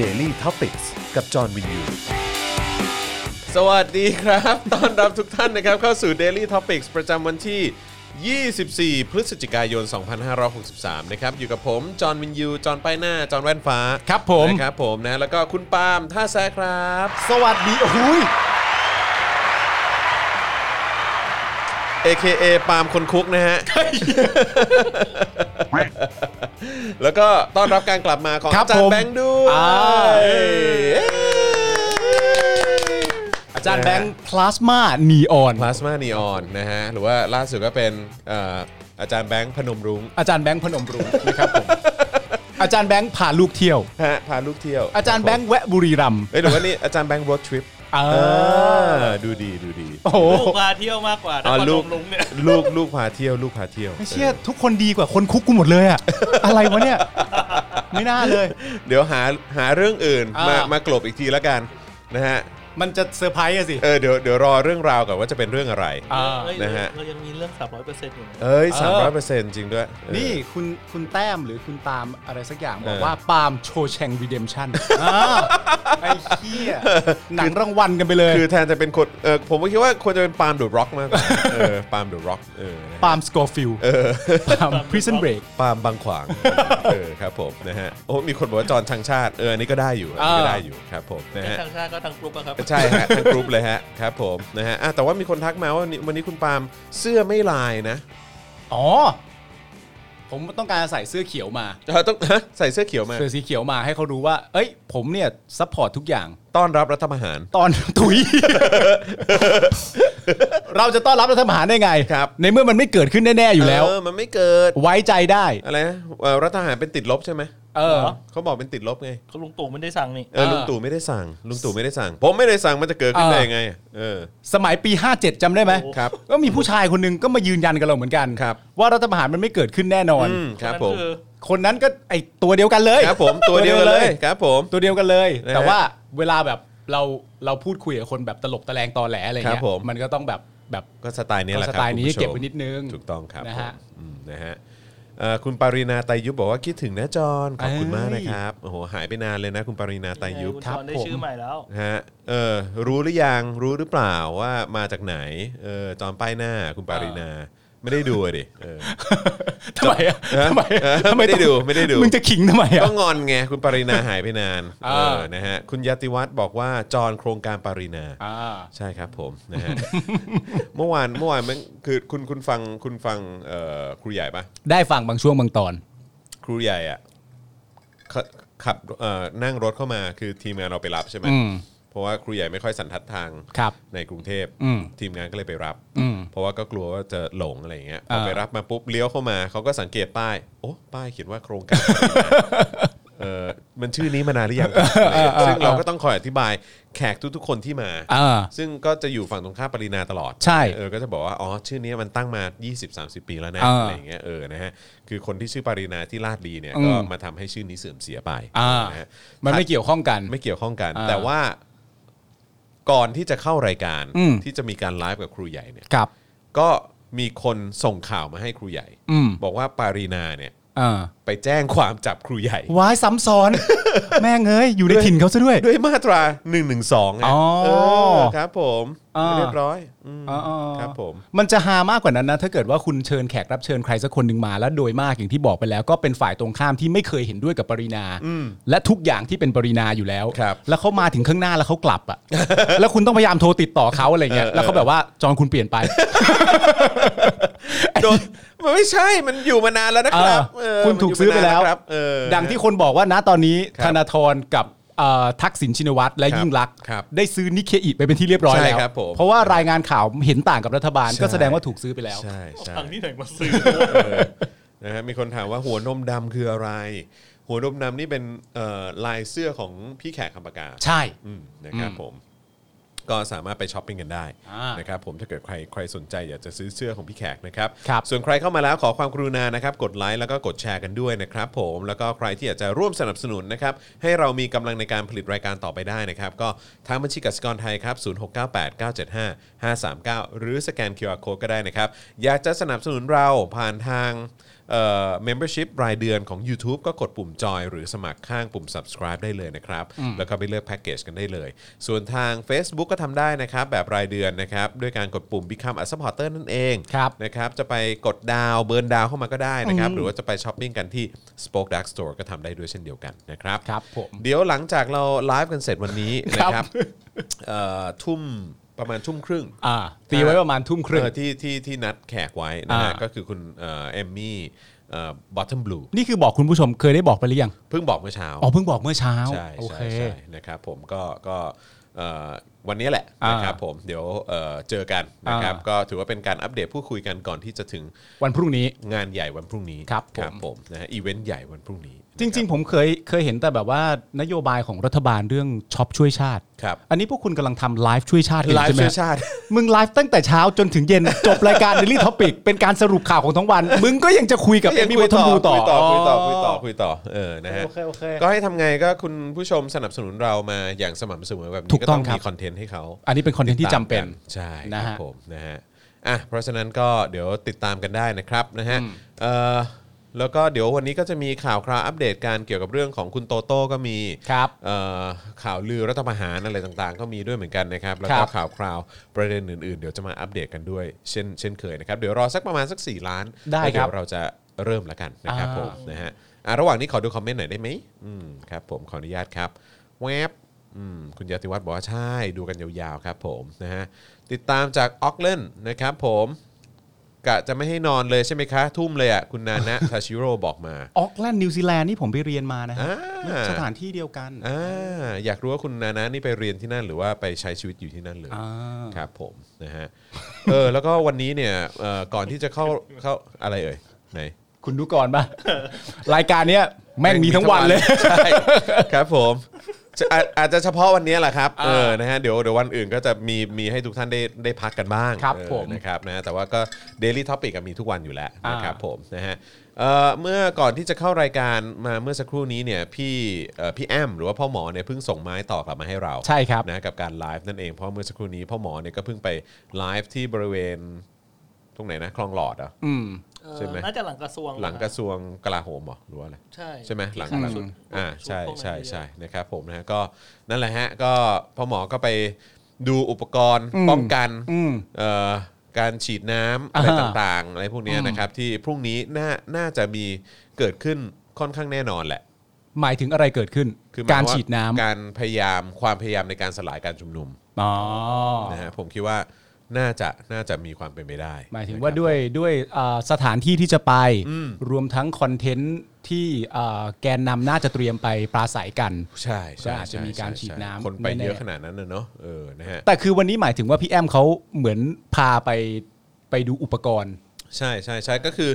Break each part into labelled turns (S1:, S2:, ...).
S1: Daily t o p i c กกับจอห์นวินยู
S2: สวัสดีครับ ต้อนรับทุกท่านนะครับ เข้าสู่ Daily Topics ประจำวันที่ 24 พฤศจิกายน 2563 นะครับ อยู่กับผม จอห์นวินยู จอห์นป้ายหน้า จอห์นแว่นฟ้า
S3: ครับผม
S2: นะครับผมนะ แล้วก็คุณปาล์มท่าแซะครับ
S3: สวัสดีโอ้ย
S2: AKA ปาล์มคนคุกนะฮะ แล้วก็ต้อนรับการกลับมาของ
S3: ครับ
S2: อาจาร
S3: ผ
S2: ย์
S3: ม
S2: แบงค์ด้วย
S3: อ่า
S2: เอ้ย
S3: อาจารย์แบงค์พลาสมานีออน
S2: พลาสมานีออนนะฮะ หรือว่าล่าสุดก็เป็นเอ่ออาจารย์แบงค์พนมรุ้ง
S3: อาจารย์แบงค์พนมรุ้ง นะครับผมอาจารย์แบงค์พาลูกเที่ยว
S2: ฮะพาลูกเที่ยว
S3: อาจารย์แบงค์แวะบุรีรัมย์
S2: เอ้ยหรือว่านี่อาจารย์แบงค์ road trip
S3: เออ
S2: เออดูดีดูดี
S3: โอ้โห
S4: ลูกพาเที่ยวมากกว่า
S2: อ๋
S4: น
S2: อ
S4: คร
S2: ลูก
S4: พนมลุงเนี่ย
S2: ลูกลูกพาเที่ยวลูกพาเที่ยว
S3: ไม่เชื่อทุกคนดีกว่าคนคุกกูหมดเลยอะ อะไรวะเนี่ย ไม่น่าเลย
S2: เออเดี๋ยวหาหาเรื่องอื่น
S3: อ่าม
S2: มามากลบอีกทีละกันนะฮะ
S3: มันจะเซอร์ไพรส์อะสิ
S2: เออเดี๋ยวเดี๋ยวรอเรื่องราวก่อนว่าจะเป็นเรื่องอะไร
S3: อ่า
S4: เฮ้ย
S2: นะฮะ
S4: เรายังมีเรื่อง 300%อยู่นะ
S2: เอ้ย
S3: เออ
S2: สามร้อยเปอร์เซ็นต์จริงด้วยเออ
S3: นี่คุณคุณแต้มหรือคุณปาล์มอะไรสักอย่างบอกว่าปาล์มโชว์แชงรีเดมชั่ นไอ้เหี้ยหนังรางวัลกันไปเลย
S2: คือแทนจะเป็นคนเออผมก็คิดว่าควรจะเป็นปาล์มเดอะร็อกมากกว่าเออปาล์มเดอะร็อกเออนะฮะ
S3: ปาล์มสกอร์ฟิลปาล์มพริซันเบรก
S2: ปาล์มบางขวางเออครับผมนะฮะโอ้มีคนบอกว่าจอห์นชังชาติเอออันนี้ก็ได้อยู่อันนี้ก็ได้อยู่ครับผมนะฮะ
S4: ทางชาติก็ทางกรุ๊ปอะครับ
S2: ใช่ฮะทั้งกรุ๊ปเลยฮะครับผมนะฮะอ่ะแต่ว่ามีคนทักมาว่าวันนี้วันนี้คุณปาล์มเสื้อไม่ลายนะ
S3: อ๋อ ผมต้องการใส่เสื้อเขียวมา
S2: เออต้องฮะใส่เสื้อเขียวมา
S3: เสื้อสีเขียวมาให้เขารู้ว่า เอ้ย ผมเนี่ยซัพพอร์ตทุกอย่าง
S2: ต้อนรับรัฐประหาร
S3: ตอน ถุย เราจะต้อนรับรัฐประหารได้ไง
S2: ครับ
S3: ในเมื่อมันไม่เกิดขึ้นแน่ ๆ อยู่แล้ว
S2: เออมันไม่เกิด
S3: ไว้ใจได้
S2: อะไรนะเอ่อรัฐประหารเป็นติดลบใช่ไหม
S3: เออ
S4: เหรอ
S2: เขาบอกเป็นติดลบไง
S4: เขาลุงตู่ไม่ได้สั่งนี่
S2: เออ
S3: เออ
S2: ลุงตู่ไม่ได้สั่งลุงตู่ไม่ได้สั่ง ผมไม่ได้สั่งมันจะเกิดขึ้น
S3: เออ
S2: ได้ยังไงเออ
S3: สมัยปี 57จำได้ไหม
S4: โอ้
S2: ครับ
S3: ก็มีผู้ชายคนหนึงก็มายืนยันกับเราเหมือนกัน
S2: ครับ
S3: ว่ารัฐประหารมันไม่เกิดขึ้นแน่นอน
S2: อืมครับผม
S4: นั่นอ
S3: คนนั้นก็ไอตัวเดียวกันเลย
S2: ครับผมตัวเดียวกันเลยครับผม
S3: ตัวเดียวกันเลย
S2: นะฮะ
S3: แต่ว่าเวลาแบบเราเราพูดคุยกับคนแบบตลบตะแลงตอแหลอะไร
S2: ครั
S3: เงี้
S2: บ
S3: ย
S2: ผม
S3: มันก็ต้องแบบแบบ
S2: ก็สไตล์นี้แหละครั
S3: ก็
S2: บ
S3: สไตล์นี้
S2: คุณผู้ชม
S3: เก็บไว้นิดนึง
S2: ถูกต้องครับ
S3: นะฮะ
S2: ผมอืมนะฮะเอ่อคุณปารีนาไตรยุบบอกว่าคิดถึงนะจอนขอบคุณ
S3: เอ้ย
S2: มากนะครับโอ้โหหายไปนานเลยนะ คุณปารีนาไตรยุบ
S4: คุณ
S3: ครั
S4: จ
S3: บ
S4: อนได้
S3: ผม
S4: ชื่อใหม่แล้ว
S2: ฮะเออรู้หรือยังรู้หรือเปล่าว่ามาจากไหนเออจอมป้ายหน้าคุณปารินา ไม่ได้ดูอะดิเออ
S3: ทำไมอะทำไม
S2: เอ
S3: อะ
S2: อ
S3: ทำไม
S2: ไม่ได้
S3: ต้อง
S2: ดูไม่ได้ดู
S3: มึงจะขิงทำไมอ่ะ
S2: ก็งอนไงคุณปารินาหายไปนาน
S3: เอ
S2: เอ
S3: อ
S2: อนะฮะคุณยติวัฒน์บอกว่าจอนโครงการปารินา
S3: อ่า
S2: ใช่ครับผมนะฮ ะ เมื่อวานเมื่อวานมันคือคุณคุณฟังคุณฟังเอ่อครูใหญ่ปะ
S3: ได้ฟังบางช่วงบางตอน
S2: ครูใหญ่อ่ะขขับเอ่อนั่งรถเข้ามาคือทีมงานเราไปรับใช่ไห
S3: อืม
S2: เพราะว่าครูใหญ่ไม่ค่อยสันทัดทาง
S3: ครับ
S2: ในกรุงเทพ
S3: อืม
S2: ทีมงานก็เลยไปรับ
S3: อืม
S2: เพราะว่าก็กลัวว่าจะหลงอะไรอย่างเงี้ยพอ
S3: อ่า
S2: ไปรับมาปุ๊บเลี้ยวเข้ามาเขาก็สังเกตป้าย โอ้ป้ายเขียนว่าโครง การเออมันชื่อนี้มานานหรือยังอะไรอย่างเงี้ยซึ่งเราก็ต้องคอยอธิบายแขกทุกๆคนที่มา
S3: อ่า
S2: ซึ่งก็จะอยู่ฝั่งตรงข้ามปรินาตลอด
S3: ใช่
S2: เออก็จะบอกว่าอ๋อชื่อนี้มันตั้งมา 20-30 ปีแล้วนะ
S3: อ่า
S2: อะไรอย่างเงี้ยเออนะฮะคือคนที่ชื่อปรินาที่ลาดดีเนี่ยก็
S3: อืม
S2: มาทำให้ชื่อนี้เสื่อมเสียไป
S3: อ่าน
S2: ฮะ
S3: มันไม่เกี่ยวข้องกัน
S2: ไม่เกี่ยวข้องกัน
S3: อ่า
S2: แต่ว่าก่อนที่จะเข้ารายการ
S3: อืม
S2: ที่จะมีการไลฟ์กับครูใหญ่เนี่ย
S3: ครับ
S2: ก็มีคนส่งข่าวมาให้ครูใหญ่
S3: อืม
S2: บอกว่าปารีนาเนี่ย
S3: อ่า
S2: ไปแจ้งความจับครูใหญ่
S3: วายซ้ำ ซ้อน แม่งเอ้ยอยู่ในถิ่นเขาซะด้วย
S2: ด้วยมาตรา 1 1 2
S3: อ๋อ
S2: ครับผม
S3: อ่า
S2: เรียบร้อยอืม
S3: อ๋ออ๋อ
S2: ครับผม
S3: มันจะฮามากกว่านั้นนะ ถ้าเกิดว่าคุณเชิญแขกรับเชิญใครสักคนหนึ่งมาแล้วโดยมากอย่างที่บอกไปแล้ว ก็เป็นฝ่ายตรงข้ามที่ไม่เคยเห็นด้วยกับปรินา และทุกอย่างที่เป็นปรินาอยู่แล้ว
S2: ครับ
S3: แล้วเขามาถึงข้างหน้าแล้วเขากลับอ่ะ แล้วคุณต้องพยายามโทรติดต่อเขาอะไรเงี้ยแล้วเขาแบบว่าจอห์นคุณเปลี่ยนไป
S2: โดนมันไม่ใช่มันอยู่มานานแล้วนะครับ
S3: เออ
S2: เออ
S3: คุณถูกซื้อไปแล้ว
S2: มันยู่มานานครับเออ
S3: ดังที่คนบอกว่าณตอนนี้
S2: ครับ
S3: ธนาธรกับเอ่อทักษิณชินวัตร
S2: ค
S3: และ
S2: รับ
S3: ยิ่งลักษณ์
S2: ครับ
S3: ได้ซื้อนิเคอิไปเป็นที่เรียบร้อย
S2: ใช่
S3: แล้ว
S2: ครับผม
S3: เพราะว่ารายงานข่าวเห็นต่างกับรัฐบาล
S2: ใช่
S3: ก็แสดงว่าถูกซื้อไปแล้ว
S2: ใช่ใช่
S4: ทางที่ไหนมาซื้อ
S2: เออนะฮะมีคนถามว่าหัวนมดำคืออะไร หัวนมดำนี่เป็นเอ่อลายเสื้อของพี่แขกคำปากกา
S3: ใช่
S2: อืมนะครับผม ก็สามารถไปช้อปปิ้งกันได้
S3: อ่าน
S2: นะครับผมถ้าเกิดใครใครสนใจอยากจะซื้อเสื้อของพี่แขกนะครับ
S3: ครับ
S2: ส่วนใครเข้ามาแล้วขอความกรุณานะครับ กดไลค์แล้วก็กดแชร์กันด้วยนะครับผมแล้วก็ใครที่อยากจะร่วมสนับสนุนนะครับ ให้เรามีกำลังในการผลิตรายการต่อไปได้นะครับ ก็ทางบัญชีกสิกรไทยครับ 0698 975 539 หรือสแกน QR Code ก็ได้นะครับ อยากจะสนับสนุนเราผ่านทาง เอ่อ membership รายเดือนของ YouTube ก็กดปุ่มจอยหรือสมัครข้างปุ่ม subscribe ได้เลยนะครับ แล้วก็ไปเลือกแพ็กเกจกันได้เลย ส่วนทาง Facebook ก็ทำได้นะครับ แบบรายเดือนนะครับ ด้วยการกดปุ่ม become a supporter นั่นเอง
S3: ครับ
S2: นะครับจะไปกดดาวน์เบิร์นดาวน์เข้ามาก็ได้นะครับ หรือว่าจะไปช้อปปิ้งกันที่ Spoke Dark Store ก็ทำได้ด้วยเช่นเดียวกันนะครับ
S3: ครับผม
S2: เดี๋ยวหลังจากเราไลฟ์กันเสร็จวันนี้นะค
S3: ครั
S2: รับบ เอ่อทุ่มประมาณทุ่มครึ่ง
S3: อ่าตีไว้ประมาณทุ่มครึ่ง
S2: เอ่อที่ที่ที่นัดแขกไว้นะฮะ
S3: อ่า
S2: ก็คือคุณเอ่อเอมมี่บอทเทิมบลู
S3: นี่คือบอกคุณผู้ชมเคยได้บอกไปหรือยัง
S2: เพิ่งบอกเมื่อเช้า
S3: อ๋อเพิ่งบอกเมื่อเช้า
S2: ใช่
S3: โอเค
S2: ใช่ใช่นะครับผมก็ก็เอ่อวันนี้แหละ
S3: อ่าน
S2: นะครับผมเดี๋ยวเอ่อเจอกันนะครับ
S3: อ่า
S2: ก็ถือว่าเป็นการอัปเดตพูดคุยกันก่อนที่จะถึง
S3: วันพรุ่งนี้
S2: งานใหญ่วันพรุ่งนี้
S3: ครับผม
S2: ผมนะฮะอีเวนต์ใหญ่วันพรุ่งนี้
S3: จริง ๆ ผมเคยเคยเห็นแต่แบบว่านโยบายของรัฐบาลเรื่องช็อปช่วยชาติ
S2: ๆครับ
S3: อันนี้พวกคุณกำลังทำไลฟ์ช่วยชาติกัน
S2: ไล
S3: ใช่
S2: ฟ์
S3: ไหม
S2: เชื้อชาติ
S3: มึงไลฟ์ตั้งแต่เช้าจนถึงเย็น จบรายการ Daily Topic เป็นการสรุปข่าวของทั้ง วัน มึงก็ยังจะคุยกับ
S2: ยั
S3: เอ็
S2: ง
S3: มมี่
S2: คุ
S3: วั
S2: ย
S3: ฒ
S2: ต่อ
S3: นูต่อ
S2: คุยต่อคุยต่อคุยต่อคุยต่อเออนะฮะ
S3: โอเคโอเค
S2: ก็ให้ทำไงก็คุณผู้ชมสนับสนุนเรามาอย่างสม่ำเสมอแบบนี้
S3: ถูกต้อง
S2: ก็
S3: ครั
S2: มี
S3: บ
S2: คอนเทนต์ให้เขา
S3: อันนี้เป็นคอนเทนต์ที่จำเป็น
S2: ใช่
S3: นะ
S2: ค
S3: ฮะ
S2: รับผมนะฮะอ่ะเพราะฉะนั้นก็เดี๋ยวติดตามกันได้นะครับนะฮะเออแล้วก็เดี๋ยววันนี้ก็จะมีข่าวคราวอัปเดตการเกี่ยวกับเรื่องของคุณโตโต้ก็มี
S3: ครับ
S2: เอ่อข่าวลือรัฐประหารอะไรต่างๆ ก็มีด้วยเหมือนกันนะครับ แล้ว
S3: ค
S2: ก็
S3: รับ
S2: ข่าวคราวประเด็นอื่นๆ เดี๋ยวจะมาอัปเดตกันด้วยเช่นเช่นเคยนะครับ เดี๋ยวรอสักประมาณสัก 4 ล้าน
S3: ได้
S2: แล้วเดี๋ย
S3: ครั
S2: ว
S3: บ
S2: เราจะเริ่มละกันนะครับ
S3: อ่า
S2: ผมนะฮะอ่ะระหว่างนี้ขอดูคอมเมนต์หน่อยได้ไหมอืมครับผมขออนุญาตครับแวบอืมคุณยติวัฒน์บอกว่าใช่ดูกันยาวๆครับผมนะฮะติดตามจากออกเลนนะครับผมกะจะไม่ให้นอนเลยใช่ไหมคะ ทุ่มเลยอ่ะคุณนา นะ ทาชิโร่บอกมา
S3: ออกแลนด์นิวซีแลนด์นี่ผมไปเรียนมานะฮะ
S2: อ่า
S3: สถานที่เดียวกัน
S2: อ่าอยากรู้ว่าคุณนานะนี่ไปเรียนที่นั่นหรือว่าไปใช้ชีวิตอยู่ที่นั่นเลย
S3: อ่า
S2: ครับผมนะฮะเออแล้วก็วันนี้เนี่ยเอ่อก่อนที่จะเข้าเข้าอะไรเอ่ยไหน
S3: คุณดูก่อนป่ะ รายการเนี้ยแม่งมีทั้งวันเลย
S2: ใช่ครับผมจะอาจอาจจะเฉพาะวันนี้แหละครับเออนะฮะเดี๋ยวเดี๋ยววันอื่นก็จะมีมีให้ทุกท่านได้ได้พักกันบ้าง
S3: ครับ
S2: เออ
S3: ผม
S2: นะครับนะแต่ว่าก็ Daily t o p i c อะมีทุกวันอยู่แล้ว
S3: อ่าน
S2: นะครับผมนะฮะเอ่อเมื่อก่อนที่จะเข้ารายการมาเมื่อสักครู่นี้เนี่ยพี่เอ่อพี่แอมหรือว่าพ่อหมอเนี่ยเพิ่งส่งไม้ต่อกลับมาให้เรา
S3: ใช่ครับ
S2: นะกับการไลฟ์นั่นเองเพราะเมื่อสักครู่นี้พ่อหมอเนี่ยก็เพิ่งไปไลฟ์ที่บริเวณตรงไหนนะคลองหลอดเหรอ่ะ
S3: อืม
S4: เอ่อ
S2: ใช่ไหม
S4: น่าจะหลังกระทรวง
S2: หลังกระทรวงกลาโหมเหรอหรือว่าอะไร
S4: ใช่
S2: ใช่ไหมหลัง
S4: ที่
S2: ห
S4: ข
S2: ลั
S4: ย
S2: ง
S4: ชุด
S2: อ่าใช่
S4: ชุดพวกนั้น
S2: ใช่
S4: เยอะ
S2: ใช่นะครับผมนะฮะก็นั่นแหละฮะก็พ่อหมอก็ไปดูอุปกรณ์
S3: อืม
S2: ป้องกัน
S3: อืม
S2: เอ่อการฉีดน้ำอะไร
S3: อ่า
S2: ต่างๆอะไรพวกเนี้ยนะครับที่พรุ่งนี้น่าน่าจะมีเกิดขึ้นค่อนข้างแน่นอนแหละ
S3: หมายถึงอะไรเกิดขึ้น
S2: คือหมย
S3: การ
S2: ว่
S3: ฉีดน้ำ
S2: การพยายามความพยายามในการสลายการชุมนุม
S3: อ๋อ
S2: นะฮะผมคิดว่าน่าจะน่าจะมีความเป็นไปได้
S3: หมายถึง
S2: นะครับ
S3: ว่าด้วยด้วยอ่าสถานที่ที่จะไป รวมทั้งคอนเทนต์ที่อ่าแกนนำน่าจะเตรียมไปปราศัยกัน
S2: ใช่ใช่
S3: ก็อาจจะ
S2: ใช่
S3: มีการ
S2: ใช่
S3: ฉีด
S2: ใช่
S3: น้ำ
S2: คนไป
S3: แน่ๆ
S2: เยอะขนาดนั้นนะเนอะเออนะฮะ
S3: แต่คือวันนี้หมายถึงว่าพี่แอมเขาเหมือนพาไปไปดูอุปกรณ์
S2: ใช่ใช่ใช่ก็คือ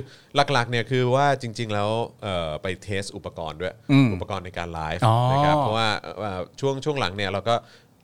S2: หลักๆเนี่ยคือว่าจริง ๆ แล้วเอ่อไปเทสอุปกรณ์ด้วย
S3: อืม
S2: อุปกรณ์ในการไลฟ์
S3: อ๋อ
S2: นะครับเพราะว่าเอ่อช่วงช่วงหลังเนี่ยเราก็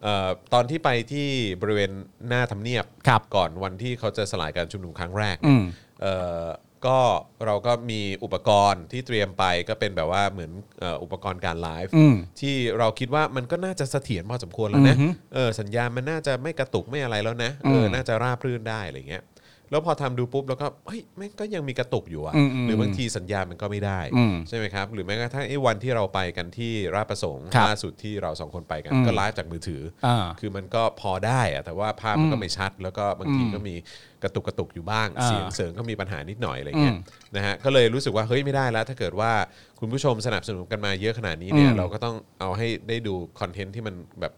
S2: เอ่อตอนที่ไปที่บริเวณหน้าทำเนียบ
S3: ครับ
S2: ก่อนวันที่เขาจะสลายการชุมนุมครั้งแรก
S3: อืม
S2: เอ่อก็เราก็มีอุปกรณ์ที่เตรียมไปก็เป็นแบบว่าเหมือนเอ่ออุปกรณ์การไลฟ์
S3: อืม
S2: ที่เราคิดว่ามันก็น่าจะเสถียรพอสมควรแล้วนะ เออสัญญาณมันน่าจะไม่กระตุกไม่อะไรแล้วนะ เออ
S3: อืม
S2: น่าจะราบรื่นได้อะไรเงี้ย แล้วพอทำดูปุ๊บแล้วก็ เฮ้ยแม่งก็ยังมีกระตุกอยู่อะ
S3: อืมอืม
S2: หรือบางทีสัญญาณมันก็ไม่ได้
S3: อืม
S2: ใช่ไหมครับ หรือแม้กระทั่งไอ้วันที่เราไปกันที่ราชประสงค์
S3: ครับ
S2: ล่าสุดที่เราสองคนไปกัน
S3: อืม
S2: ก็ไลฟ์จากมือถืออา คือมันก็พอได้อะแต่ว่าภาพมันก็ไม่ชัด แล้วก็บางที
S3: อืม
S2: ก็มีกระตุกกระตุกอยู่บ้าง
S3: อ่า
S2: เสียงเสริงก็มีปัญหานิดหน่อยอะไรเงี้ย
S3: อืม
S2: นะฮะก็เลยรู้สึกว่าเฮ้ยไม่ได้แล้ว ถ้าเกิดว่าคุณผู้ชมสนับสนุนกันมาเยอะขนาดนี้เนี่ย
S3: อืม
S2: เราก็ต้องเอาให้ได้ดูคอนเทนต์ที่มันแบบ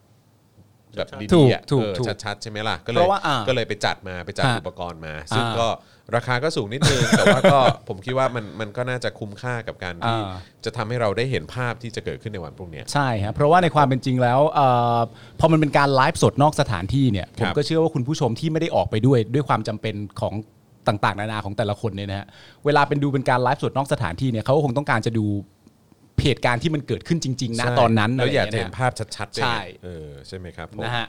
S2: แบบ
S3: ถู
S2: ดีๆ
S3: ก
S2: อ่ะ
S3: ถูก
S2: เออ
S3: ถูก
S2: ชัดๆใช่ไหมล่ะก็เล
S3: เพ
S2: ย
S3: ราะว่าอ่า
S2: ก็เลยไปจัดมาไปจัด
S3: ฮะ
S2: อุปกรณ์มา ซึ่ง
S3: อ่า
S2: ก็ราคาก็สูงนิด นึง แต่ว่าก็ผมคิดว่ามันมันก็น่าจะคุ้มค่ากับการที่
S3: อ่า
S2: จะทำให้เราได้เห็นภาพที่จะเกิดขึ้นในวันพรุ่งเนี้ย
S3: ใช่ครับเพราะว่าในความเป็นจริงแล้วเออพอมันเป็นการไลฟ์สดนอกสถานที่เนี่ย
S2: ค
S3: ผ
S2: รับ
S3: มก็เชื่อว่าคุณผู้ชมที่ไม่ได้ออกไปด้วยด้วยความจำเป็นของต่างๆ นานาของแต่ละคนเนี่ยนะฮะเวลาเป็นดูเป็นการไลฟ์สดนอกสถานที่เนี่ยเขาก็คงต้องการจะดูเหตุการณ์ที่มันเกิดขึ้นจริงๆนะ
S2: ใช่
S3: ตอนนั้น
S2: แล้วอยาก
S3: ะ
S2: จะ
S3: ไร
S2: เห็
S3: ง
S2: น
S3: งี้
S2: ภาพชัดๆด้วย
S3: ใช่
S2: เออใช่ไหมครับผม
S3: นะฮะ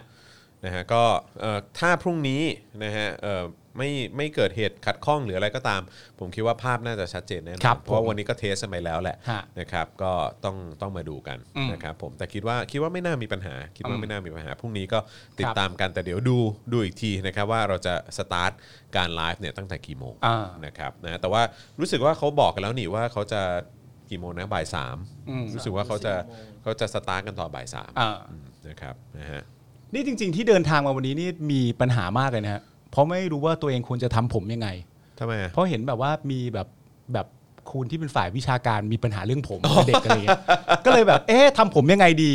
S2: นะฮะก็เอ่อถ้าพรุ่งนี้นะฮะเอ่อไม่ไม่เกิดเหตุขัดข้องหรืออะไรก็ตาม ผมคิดว่าภาพน่าจะชัดเจนแน่นอ
S3: ครั
S2: น
S3: บ
S2: เพราะ
S3: ผม
S2: วันนี้ก็เทสกันไปแล้วแหละ
S3: ฮะ
S2: นะครับก็ต้องต้องมาดูกัน
S3: อืม
S2: นะครับผมแต่คิดว่าคิดว่าไม่น่ามีปัญหา คิดว่า
S3: อืม
S2: ไม่น่ามีปัญหาพรุ่งนี้ก็ติ
S3: ค
S2: ด
S3: รับ
S2: ตามกันแต่เดี๋ยวดูดูอีกทีนะครับว่าเราจะสตาร์ทการไลฟ์เนี่ยตั้งแต่กี่โมง
S3: อ่า
S2: นะครับนะแต่ว่ารู้สึกว่าเขาบอกกันแล้วนี่ว่าเขาจะกี่โมงนะบ่ายสาม
S3: อืม
S2: รู้สึกว่าเขาจะ
S4: สามโมง
S2: เขาจะสตาร์ทกันต่อบ่ายสาม
S3: อ่า
S2: อืมนะครับนะฮะ
S3: นี่จริง ๆ ที่เดินทางมาวันนี้นี่มีปัญหามากเลยนะฮะเพราะไม่รู้ว่าตัวเองควรจะทำผมยังไง
S2: ทำไมอะ
S3: เพราะเห็นแบบว่ามีแบบแบบคุณที่เป็นฝ่ายวิชาการมีปัญหาเรื่องผมกับเด็กอะไรเงี้ยก็เลยแบบเอ๊ะทำผมยังไงดี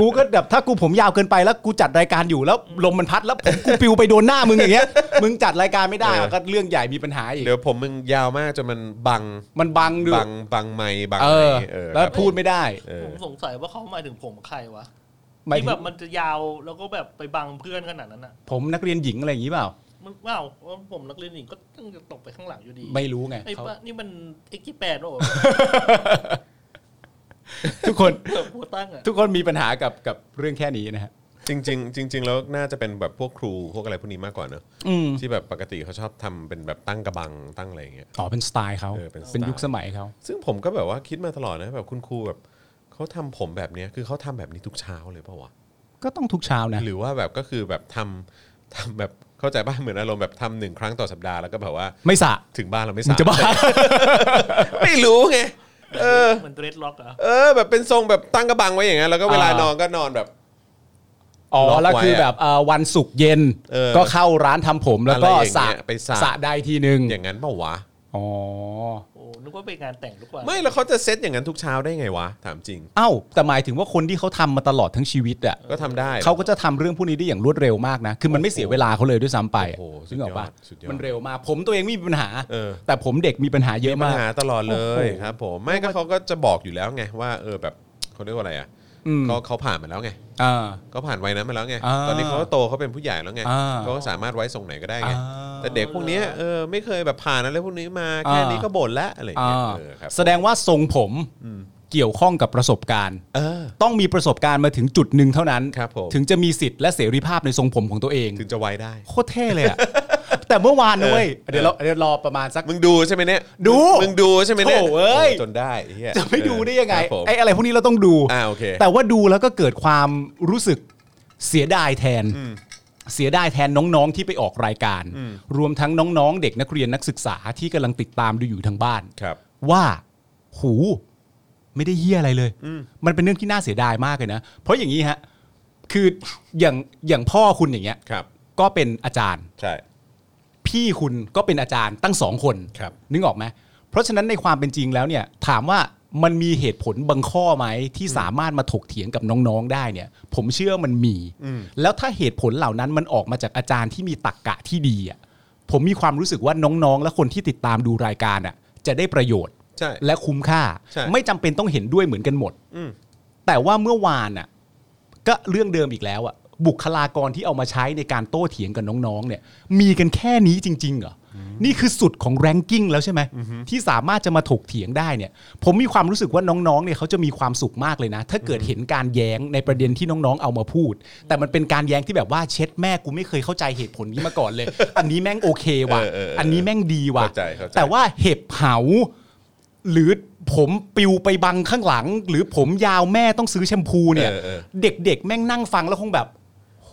S3: กูก็แบบถ้ากูผมยาวเกินไปแล้วกูจัดรายการอยู่แล้วลมมันพัดแล้วผมกูปิวไปโดนหน้ามึงอย่างเงี้ยมึงจัดรายการไม่ได้อ่ะก็เรื่องใหญ่มีปัญหาอีก
S2: เดี๋ยวผมมึงยาวมากจนมันบัง
S3: มันบังดู
S2: บังบังไม้บัง
S3: เอ
S2: อะ
S3: อ
S2: ไรเออ
S3: แล้ว
S2: ครับ
S3: พูดไม่ได้
S2: เออ
S4: ผมสงสัยว่าเขาหมายถึงผมใครวะ
S3: หมาย
S4: ที่
S3: ถึง
S4: แบบมันจะยาวแล้วก็แบบไปบังเพื่อนขนาดนั้นอ่ะ
S3: ผมนักเรียนหญิงอะไรอย่างงี้เปล่า
S4: มันว้าวเพราะผมนักเรียนหญิงก็ต้องจะตกไปข้างหลังอยู่ดี
S3: ไม่รู้ไง
S4: ไอ้
S3: เขา
S4: ปะนี่มันเอ็กซ์ที่แปดโอ้
S3: ทุกคน
S4: แบบหัวตั้งอ่ะ
S3: ทุกคนมีปัญหากับกับเรื่องแค่นี้นะฮะ
S2: จริงจริงๆจริง ๆ แล้วน่าจะเป็นแบบพวกครูพวกอะไรพวกนี้มากกว่าเนอะ
S3: อืม
S2: ที่แบบปกติเขาชอบทำเป็นแบบตั้งกระบังตั้งอะไรอย่างเงี้ย
S3: อ๋อเป็นสไตล์เขา
S2: เออเป็นสไตล์
S3: เป็นยุคสมัยเขา
S2: ซึ่งผมก็แบบว่าคิดมาตลอดนะแบบคุณครูแบบเขาทำผมแบบเนี้ยคือเขาทำแบบนี้ทุกเช้าเลยเปล่าวะ
S3: ก็ต้องทุกเช้านะ
S2: หรือว่าแบบก็คือแบบทำทำแบบเข้าใจป่ะเหมือนอารมณ์แบบทำหนึ่งครั้งต่อสัปดาห์แล้วก็แบบว่า
S3: ไม่สระ
S2: ถึงบ้านเราไม่
S3: มึ
S2: สาง
S3: จะบ้า
S2: ไม่รู้ไงเออ
S4: เหมือนเดรดล็อกอ่ะ
S2: เออ แบบเป็นทรงแบบตั้งกระบังไว้อย่างนั้นแล้วก็เวลา
S3: อ่านน
S2: อนก็นอนแบบ
S3: อ๋อ
S2: ล็อกไว้
S3: แล้วคือแบบเอ่อวันศุกร์เย็น
S2: เออ
S3: ก็เข้าร้านทำผมแล้วก็
S2: อะไรอย่างเงี้ย
S3: สระ
S2: ไปสระ
S3: สระได้ทีนึง
S2: อย่างนั้นเปล่าวะ
S3: อ๋อ
S4: โอ้นึกว่าไปงานแต่งทุกวัน
S2: ไม่แล้วเขาจะเซตอย่างนั้นทุกเช้าได้ไงวะ ถามจริง
S3: เอ้าแต่หมายถึงว่าคนที่เขาทำมาตลอดทั้งชีวิตอ่ะ
S2: ก็ทำได้
S3: เขาก็จะทำเรื่องพวกนี้ได้อย่างรวดเร็วมากนะ คือมันไม่เสียเวลาเขาเลยด้วยซ้ำไป
S2: โอ้โหสุด
S3: นึกออกปะ
S2: ยอดสุดยอด
S3: มันเร็วมากผมตัวเองไม่มีปัญหา
S2: เออ
S3: แต่ผมเด็กมีปัญหาเยอะ
S2: ปัญ
S3: มาก
S2: หาตลอดเลย
S3: โอ้โห
S2: ครับผมไม่ก็เขาก็จะบอกอยู่แล้วไงว่าเออแบบเขาเรียกว่าอะไรอ่ะ
S3: อืม
S2: เขาเขาผ่านมาแล้วไง
S3: อ่า
S2: เขาผ่านวัยนั้นมาแล้วไง
S3: อ่า
S2: ตอนนี้เขาก็โตเขาเป็นผู้ใหญ่แล้วไง
S3: อ่า
S2: เขาก็สามารถไว้ทรงไหนก็ได้
S3: อ่า
S2: ไง แต่เด็กพวกเนี้ยเออไม่เคยแบบผ่านอะไรพวกนี้มาแค่
S3: อ่า
S2: นี้ก็บ่นละอะไรอย่าง
S3: อ่
S2: เงี้ย
S3: า
S2: เออครับ
S3: แสดงว่าทรงผมเกี่ยวข้องกับประสบการณ์
S2: เออ
S3: ต้องมีประสบการณ์มาถึงจุดหนึ่งเท่านั้น
S2: ครับผม
S3: ถึงจะมีสิทธิ์และเสรีภาพในทรงผมของตัวเอง
S2: ถึงจะไวได้
S3: โคตรเท่เลยอะ แต่เมื่อวานนะเว้ยเดี๋ยวเราเดี๋ยวรอประมาณสัก
S2: มึงดูใช่ไหมเนี่ย
S3: ดู
S2: มึงดูใช่ไหมเนี่ย
S3: โถ่เอ้ย
S2: จนได้เหี้ย
S3: จะไม่ดูได้ยัง
S2: ค
S3: ไง
S2: รับผม
S3: ไอ้อะไรพวกนี้เราต้องดู
S2: อ่าโอเค
S3: แต่ว่าดูแล้วก็เกิดความรู้สึกเสียดายแทน เสียดายแทนน้องๆที่ไปออกรายการ รวมทั้งน้องๆ เด็กนักเรียนนักศึกษาที่กำลังติดตามดูอยู่ทางบ้าน
S2: ครับ
S3: ว่าหูไม่ได้เหี้ยอะไรเลย มันเป็นเรื่องที่น่าเสียดายมากเลยนะ เพราะอย่างนี้ฮะ คืออย่างอย่างพ่อคุณอย่างเงี้ย
S2: ครับ
S3: ก็เป็นอาจารย์
S2: ใช่
S3: พี่คุณก็เป็นอาจารย์ตั้งสองคน
S2: ครับ
S3: นึกออกไหมเพราะฉะนั้นในความเป็นจริงแล้วเนี่ยถามว่ามันมีเหตุผลบางข้อไหมที่สามารถมาถกเถียงกับน้องๆได้เนี่ย ผมเชื่อมันมี แล้วถ้าเหตุผลเหล่านั้นมันออกมาจากอาจารย์ที่มีตรรกกะที่ดีอ่ะผมมีความรู้สึกว่าน้องๆ และคนที่ติดตามดูรายการอ่ะ จะได้ประโยชน์
S2: ใช่
S3: และคุ้มค่า
S2: ใช่
S3: ไม่จำเป็นต้องเห็นด้วยเหมือนกันหมด
S2: อืม
S3: แต่ว่าเมื่อวานอ่ะก็เรื่องเดิมอีกแล้วอ่ะบุคลากรที่เอามาใช้ในการโต้เถียงกับน้องๆเนี่ย มีกันแค่นี้จริงๆเหรอนี่คือสุดของแรงกิ้งแล้วใช่ไหมที่สามารถจะมาถกเถียงได้เนี่ย ผมมีความรู้สึกว่าน้องๆเนี่ยเขาจะมีความสุขมากเลยนะ ถ้าเกิดเห็นการแย้งในประเด็นที่น้องๆเอามาพูด แต่มันเป็นการแย้งที่แบบว่าเช็ดแม่กูไม่เคยเข้าใจเหตุผลนี้มาก่อนเลย อันนี้แม่งโอเคว่ะอันนี้แม่งดีว่ะ
S2: เข้าใจเข้าใจ
S3: แต่ว่าเห็บเหา หรือผมปิวไปบังข้างหลัง หรือผมยาวแม่ต้องซื้อแชมพูเนี่ย
S2: เออเออ
S3: เด็กๆ แม่งนั่งฟังแล้วคงแบบ โห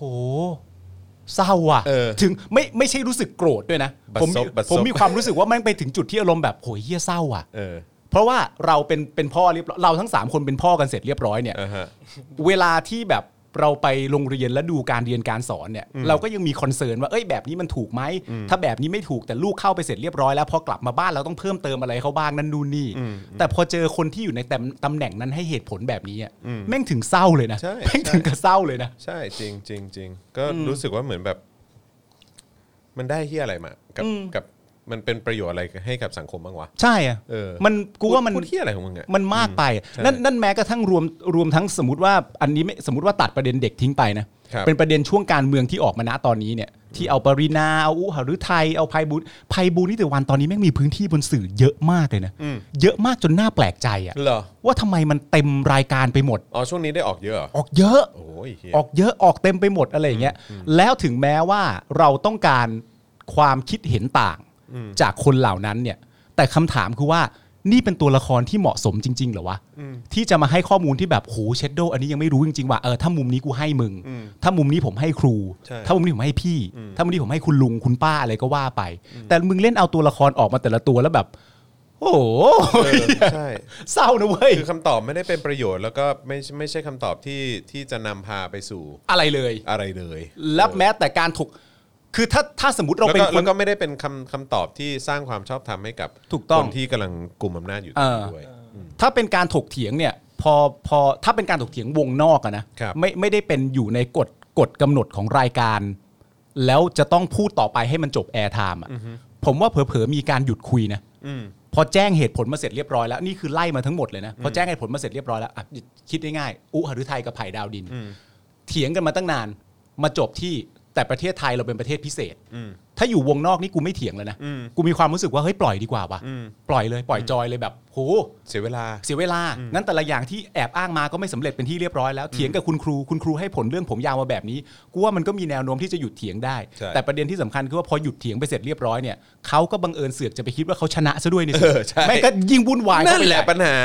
S3: เศร้าอ่ะ
S2: เออ
S3: ถึงไม่ไม่ใช่รู้สึกโกรธด้วยนะ
S2: บัด
S3: ผม
S2: ซบบัดซบ
S3: ผมมีความรู้สึกว่าแม่งไปถึงจุดที่อารมณ์แบบโหยเฮียเศร้าอ่ะ
S2: เออ
S3: เพราะว่าเราเป็นเป็นพ่อเรียบร้อยเราทั้งสามคนเป็นพ่อกันเสร็จเรียบร้อยเนี่ย
S2: อ่าฮะ
S3: เวลาที่แบบเราไปโรงเรียนและดูการเรียนการสอนเนี่ย เราก็ยังมีคอนเซิร์นว่าเอ้ยแบบนี้มันถูกไหมถ้าแบบนี้ไม่ถูกแต่ลูกเข้าไปเสร็จเรียบร้อยแล้วพอกลับมาบ้านเราต้องเพิ่มเติมอะไรเขาบ้างนั่นนู่นนี่ แต่พอเจอคนที่อยู่ในตำตำแหน่งนั้นให้เหตุผลแบบนี้อะแม่งถึงเศร้าเลยนะ
S2: ใช่
S3: แม่งถึงกับเศร้าเลยนะ
S2: ใช่จริงจริงจริงก็รู้สึกว่าเหมือนแบบ มันได้เฮียอะไรมากับกับมันเป็นประโยชน์อะไรให้กับสังคมบ้างวะ
S3: ใช่อะ
S2: เออ
S3: มันกูว่ามัน
S2: พูดเฮียอะไรของมึงอ่ะ
S3: มันมากไป
S2: ใช่
S3: นั่นนั่นแม้กระทั่งรวมรวมทั้งสมมติว่าอันนี้ไม่สมมติว่าตัดประเด็นเด็กทิ้งไปนะ
S2: ครับ
S3: เป็นประเด็นช่วงการเมืองที่ออกมาณตอนนี้เนี่ย ที่เอาปรินาเอาอุหฤทัยเอาภัยบุญภัยบุญนิติวันตอนนี้แม่งมีพื้นที่บนสื่อเยอะมากเลยนะ
S2: อืม
S3: เยอะมากจนน่าแปลกใจอะ
S2: เหรอ
S3: ว่าทำไมมันเต็มรายการไปหมด
S2: อ๋อช่วงนี้ได้ออกเยอะเหรอ
S3: ออกเยอะ
S2: โอ้ยเหี้ย
S3: ออกเยอะออกเต็มไปหมดอะไรอย่างเงี้ยแล้วถึงแม้ว่าเราต้องการความคิดเห็นต่าง จากคนเหล่านั้นเนี่ย แต่คำถามคือว่านี่เป็นตัวละครที่เหมาะสมจริง ๆ เหรอวะ ที่จะมาให้ข้อมูลที่แบบโหเชดโดอันนี้ยังไม่รู้จริง ๆ ว่าเออถ้ามุมนี้กูให้มึง ถ้ามุมนี้ผมให้ครู
S2: ใช่
S3: ถ้ามุมนี้ผมให้พี่ ถ้ามุมนี้ผมให้คุณลุงคุณป้าอะไรก็ว่าไป แต่มึงเล่นเอาตัวละครออกมาแต่ละตัวแล้วแบบ โอ้โห
S2: เออใช่
S3: เศร้านะเว้ย
S2: คือคำตอบไม่ได้เป็นประโยชน์แล้วก็ไม่ใช่ไม่ใช่คำตอบที่ที่จะนำพาไปสู่
S3: อะไรเลย
S2: อะไรเลย
S3: และแม้แต่การถกคือถ้าถ้าสมมติเรา
S2: แล้ว
S3: เป็น
S2: ก็
S3: ค
S2: แล้ว
S3: น
S2: ก็ไม่ได้เป็นคำคำตอบที่สร้างความชอบธรรมให้กับ
S3: ถูกต้อง
S2: คนที่กำลังกลุ่มอำนาจอยู่
S3: เออ
S2: ด้วย
S3: ถ้าเป็นการถกเถียงเนี่ยพอพอถ้าเป็นการถกเถียงวงนอกอะนะครับ ไม่ไม่ได้เป็นอยู่ในกฎกฎกำหนดของรายการ แล้วจะต้องพูดต่อไปให้มันจบแอร์ไทม์อะผมว่าเผลอๆมีการหยุดคุยนะพอแจ้งเหตุผลมาเสร็จเรียบร้อยแล้วนี่คือไล่มาทั้งหมดเลยนะพอแจ้งเหตุผลมาเสร็จเรียบร้อยแล้วอ่ะคิดง่ายๆอุหฤทัยกับไผ่ดาวดิน เถียงกันมาตั้งนาน มาจบที่แต่ประเทศไทยเราเป็นประเทศพิเศษ ถ้าอยู่วงนอกนี่กูไม่เถียงแล้วนะกูมีความรู้สึกว่าเฮ้ยปล่อยดีกว่าวะปล่อยเลยปล่อยจอยเลยแบบโห
S2: เสียเวลา
S3: เสียเวลา งั้นแต่ละอย่างที่แอบอ้างมาก็ไม่สำเร็จเป็นที่เรียบร้อยแล้ว เถียงกับคุณครู คุณครูให้ผลเรื่องผมยาวมาแบบนี้ กูว่ามันก็มีแนวโน้มที่จะหยุดเถียงได้
S2: ใช่
S3: แต่ประเด็นที่สำคัญคือว่าพอหยุดเถียงไปเสร็จเรียบร้อยเนี่ยเขาก็บังเอิญเสือกจะไปคิดว่าเขาชนะซะด้วยเนี่ย
S2: เออใช่
S3: ไม่งก็ยิ่งวุ่นวาย
S2: นั่น
S3: เข้าไป
S2: แหละ
S3: ใญ่
S2: ปัญหา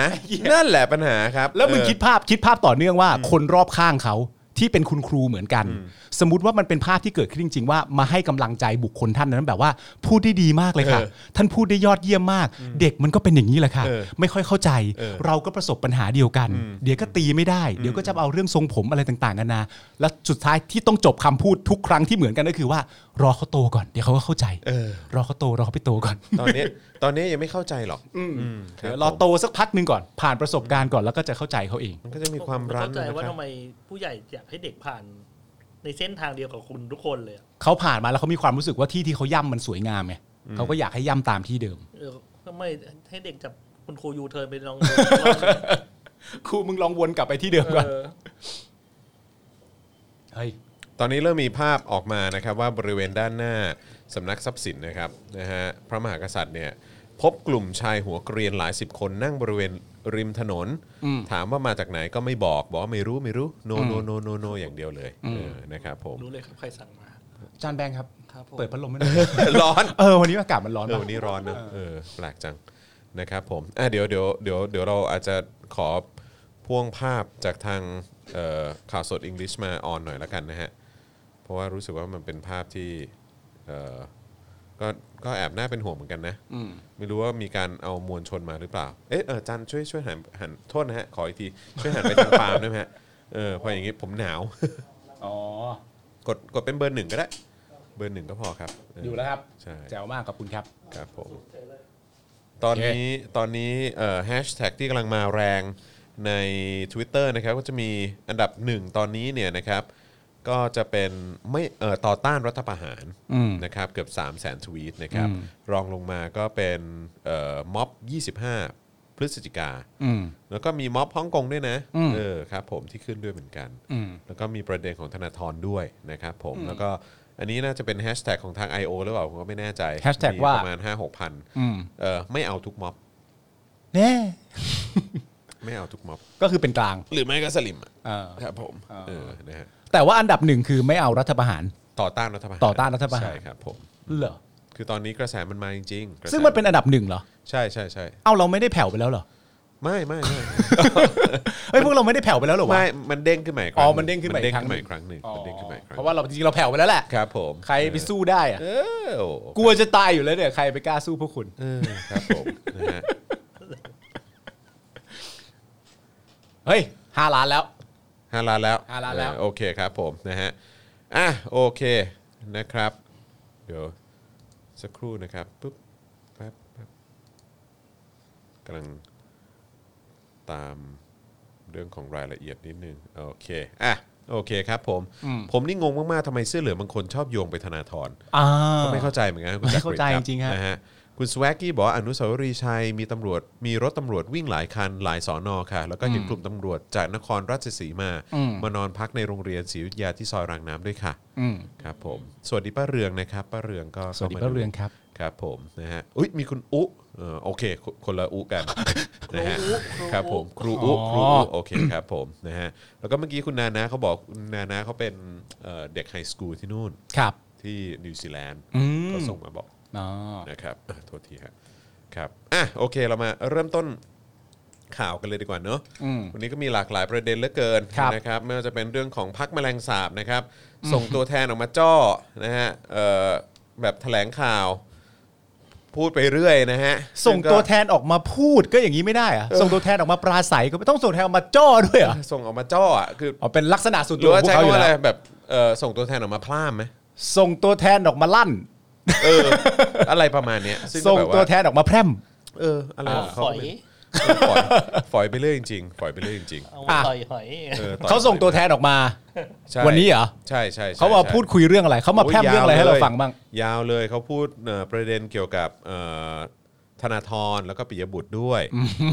S2: นั่นแหละปัญหาครับ
S3: แล้วมึง
S2: เออ
S3: คิดภาพคิดภาพต่อเนื่องว่าคนรอบข้างเขาที่เป็นคุณครูเหมือนกัน สมมติว่ามันเป็นภาพที่เกิดขึ้นจริง ๆ ว่ามาให้กำลังใจบุคคลท่านนั้นแบบว่า พูดได้ดีมากเลยค่ะ
S2: เออ
S3: ท่านพูดได้ยอดเยี่ยมมาก เด็กมันก็เป็นอย่างนี้แหละค่ะ
S2: เออ
S3: ไม่ค่อยเข้าใจ
S2: เออ
S3: เราก็ประสบปัญหาเดียวกัน เดี๋ยวก็ตีไม่ได้ เดี๋ยวก็จะเอาเรื่องทรงผมอะไรต่างๆกันานาแล้วสุดท้ายที่ต้องจบคำพูดทุกครั้งที่เหมือนกันก็คือว่า รอเขาโตก่อนเดี๋ยวเขาก็เข้าใจ
S2: เออ
S3: รอเขาโตรอเขาไปโตก่อน
S2: ตอนนี้ตอนนี้ยังไม่เข้าใจหรอกอืมค
S3: เดี๋ยว
S2: บ
S3: รอ
S2: ผ
S3: โตสักพักหนึ่งก่อนผ่านประสบการณ์ก่อนแล้วก็จะเข้าใจเขาเอง
S2: มมันก็จะมีความรั้น
S4: เข้าใจว่า
S2: นะค
S4: ทำ
S2: รับ
S4: ไมผู้ใหญ่อยากให้เด็กผ่าน ในเส้นทางเดียวกับคุณทุกคนเลยอะ
S3: เขาผ่านมาแล้วเขามีความรู้สึกว่าที่ที่เขาย่ำมันสวยงามไงเขาก็อยากให้ย่ำตามที่เดิม
S4: เออทำไมให้เด็กจับคุณครูยูเทิร์นไปลอง
S3: ครูมึงลองวนกลับไปที่เดิมก่อน
S4: เออ
S3: เฮ้ย
S2: ตอนนี้เริ่มมีภาพออกมานะครับว่าบริเวณด้านหน้าสำนักทรัพย์สินนะครับนะฮะพระมหากษัตริย์เนี่ยพบกลุ่มชายหัวเกรียนหลายสิบคนนั่งบริเวณริมถนน ถามว่ามาจากไหนก็ไม่บอก บอกว่าไม่รู้ไม่รู้ โนโนโนโนโนอย่างเดียวเลยเออนะครับผม
S4: รู้เลยครับใครสั่งมา
S3: จานแบงค์ครับ
S4: ครับผม
S3: เปิดพัดลมไม่ได้
S2: ร้อน
S3: เออวันนี้อากาศมันร้อน
S2: เออ
S3: มาก
S2: วันนี้ร้อนนะเออแปลกจังนะครับผมอ่ะเดี๋ยวเดี๋ยวเดี๋ยวเดี๋ยวเราอาจจะขอพ่วงภาพจากทางเอ่อข่าวสดอังกฤษมาออนหน่อยละกันนะฮะ เพราะว่ารู้สึกว่ามันเป็นภาพที่เอ่อก็ก็แอบน่าเป็นห่วงเหมือนกันนะไม่รู้ว่ามีการเอามวลชนมาหรือเปล่า เอ๊ะเออจันช่วยช่วยหันหันโทษนะฮะ ขออีกที ช่วยหันไป ทางปาล์มได้ไหมฮะเออพออย่างงี้ผมหนาว
S3: อ๋อก
S2: ดกดเป็นเบอร์หนึ่งก็ได้ เบอร์หนึ่งก็พอครับเ
S3: อยู่แล้วครับ
S2: ใช่
S3: แจ๋วมากขอบคุณครับ
S2: ครับผมตอนนี้ตอนนี้แฮชแท็กที่กำลังมาแรงใน Twitter นะครับก็จะมีอันดับหนึ่งตอนนี้เนี่ยนะครับ ก็จะเป็นไม่เอ่อต่อต้านรัฐประหาร
S3: อืม
S2: นะครับเกือบ 3 0 0 0 0 0 ทวีตนะครับ
S3: อืม
S2: รองลงมาก็เป็นเอ่อม็อบ 25 พฤศจิกา
S3: อืม
S2: แล้วก็มีม็อบฮ่องกงด้วยนะ
S3: อืม
S2: เออครับผมที่ขึ้นด้วยเหมือนกัน
S3: อืม
S2: แล้วก็มีประเด็นของธนาธรด้วยนะครับผมแล้วก็อันนี้น่าจะเป็นแฮชแท็กของทาง I.O. หรือเปล่าผมก็ไม่แน่ใจ
S3: hashtag
S2: มี
S3: ว่า
S2: ประมาณ 5 6พัน
S3: อืม
S2: เออไม่เอาทุกม็อบ
S3: เน่
S2: ไม่เอาทุกม็อบ
S3: ก็คือเป็นกลาง
S2: หรือไม่ก็สลิมอะ
S3: เออ
S2: ครับผมเออนะฮะ
S3: แต่ว่าอันดับหนึ่งคือไม่เอารัฐประหาร
S2: ต่อต้านรัฐบาล
S3: ต่อต้านรัฐประหาร
S2: ใช่ครับผม
S3: เหรอ
S2: คือตอนนี้กระแสมันมาจริงๆกระแส
S3: ซึ่งมันเป็นอันดับหนึ่งเหรอ
S2: ใช่ใช่ใช่
S3: เอาเราไม่ได้แผ่วไปแล้วเหรอ
S2: ไม่ไม่ไม่
S3: เฮ้ยพวกเราไม่ได้แผ่วไปแล้วเหรอวะ
S2: ไม่มันเด้งขึ้นใหม่
S3: อ๋อมันเด้งขึ้นมาอีก
S2: เด้ง
S3: ครั้
S2: ขึ้
S3: ง
S2: นให
S3: หนึ่
S2: ม่
S3: ง
S2: ครั้งหนึ่ง
S3: อ๋อ
S2: มันเด้งขึ้นใหม่ครั้ง
S3: เพราะว่าเราจริงๆเราแผ่วไปแล้วแหละ
S2: ครับผม
S3: ใครไปสู้ได้อะ
S2: เออโอ้โห
S3: กลัวจะตายอยู่แล้วเนี่ยใครไปกล้าสู้พวกคุณ
S2: เออครับ ผมนะฮะ
S3: เฮ้ยห้าล้านแล้ว
S2: ห้าล้านแล้ว
S3: ห้าล้านแล้ว
S2: เออโอเคครับผมนะฮะอ่ะโอเคนะครับ เดี๋ยวสักครู่นะครับปุ๊บแป๊บแป๊บกำลัง ตามเรื่องของรายละเอียดนิดนึงโอเคอ่ะโอเคครับผม ผมนี่งงมาก ๆทำไมเสื้อเหลืองบางคนชอบโยงไปธนาธร
S3: อ่า
S2: ก็ไม่เข้าใจเหมือนกันครับคุณ
S3: ไม่เข้าใจ
S2: กริดคบ
S3: จริงๆฮะ
S2: นะฮะ คุณสวกกี้บอกว่าอนุสาวรีย์ชัยมีตำรวจมีรถตำรวจวิ่งหลายคันหลายสอนอค่ะ แล้วก็เห็นกลุ่มตำรวจจากนครราชสีมา
S3: อืม
S2: มานอนพักในโรงเรียนศรีอยุธยาที่ซอยรางน้ำด้วยค่ะ
S3: อืม
S2: ครับผม สวัสดีป้าเรืองนะครับป้าเรืองก็
S3: สวัสดี
S2: ข้ม
S3: ป้าเรืองครับ
S2: ครับผมนะฮะอุ้ยมีคุณอุเอ่อโอเคคนคนละอุกัน นะฮะ
S4: ครู
S2: ค
S4: อุครูอุ
S2: รับผมครูอุ
S3: อ๋อ
S2: ครูอุโอเคครับผมนะฮะแล้วก็เมื่อกี้คุณนานาเขาบอกคุณนานาเขาเป็นเอ่อเด็กไฮสคูลที่นู่น
S3: ครับ
S2: ที่นิวซีแลนด์
S3: อืม
S2: เขาส่งมาบอก
S3: อ๋อ
S2: นะครับ อ่ะโทษทีฮะครับอ่ะโอเคเรามาเริ่มต้นข่าวกันเลยดีกว่าเนอะ
S3: อืม
S2: วันนี้ก็มีหลากหลายประเด็นเหลือเกิน
S3: ครับ
S2: นะครับไม่ว่าจะเป็นเรื่องของพักแมลงสาบนะครับ ส่งตัวแทนออกมาจ้อนะฮะเอ่อแบบแถลงข่าว พูดไปเรื่อยนะฮะ
S3: ส่ง
S2: ก็
S3: ตัวแทนออกมาพูดก็อย่างนี้ไม่ได้อะส่งตัวแทนออกมาปราศัยก็ไม่ต้องส่งแทนออกมาจ้อด้วยเหรอ
S2: ส่งออกมาจ้ออ่ะคือ
S3: อ๋อเป็นลักษณะส่วน
S2: ห
S3: ตั
S2: รือ
S3: วข
S2: ว่า
S3: องพว
S2: ใช้
S3: กเขาอ
S2: คำ
S3: ยู่
S2: ว่าอะไร
S3: แล้ว
S2: แบบเอ่อส่งตัวแทนออกมาพล่ามไหม
S3: ส่งตัวแทนออกมาลั่น
S2: เออ อะไรประมาณเนี้ยซึ่งก็
S3: ส่ง
S2: บบา
S3: ตัวแทนออกมาแพร่ม
S2: เอออะไรของเขา
S4: ฝ
S2: ก็
S4: อย
S2: ไม่เออฝอยฝอยไปเรื่อยจริงๆฝอยไปเรื่อยจริง
S4: เอา
S3: อ่ะ
S4: ฝอยหอย
S2: ๆอออย
S3: เขาส่งตัวแทนออกมา
S2: ใช่
S3: วันนี้เหรอ
S2: ใช่ใช่ใช่
S3: เขามา
S2: ใช่
S3: พูดคุยเรื่องอะไรเขามา
S2: โย
S3: แพร่มเรื่องอะไรให้เราฟังบ้าง
S2: ยาวเลยเขาพูดเอ่อประเด็นเกี่ยวกับเอ่อธนาธรแล้วก็ปิยบุตรด้วย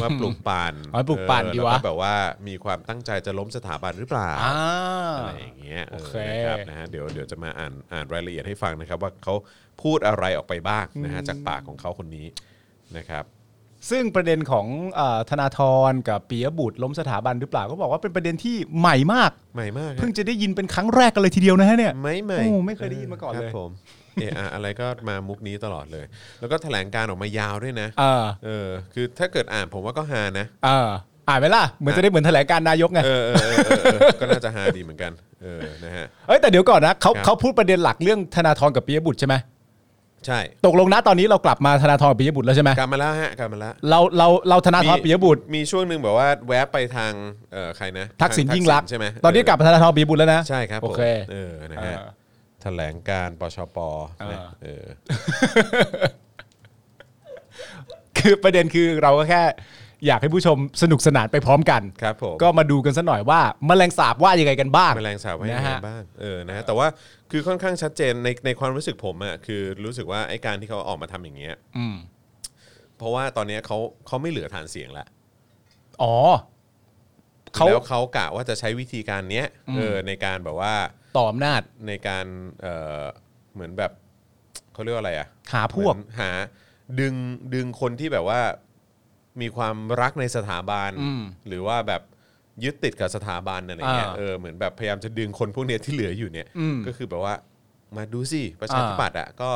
S2: ว่าปลุกปั่น
S3: อ๋อปลุกปั่น
S2: เออแล้ว
S3: ดีะ
S2: ก็แบบว่ามีความตั้งใจจะล้มสถาบันหรือเปล่า
S3: อ่า
S2: อะไรอย่างเงี้ย
S3: โอเค
S2: นะครับนะฮะเดี๋ยวเดี๋ยวจะมาอ่านอ่านรายละเอียดให้ฟังนะครับ ว่าเขาพูดอะไรออกไปบ้างนะฮะจากปากของเขาคนนี้นะครับ
S3: ซึ่งประเด็นของเอ่อธนาธรกับปียบุตรล้มสถาบันหรือเปล่าก็บอกว่าเป็นประเด็นที่ใหม่มาก
S2: ใหม่มากฮะ
S3: เพิ่งจะได้ยินเป็นครั้งแรกกันเลยทีเดียวนะฮะเนี่ย
S2: ไม่ไม่
S3: โอ้ไม่เคยได้ยินมาก่อนเลย
S2: ครับผมเอออะไรก็มามุกนี้ตลอดเลย แล้วก็แถลงการออกมายาวด้วยนะ
S3: เออ
S2: เออคือถ้าเกิดอ่านผมว่าก็ฮานะ
S3: เอออ่านไหมล่ะเหมือนจะได้เหมือนแถลงการนายกไง
S2: เออเออเออเออเออก็น่าจะฮาดีเหมือนกันเออนะฮะ
S3: เอ้ยแต่เดี๋ยวก่อนนะเขา
S2: ครับ
S3: เขาพูดประเด็นหลักเรื่องธนาธรกับปียบุตรใช่ไหม
S2: ใช่
S3: ตกลงนะตอนนี้เรากลับมาธนาธรกับปียบุตรแล้วใช่ไหม
S2: กลับมาแล้วฮะกลับมาแล้ว
S3: เราเราเราธนาธรปียบุตร
S2: มีช่วงหนึ่งแบบว่าแวะไปทางเอ่อใครนะ
S3: ทักษิณ
S2: ทา
S3: ยิ่งรักษณ์
S2: ใช่ไหม
S3: ตอนนี้กลับมาธนาธรปียบุตรแล้วนะ
S2: ใช่ครับผม
S3: โอเค
S2: เออนะฮะ
S3: เออ
S2: แถลงการปชปนะ
S3: เออ
S2: เออ
S3: คือประเด็นคือเราก็แค่ อยากให้ผู้ชมสนุกสนานไปพร้อมกัน
S2: ครับผม
S3: ก็มาดูกันสักหน่อยว่าแมลงสาบว่ายังไงกันบ้าง
S2: แมลงสาบว่ายัง
S3: นะ
S2: ไง
S3: ฮะ
S2: บ้างเออนะฮะแต่ว่าคือค่อนข้างชัดเจนในในความรู้สึกผมอะคือรู้สึกว่าไอ้การที่เขาออกมาทำอย่างเงี้ย
S3: อืม
S2: เพราะว่าตอนเนี้ยเขาเขาไม่เหลือฐานเสียงละ
S3: อ๋อเขา
S2: แล้วเขากะว่าจะใช้วิธีการเนี้ยเออในการแบบว่า
S3: ต่ออำนาจ
S2: ในการเออเหมือนแบบเขาเรียกว่าอะไรอะ
S3: หาพวก
S2: เหมือนหาดึงดึงคนที่แบบว่ามีความรักในสถาบัน
S3: อืม
S2: หรือว่าแบบยึดติดกับสถาบันอะไรเงี้ย
S3: อ่า
S2: เออเหมือนแบบพยายามจะดึงคนพวกเนี้ยที่เหลืออยู่เนี่ย
S3: อืม
S2: ก็คือแบบว่ามาดูสิประชาธิปัตย์อ่ะก็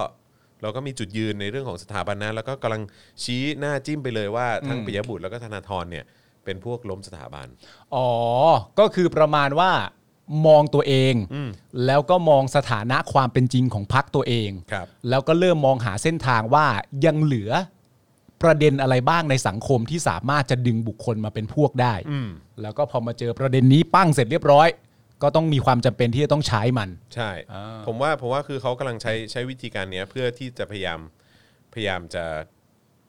S2: เราก็มีจุดยืนในเรื่องของสถาบันนะแล้วก็กำลังชี้หน้าจิ้มไปเลยว่าทั้ง
S3: อืม
S2: ปิยบุตรแล้วก็ธนาธรเนี่ยเป็นพวกล้มสถาบัน
S3: อ๋อ ก็คือประมาณว่า มองตัวเอง
S2: อืม
S3: แล้วก็มองสถานะความเป็นจริงของพักตัวเอง
S2: ครับ
S3: แล้วก็เริ่มมองหาเส้นทางว่ายังเหลือประเด็นอะไรบ้างในสังคมที่สามารถจะดึงบุคคลมาเป็นพวกได้
S2: อืม
S3: แล้วก็พอมาเจอประเด็นนี้ปั้งเสร็จเรียบร้อย ก็ต้องมีความจำเป็นที่จะต้องใช้มัน
S2: ใช่
S3: อ่า
S2: ผมว่าผมว่าคือเขากำลังใช้ใช้วิธีการเนี้ยเพื่อที่จะพยายามพยายามจะ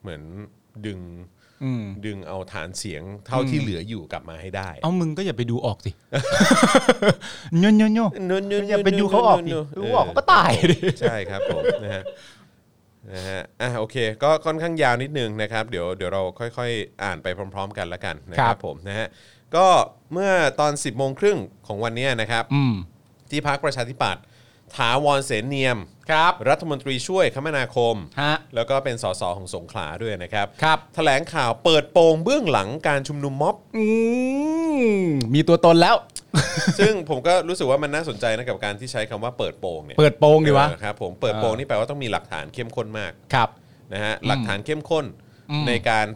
S2: เหมือนดึง
S3: อืม
S2: ดึงเอาฐานเสียงเท่าที่เหลืออยู่กลับมาให้ได้
S3: เอามึงก็อย่าไปดูออกสิ โยนโยนโยนอย่าไปดูเขาออกดิ
S2: เ
S3: ดูออกเขาก็ตายดิ
S2: ใช่ครับผม นะฮะนะฮะอ่ะโอเค ก็ค่อนข้างยาวนิดนึงนะครับ เดี๋ยวเดี๋ยวเราค่อยๆ อ่านไปพร้อม ๆ กันละกันนะค
S3: ครั
S2: รับบ ผมนะฮะก็เมื่อตอน 10บโมงครึ่งของวันเนี้ยนะครับ
S3: อืม
S2: ที่พักประชาธิปัตย์ถาวรเสนเนียม
S3: ครับ
S2: รัฐมนตรีช่วยคมนาคม
S3: ฮะ
S2: แล้วก็เป็นสสของสงขลาด้วยนะครับ
S3: ครับ
S2: แถลงข่าวเปิดโปงเบื้องหลังการชุมนุมม็อบ
S3: อืมมีตัวตนแล้ว
S2: ซึ่งผมก็รู้สึกว่ามันน่าสนใจนะกับการที่ใช้คำว่าเปิดโปงเนี่ย
S3: เปิดโปงดีวะ
S2: เออครับผมเปิดโปงนี่แปลว่าต้องมีหลักฐานเข้มข้นมาก
S3: ครับ
S2: นะฮะหลักฐานเข้มข้นในการ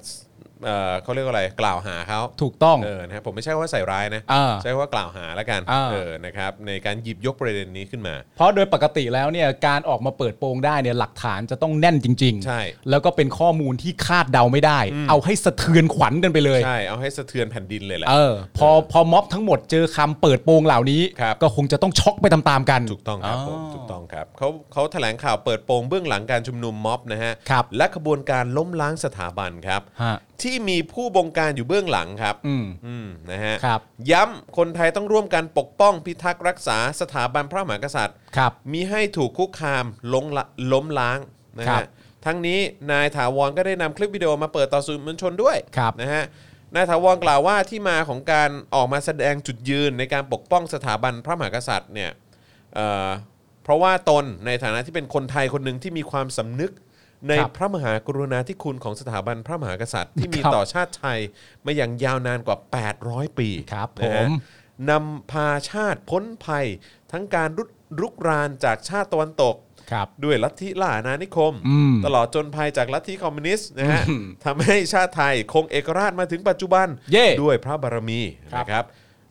S2: เอ่อเขาเรียกว่าอะไรกล่าวหาเขา
S3: ถูกต้อง
S2: เออนะฮะผมไม่ใช่ว่าใส่ร้ายนะ
S3: อ่า
S2: ใช้ว่ากล่าวหาแล้วกัน
S3: อ่า
S2: เออนะครับในการหยิบยกประเด็นนี้ขึ้นมา
S3: เพราะโดยปกติแล้วเนี่ยการออกมาเปิดโปงได้เนี่ยหลักฐานจะต้องแน่นจริงๆ
S2: ใช่
S3: แล้วก็เป็นข้อมูลที่คาดเดาไม่ได้ เอาให้สะเทือนขวัญกันไปเลย
S2: ใช่เอาให้สะเทือนแผ่นดินเลยแหละ
S3: เออพอพอม็อบทั้งหมดเจอคำเปิดโปงเหล่านี้
S2: ครับ
S3: ก็คงจะต้องช็อกไปตามๆกัน
S2: ถูกต้องครับผม
S3: อ๋อ
S2: ถูกต้องครับเขาเขาแถลงข่าวเปิดโปงเบื้องหลังการชุมนุมม็อบนะฮะ
S3: ครับ
S2: และขบวนการล้มล้างสถาบันครับ
S3: ฮะ
S2: ที่มีผู้บงการอยู่เบื้องหลังครับ
S3: อืม
S2: อืมนะฮะ
S3: ครับ
S2: ย้ำคนไทยต้องร่วมกันปกป้องพิทักษ์รักษาสถาบันพระมหากษัตริย์
S3: ครับ
S2: มิให้ถูกคุกคามล้มละล้มล้างนะ
S3: ครั
S2: ฮะ
S3: บ
S2: ทั้งนี้นายถาวรก็ได้นำคลิปวิดีโอมาเปิดต่อสื่อมวลชนด้วย
S3: ครับ
S2: นะฮะนายถาวรกล่าวว่าที่มาของการออกมาแสดงจุดยืนในการปกป้องสถาบันพระมหากษัตริย์เนี่ยเอ่อเพราะว่าตนในฐานะที่เป็นคนไทยคนหนึ่งที่มีความสำนึกใน
S3: ครับ
S2: พระมหากรุณาธิคุณของสถาบันพระมหากษัตริย์ ที่มี
S3: ครับ
S2: ต่อชาติไทยมาอย่างยาวนานกว่า 800 ปี
S3: ครับ
S2: นะฮะ
S3: ผม
S2: นำพาชาติพ้นภัย ทั้งการรุกรุกรานจากชาติตะวันตก
S3: ครับ
S2: ด้วยลัทธิล่าอาณานิคม
S3: อืม
S2: ตลอดจนภัยจากลัทธิคอมมิวนิสต์นะฮะ
S3: อืม
S2: ทำให้ชาติไทยคงเอกราชมาถึงปัจจุบัน
S3: เย่
S2: ด้วยพระบารมี
S3: ครับ
S2: นะครับ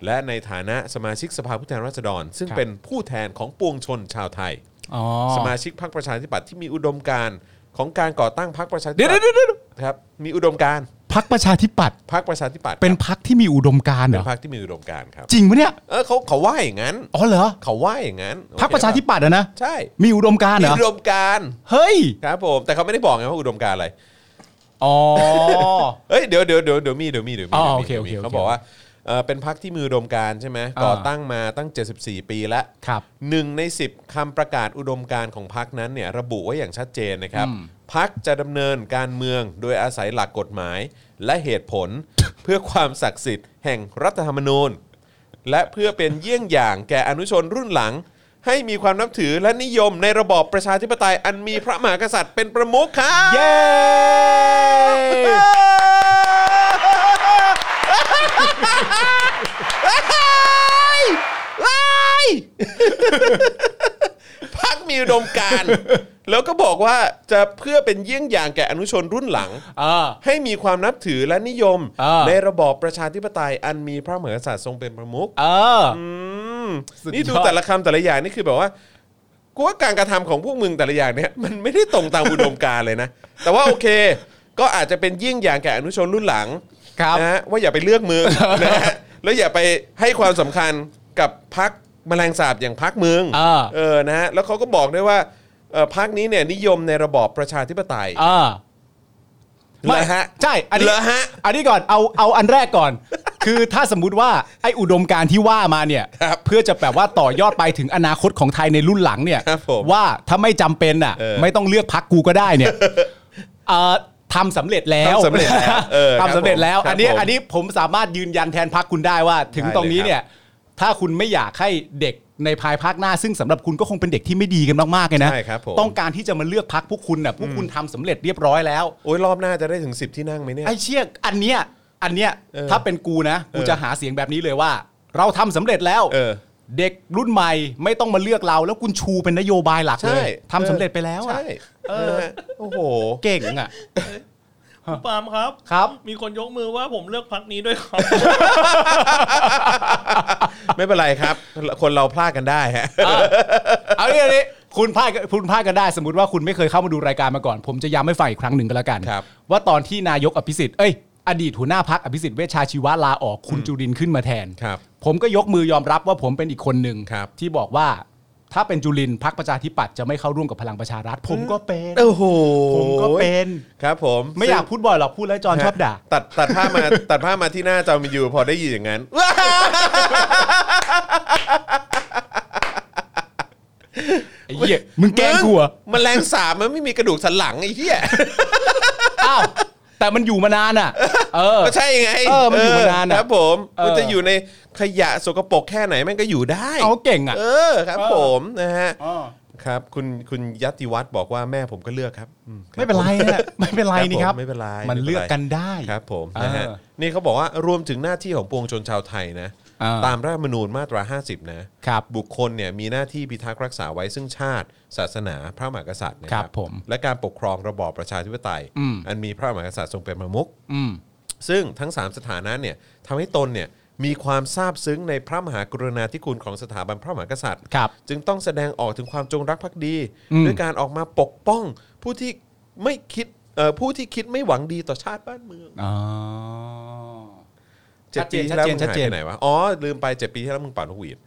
S2: และในฐานะสมาชิกสภาผู้แทนราษฎร ซึ่ง
S3: ครับ
S2: เป็นผู้แทนของปวงชนชาวไทย
S3: อ๋อ
S2: สมาชิกพรรคประชาธิปัตย์ที่มีอุดมการณ์ของการก่อตั้งพรรคประชาธิ
S3: เดี๋ยว
S2: ปัต
S3: เดี๋ยว
S2: ย์
S3: เดี๋ยว
S2: ครับมีอุดมการณ์
S3: พักประชาธิปัตย์
S2: พรรคประชาธิปัตย์
S3: เป็น
S2: ครับ
S3: พักที่มีอุดมการณ์เหร
S2: เป็
S3: อน
S2: พรรคที่มีอุดมการณ์ครับ
S3: จริงปะเนี่ย
S2: เออเขาเขาว่าอย่างนั้น
S3: อ๋อเหรอ
S2: เขาว่าอย่างนั้น
S3: พักประชาธิปัตย์อะนะ
S2: ใช่
S3: มีอุดมการณ์เหรอ
S2: อุดมการณ์
S3: เฮ้ย
S2: ครับผม แต่เขาไม่ได้บอกไงว่าอุดมการณ์อะไร
S3: อ๋อ
S2: เอ้ยเดี๋ยวเดี๋ยวเดี๋ยวเดี๋ยวมีเดี๋ยวมีเดี๋ยวมี
S3: อ๋อ
S2: ดี๋ยวมี
S3: โอเคโอเค
S2: ดี๋ยวมี
S3: โอเค
S2: เขาบอกว่าเอ่อเป็นพักที่มีอุดมการณ์ใช่ไหม
S3: อ่า
S2: ก่อตั้งมาตั้ง 74 ปีแล้ว
S3: ครับ
S2: หนึ่งใน 10คำประกาศอุดมการณ์ของพักนั้นเนี่ยระบุไว้อย่างชัดเจนนะครับ
S3: อืม
S2: พักจะดำเนินการเมืองโดยอาศัยหลักกฎหมาย และเหตุผล เพื่อความศักดิ์สิทธิ์แห่งรัฐธรรมนูญ และเพื่อเป็นเยี่ยงอย่างแก่อนุชนรุ่นหลัง ให้มีความนับถือและนิยมในระบอบประชาธิปไตยอันมีพระมหากษัตริย์เป็นประมุขครับ
S3: เย้
S2: พักมีอุดมการณ์ แล้วก็บอกว่าจะเพื่อเป็นเยี่ยงอย่างแก่อนุชนรุ่นหลัง
S3: เออ
S2: ให้มีความนับถือและนิยม
S3: อ่า
S2: ในระบอบประชาธิปไตยอันมีพระมหากษัตริย์ทรงเป็นประมุข
S3: เออ
S2: อืม
S3: สุดยอด
S2: นี่ดูแต่ละคำแต่ละอย่างนี่คือแบบว่ากูว่าการกระทำของพวกมึงแต่ละอย่างเนี่ยมันไม่ได้ตรงตามอุดมการณ์เลยนะ แต่ว่าโอเค ก็อาจจะเป็นเยี่ยงอย่างแก่อนุชนรุ่นหลัง
S3: ครับ
S2: นะฮะว่าอย่าไปเลือกมื อ นะฮะแล้วอย่าไปให้ความสำคัญกับพักแมลงสาบอย่างพักมึง
S3: เออ
S2: เออนะฮะแล้วเขาก็บอกด้วยว่าเอ่อพักนี้เนี่ยนิยมในระบอบประชาธิปไตย
S3: เออ
S2: เหรอฮะ
S3: ใช่ อันนี้
S2: เหรอฮะ
S3: อันนี้ก่อนเอาเอาอันแรกก่อน คือถ้าสมมุติว่าไอ้อุดมการณ์ที่ว่ามาเนี่ย
S2: ครับ
S3: เพื่อจะแบบว่าต่อยอดไปถึงอนาคตของไทยในรุ่นหลังเนี่ย
S2: ครับผม
S3: ว่าถ้าไม่จำเป็นอ่ะ
S2: เออ
S3: ไม่ต้องเลือกพักกูก็ได้เนี่ย เอ่อทำสำเร็จแล้ว
S2: ทำสำเร็จแล้วเออครับ
S3: ทำสำเร็จแล้ว
S2: ผม
S3: อันนี้
S2: ครับผม
S3: อันนี้ผมสามารถยืนยันแทนพักคุณได้ว่า ถึง
S2: ได้เลย
S3: ตรง
S2: ค
S3: นี้
S2: รับ
S3: เนี่ย ถ้าคุณไม่อยากให้เด็กในภายภาคหน้า ซึ่งสำหรับคุณก็คงเป็นเด็กที่ไม่ดีกันมากๆเลยนะ
S2: ใช่ครับผม
S3: ต้องการที่จะมาเลือกพักพวกคุณน่ะพวกคุณทำสำเร็จเรียบร้อยแล้ว
S2: โอ้ยรอบหน้าจะได้ถึง 10 ที่นั่งไหมเนี่ย
S3: ไอ้เชี่ยอันเนี้ยอันเนี้ย
S2: เออ
S3: ถ้าเป็นกูนะ กู
S2: เออ
S3: จะหาเสียงแบบนี้เลยว่า เราทำสำเร็จแล้ว
S2: เออ
S3: เด็กรุ่นใหม่ไม่ต้องมาเลือกเรา แล้วคุณชูเป็นนโยบายหลัก
S2: ใช่
S3: เลยทำ
S2: เออ
S3: สำเร็จไปแล้วอ่ะ
S2: ใช่เออโอ้โห
S3: เก่งอ่ะ
S4: คุณปาล์มครับ
S3: ครับ
S4: มีคนยกมือว่าผมเลือกพักนี้ด้วยครับ
S2: ไม่เป็นไรครับ คนเราพลาดกันได้ฮะ
S3: เอาเรื่องนี้คุณพลาดคุณพลาดกันได้ สมมติว่าคุณไม่เคยเข้ามาดูรายการมาก่อน ผมจะย้ำให้ฟังอีกครั้งหนึ่งก็แล้วกัน
S2: ครับ
S3: ว่าตอนที่นายกอภิสิทธิ์เอ้ยอดีตหัวหน้าพักอภิสิทธิ์เวชชาชีวะลาออกคุณจุรินทร์ขึ้นมาแทน
S2: ครับ
S3: ผมก็ยกมือยอมรับว่าผมเป็นอีกคนหนึ่ง
S2: ครับ
S3: ที่บอกว่าถ้าเป็นจุลินทร์พักประชาธิปัตย์จะไม่เข้าร่วมกับพลังประชารัฐ ผมก็เป็น
S2: โอ้โห
S3: ผมก็เป็น
S2: ครับผม
S3: ไม่อยากพูดบ่อยหรอกพูดแล้วจอ
S2: ซึ่
S3: น
S2: ง
S3: ชอบด่า
S2: ตัดตัดผ้าพมา ตัดผ้าพมาที่หน้าจอมินยูพอได้ยินอย่างนั้น
S3: ไอ้เหี้ยมึงแกล้งกูเหรอ
S2: มันแรงสาบมันไม่มีกระดูกสันหลังไอ้เหี้ย
S3: อ้าวแต่มันอยู่มานานอ่ะ เออ
S2: ก็ใช่ไง
S3: เออมันอยู่มานานอะ
S2: ครับผม
S3: เออ
S2: มันจะอยู่ในขยะสกปรกแค่ไหนมันก็อยู่ได้
S3: เอาเก่งอ่ะ
S2: เออครับผมนะฮะ
S3: อ๋อ
S2: ครับคุณคุณยัตติวัฒน์บอกว่าแม่ผมก็เลือกครับอืคบ
S3: ไม่เป็นไร
S2: ผ
S3: นะไม่เป็นไรนี่ครับ
S2: ผมไม่เป็นไร
S3: มัน
S2: ไป็
S3: เลือกกันได้
S2: ครับผมนะฮะ
S3: เออ
S2: นี่เขาบอกว่ารวมถึงหน้าที่ของปวงชนชาวไทยนะ
S3: อ่า
S2: ตามรัฐธรรมนูญมาตรา 50 นะ
S3: ครับ
S2: บุคคลเนี่ยมีหน้าที่พิทักษ์รักษาไว้ซึ่งชาติ ศาสนาพระมหากษัตริย์นะครับ
S3: ผม
S2: และการปกครองระบอบประชาธิปไตย
S3: อืม
S2: อันมีพระมหากษัตริย์ทรงเป็นประมุข
S3: อืม
S2: ซึ่งทั้ง 3 สถานะเนี่ยทำให้ตนเนี่ยมีความซาบซึ้งในพระมหากรุณาธิคุณของสถาบันพระมหากษัตริย์
S3: ครับ
S2: จึงต้องแสดงออกถึงความจงรักภักดี
S3: อืม
S2: ด้วยการออกมาปกป้องผู้ที่ไม่คิดเอ่อผู้ที่คิดไม่หวังดีต่อชาติบ้านเมือง
S3: อ๋อ
S2: เจ็ด
S3: ชัด
S2: ปีที่
S3: เจน
S2: แล้วมึง
S3: ชั
S2: หาย
S3: ดเจน
S2: ไปไหนวะอ๋อลืมไปเจ็ดปีที่แล้วมึงเป่าลูกหวีด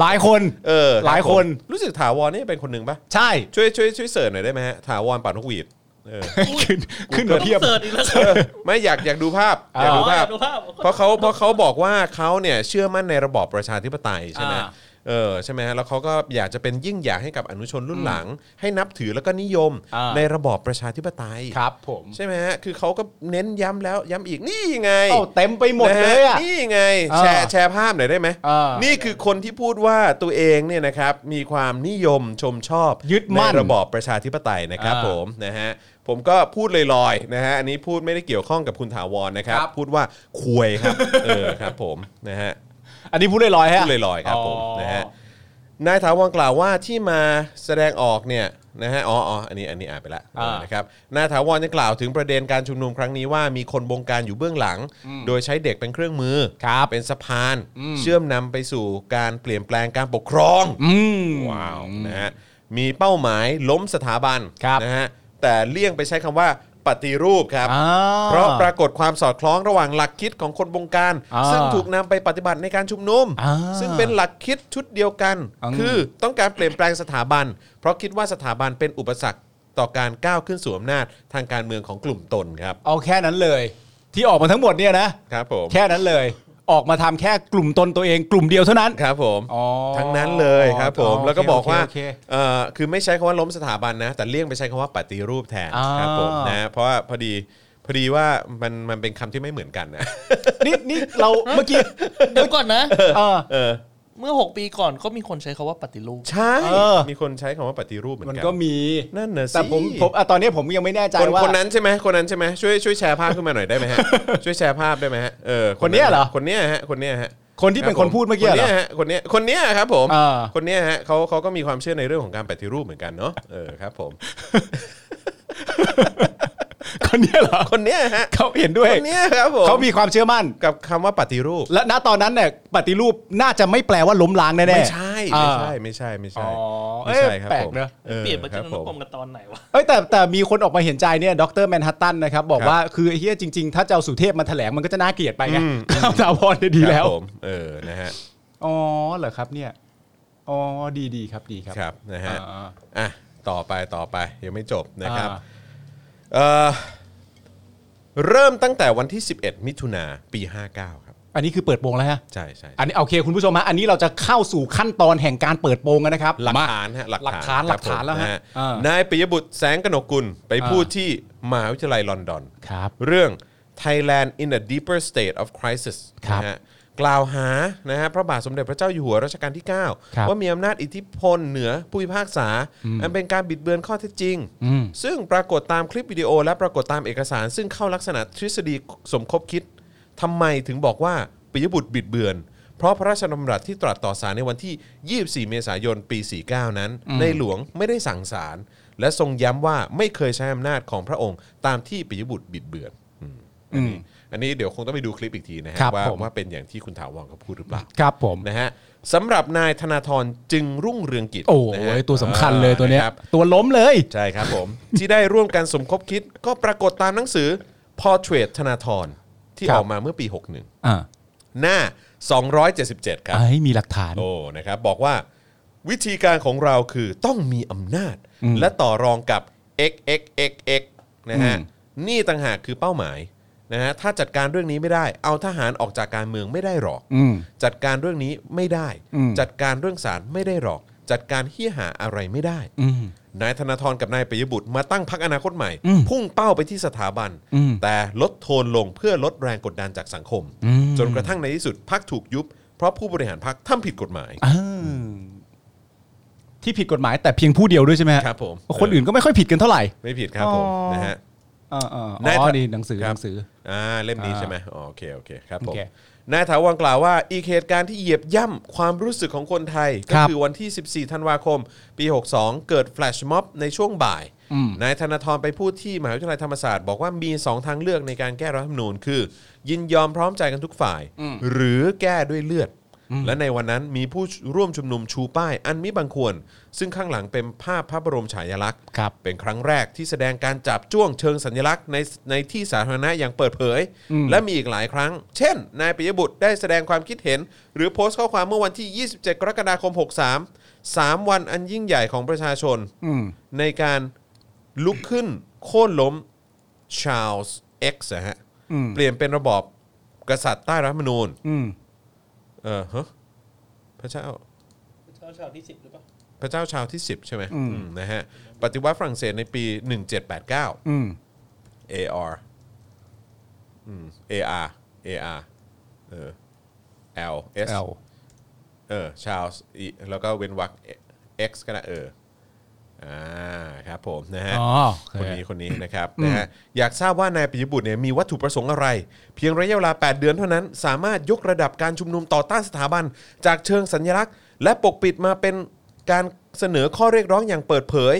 S3: หลายคน
S2: เออรับ
S3: หลายคน
S2: ผมรู้สึกถาวรนี่เป็นคนหนึ่งปะ
S3: ใช่
S2: ช่วยช่วยช่วยเสิร์ชหน่อยได้ไหมฮะถาวรเป่าลูกหวีดเออ
S3: ขึ้นขึ้น
S4: ต้
S3: มา
S4: อง
S3: เทียบ
S4: เสิร์ชอีกแล้ว
S2: ไม่อย ากอยากดูภาพอยากดู
S4: อ๋อ
S2: ภาพ
S4: ดูภาพ
S2: เพราะเขาเพราะเขาบอกว่าเขาเนี่ยเชื่อมั่นในระบอบประชาธิปไตยใช่ไหม
S3: อ่า
S2: เออใช่ไหมฮะแล้วเขาก็อยากจะเป็นยิ่งอยากให้กับอนุชนรุ่นหลัง ให้นับถือแล้วก็นิยม
S3: อ่า
S2: ในระบอบประชาธิปไตย
S3: ครับผม
S2: ใช่ไหมฮะ คือเขาก็เน้นย้ำแล้วย้ำอีกนี่ไง
S3: เอ้าเต็มไปหมดเลย
S2: นะ
S3: อ่ะ
S2: ฮะนี่ไง
S3: เออ
S2: แชร์แชร์ภาพหน่อยได้ไหม
S3: เออ
S2: นี่คือคนที่พูดว่าตัวเองเนี่ยนะครับ มีความนิยมชมชอบ
S3: ยึดมั่น
S2: ในระบอบประชาธิปไตยนะครับ
S3: เออ
S2: ผมนะฮะ ผมก็พูดลอยๆนะฮะ อันนี้พูดไม่ได้เกี่ยวข้องกับคุณถาวรนะครับ
S3: ครับ
S2: พูดว่าควยครับ เออครับผมนะฮะ
S3: อันนี้พูดลอยๆฮะ
S2: พูดลอยๆครับผม
S3: อ๋อ
S2: นะฮะนายถาวรกล่าวว่าที่มาแสดงออกเนี่ยนะฮะอ๋ออ๋ออันนี้อันนี้อ่านไปละ
S3: อ่าน
S2: นะครับนายถาวรยังกล่าวถึงประเด็นการชุมนุมครั้งนี้ว่ามีคนบงการอยู่เบื้องหลัง โดยใช้เด็กเป็นเครื่องมือ
S3: ครับ
S2: เป็นสะพาน
S3: อืม
S2: เชื่อมนำไปสู่การเปลี่ยนแปลงการปกครอง
S3: อืม
S2: ว้าวนะฮะมีเป้าหมายล้มสถาบัน
S3: ครับ
S2: นะฮะแต่เลี่ยงไปใช้คำว่าปฏิรูปครับ
S3: อ่า
S2: เพราะปรากฏความสอดคล้องระหว่างหลักคิดของคนบงการ
S3: อ่า
S2: ซึ่งถูกนำไปปฏิบัติในการชุมนุม
S3: อ่า
S2: ซึ่งเป็นหลักคิดชุดเดียวกัน
S3: อืม
S2: คือต้องการเปลี่ยนแปลงสถาบัน เพราะคิดว่าสถาบันเป็นอุปสรรคต่อการก้าวขึ้นสู่อำนาจทางการเมืองของกลุ่มตนครับ
S3: เอาแค่นั้นเลย ที่ออกมาทั้งหมดเนี่ยนะ
S2: ครับผม
S3: แค่นั้นเลย ออกมาทำแค่กลุ่มตนตัวเองกลุ่มเดียวเท่านั้น
S2: ครับผม
S3: อ๋อ
S2: ทั้งนั้นเลยครับผม
S3: โเค
S2: แล้วก็บอกว่า
S3: โเคโเค
S2: เอ่อคือไม่ใช้คำว่าล้มสถาบันนะ แต่เลี่ยงไปใช้คำว่าปฏิรูปแทน
S3: อ่า
S2: ครับผมนะเพราะว่าพอดีพอดีว่ามันมันเป็นคำที่ไม่เหมือนกันนะ
S3: นี่นี่เราเมื่อกี้
S4: เดี๋ยวก่อนนะ
S3: เออ
S2: เออ
S4: เมื่อหกปีก่อนก็มีคนใช้คาว่าปฏิรูป
S2: ใช่
S3: เออ
S2: มีคนใช้คำว่าปฏิรูปเหมือน
S3: มัน
S2: กัน
S3: ก็มี
S2: นั่นน่ะสิ
S3: แต่ผมผมอ่ะตอนนี้ผมยังไม่แน่ใจ
S2: คน
S3: ว่า
S2: คนนั้นใช่ไหมคนนั้นใช่ไหมช่วยช่วยแชร์ภาพขึ้นมาหน่อยได้ไหม ฮะ ช่วยแชร์ภาพได้ไหมฮะเออ
S3: คนเนี้ยเหรอ
S2: คนเนี้ยฮะคนเนี้ยฮะ
S3: คนที่เป็นคนพูดเมื่อกี้
S2: คน
S3: เหร
S2: เนี้
S3: อ
S2: ยฮะคนเนี้ยคนเนี้ยครับผม
S3: อ่า
S2: คนเนี้ยฮะเขาเขาก็มีความเชื่อในเรื่องของการปฏิรูปเหมือนกันเนาะเออครับผม
S3: คนเนี้ยเหรอ
S2: คนเนี้ยฮะ
S3: เขาเห็นด้วย
S2: คนเนี้ยครับผม
S3: เขามีความเชื่อมั่น
S2: กับคำว่าปฏิรูป
S3: และณตอนนั้นเนี่ยปฏิรูปน่าจะไม่แปลว่าล้มล้างแน่ๆ
S2: ไม่ใช่ไม่ใช่
S3: อ่า
S2: ไม่ใช่ไม่ใช่
S3: อ๋อ
S2: ไม่ใช่
S3: เอ้ย
S2: ครับ
S3: แปลก
S2: ผม
S3: เนอะ
S2: ออ
S4: เปลี่ยนมา
S2: ค
S4: จ
S2: รั
S4: น
S2: บ
S4: นุ
S2: ผม
S4: กรมกันตอนไหนวะ
S3: เอ้ยแต่แต่มีคนออกมาเห็นใจเนี่ยดรแมนฮัตตันนะครับ บอก
S2: ครับ
S3: ว่าคือไอ้เฮียจริง ๆ ถ้าจะเอาสุเทพมาแถลงมันก็จะน่าเกลียดไปไง
S2: อืม
S3: ข้าวสาวพรเนี่ยดีแล้ว
S2: ครับผมเออนะฮะ
S3: อ๋อเหรอครับเนี่ยอ๋อดีดีครับดีครับ
S2: ครับนะฮะ
S3: อ่า
S2: อ่ะต่อไปต่อไปยังไม่จบนะครับ
S3: อ่า
S2: เอ่อเริ่มตั้งแต่วันที่ 11 มิถุนาปี 59 ครับ
S3: อันนี้คือเปิดโปงแล้วฮะ
S2: ใช่ใช่
S3: อันนี้โอเคคุณผู้ชมฮะอันนี้เราจะเข้าสู่ขั้นตอนแห่งการเปิดโปงกันนะครับ
S2: หลักฐานฮะหลักฐาน
S3: หลัก
S2: ครับ
S3: ฐานหลักฐานแล้วฮะ
S2: ผม
S3: อ่าน
S2: นายปิยบุตรแสงกนกกุลไป
S3: อ่า
S2: พูดที่มหาวิทยาลัยลอนดอน
S3: ครับ
S2: เรื่อง Thailand in a deeper state of crisis
S3: ครับ
S2: นะฮะกล่าวหานะฮะพระบาทสมเด็จพระเจ้าอยู่หัวรัชกาลที่
S3: ครับ
S2: 9 ว่ามีอำนาจอิทธิพลเหนือผู้พิพากษา อันเป็นการบิดเบือนข้อเท็จจริง
S3: อืม
S2: ซึ่งปรากฏตามคลิปวิดีโอและปรากฏตามเอกสาร ซึ่งเข้าลักษณะทฤษฎีสมคบคิดทำไมถึงบอกว่าปิยบุตรบิดเบือน เพราะพระราชดำรัสที่ตรัสต่อสารในวันที่ 24 เมษายน ปี 49 นั้น ในหลวงไม่ได้สั่งสาร และทรงย้ำว่าไม่เคยใช้อำนาจของพระองค์ตามที่ปิยบุตรบิดเบือนอืมอันนี้อันนี้เดี๋ยวคงต้องไปดูคลิปอีกทีนะฮะ
S3: ครับ
S2: ว่า
S3: ผม
S2: ว่าเป็นอย่างที่คุณถาวรเขาพูดหรือเปล่า
S3: ครับผม
S2: นะฮะสำหรับนายธนาธรจึงรุ่งเรืองกิจ
S3: โอ้
S2: นะ
S3: โห
S2: ฮะ
S3: ตัวสำคัญเลยตัวเนี้ย
S2: นะครับ
S3: ตัวล้มเลย
S2: ใช่ครับผม ที่ได้ร่วมกันสมคบคิดก็ปรากฏตามหนังสือ Portrait ธนาธรที่ออกมาเมื่อปี
S3: อ่า
S2: 61 หน้า 277 ครับ
S3: ไอ้มีหลักฐาน
S2: โอ้นะครับบอกว่าวิธีการของเราคือต้องมีอำนาจ และต่อรองกับ xxxx นะฮะ
S3: อืม
S2: นี่ต่างหากคือเป้าหมายนะฮะถ้าจัดการเรื่องนี้ไม่ได้ เอาทหารออกจากการเมืองไม่ได้หรอก
S3: อืม
S2: จัดการเรื่องนี้ไม่ได้
S3: อืม
S2: จัดการเรื่องสารไม่ได้หรอก จัดการเฮี้ยหาอะไรไม่ได้
S3: อืม
S2: นายธนาธรกับนายปิยบุตรมาตั้งพักอนาคตใหม่
S3: อืม
S2: พุ่งเป้าไปที่สถาบัน
S3: อืม
S2: แต่ลดโทนลงเพื่อลดแรงกดดันจากสังคม
S3: อืม
S2: จนกระทั่งในที่สุดพักถูกยุบ เพราะผู้บริหารพักทำผิดกฎหมาย
S3: อ่าที่ผิดกฎหมายแต่เพียงผู้เดียวด้วยใช่ไหมฮะ
S2: ครับผม
S3: คนอื่นก็ไม่ค่อยผิดกันเท่าไหร่
S2: ไม่ผิดครับผม
S3: อ๋อ
S2: นะฮะ
S3: อ่าๆอ๋
S2: นาย
S3: อ
S2: ทะ
S3: นี่หนังสือ
S2: ค
S3: ห
S2: รับ
S3: นังสือ
S2: อ่าเล่มนี้
S3: อ่า
S2: ใช่ไหมอ๋อโอเคโอเคครับผม
S3: โอเคน
S2: ายถาวรกล่าวว่า อีกเหตุการณ์ที่เหยียบย่ำความรู้สึกของคนไทย ก็
S3: ครับ
S2: คือวันที่ 14 ธันวาคม ปี 62 เกิดแฟลชม็อบในช่วงบ่าย
S3: อืม
S2: นายธนาธรไปพูดที่มหาวิทยาลัยธรรมศาสตร์บอกว่ามี 2 ทางเลือกในการแก้รัฐธรรมนูญคือ ยินยอมพร้อมใจกันทุกฝ่าย หรือแก้ด้วยเลือด และในวันนั้นมีผู้ร่วมชุมนุมชูป้าย อันมิบังควร ซึ่งข้างหลังเป็นภาพพระบรมฉายาลักษณ์
S3: ครับ
S2: เป็นครั้งแรกที่แสดงการจับจ้วงเชิงสัญลักษณ์ในในที่สาธารณะอย่างเปิดเผย และมีอีกหลายครั้ง เช่น นายปิยบุตรได้แสดงความคิดเห็น หรือโพสต์ข้อความเมื่อวันที่ 27 กรกฎาคม 63 3 วันอันยิ่งใหญ่ของประชาชน
S3: อืม
S2: ในการลุกขึ้นโค่นล้มชาลส์เอ็กซ์ฮะ
S3: อืม
S2: เปลี่ยนเป็นระบอบกษัตริย์ใต้รัฐธรรมนูญ
S3: อืม
S2: เออฮะพระเจ้า
S4: จ้าชาวที่สิบหรือเปล่า
S2: พระเจ้าชาวที่ 10 ใช่ไหม
S3: อืม
S2: อืมนะฮะปฏิวัติฝรั่งเศสในปี 1789
S3: อืม
S2: AR อืม AR AR เออ L S
S3: เอล
S2: เออชาลส์แล้วก็เว้นวรรค X ก็นะเอออ่าครับผมนะฮะ
S3: อ๋อ
S2: ค
S3: โอน เค
S2: นี้คนนี้นะครับ
S3: อืม
S2: นะฮะอยากทราบว่านายปิยบุตรเนี่ยมีวัตถุประสงค์อะไร เพียงระยะเวลา 8 เดือนเท่านั้น สามารถยกระดับการชุมนุมต่อต้านสถาบัน จากเชิงสัญลักษณ์ และปกปิดมาเป็นการเสนอข้อเรียกร้องอย่างเปิดเผย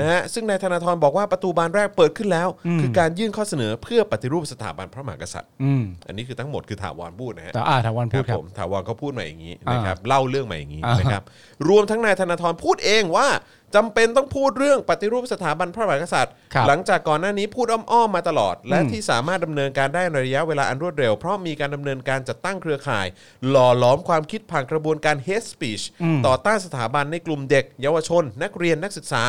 S2: นะฮะซึ่งนายธนาธรบอกว่าประตูบานแรกเปิดขึ้นแล้ว คือการยื่นข้อเสนอเพื่อปฏิรูปสถาบันพระมหากษัตริย์
S3: อืม
S2: อันนี้คือทั้งหมดคือถาวรพูดนะฮะ
S3: แต่อ่าถาวัน
S2: ค
S3: พู
S2: รั
S3: ด
S2: บ
S3: ครั
S2: ผ
S3: บ
S2: มถาวรก็พูดมาอย่างนี้
S3: อ่า
S2: นะครับเล่าเรื่องมาอย่างนี้
S3: อ่าน
S2: นะครับรวมทั้งนายธนาธรพูดเองว่าจำเป็นต้องพูดเรื่องปฏิรูปสถาบันพระมหากษัตริย์
S3: ครับ
S2: หลังจากก่อนหน้านี้พูดอ้อมๆมาตลอด และ
S3: อืม
S2: ที่สามารถดำเนินการได้ในระยะเวลาอันรวดเร็ว เพราะมีการดำเนินการจัดตั้งเครือข่าย หล่อหลอมความคิดผ่านกระบวนการ hate speech ต่อต้านสถาบันในกลุ่มเด็ก เยาวชน นักเรียนนักศึกษา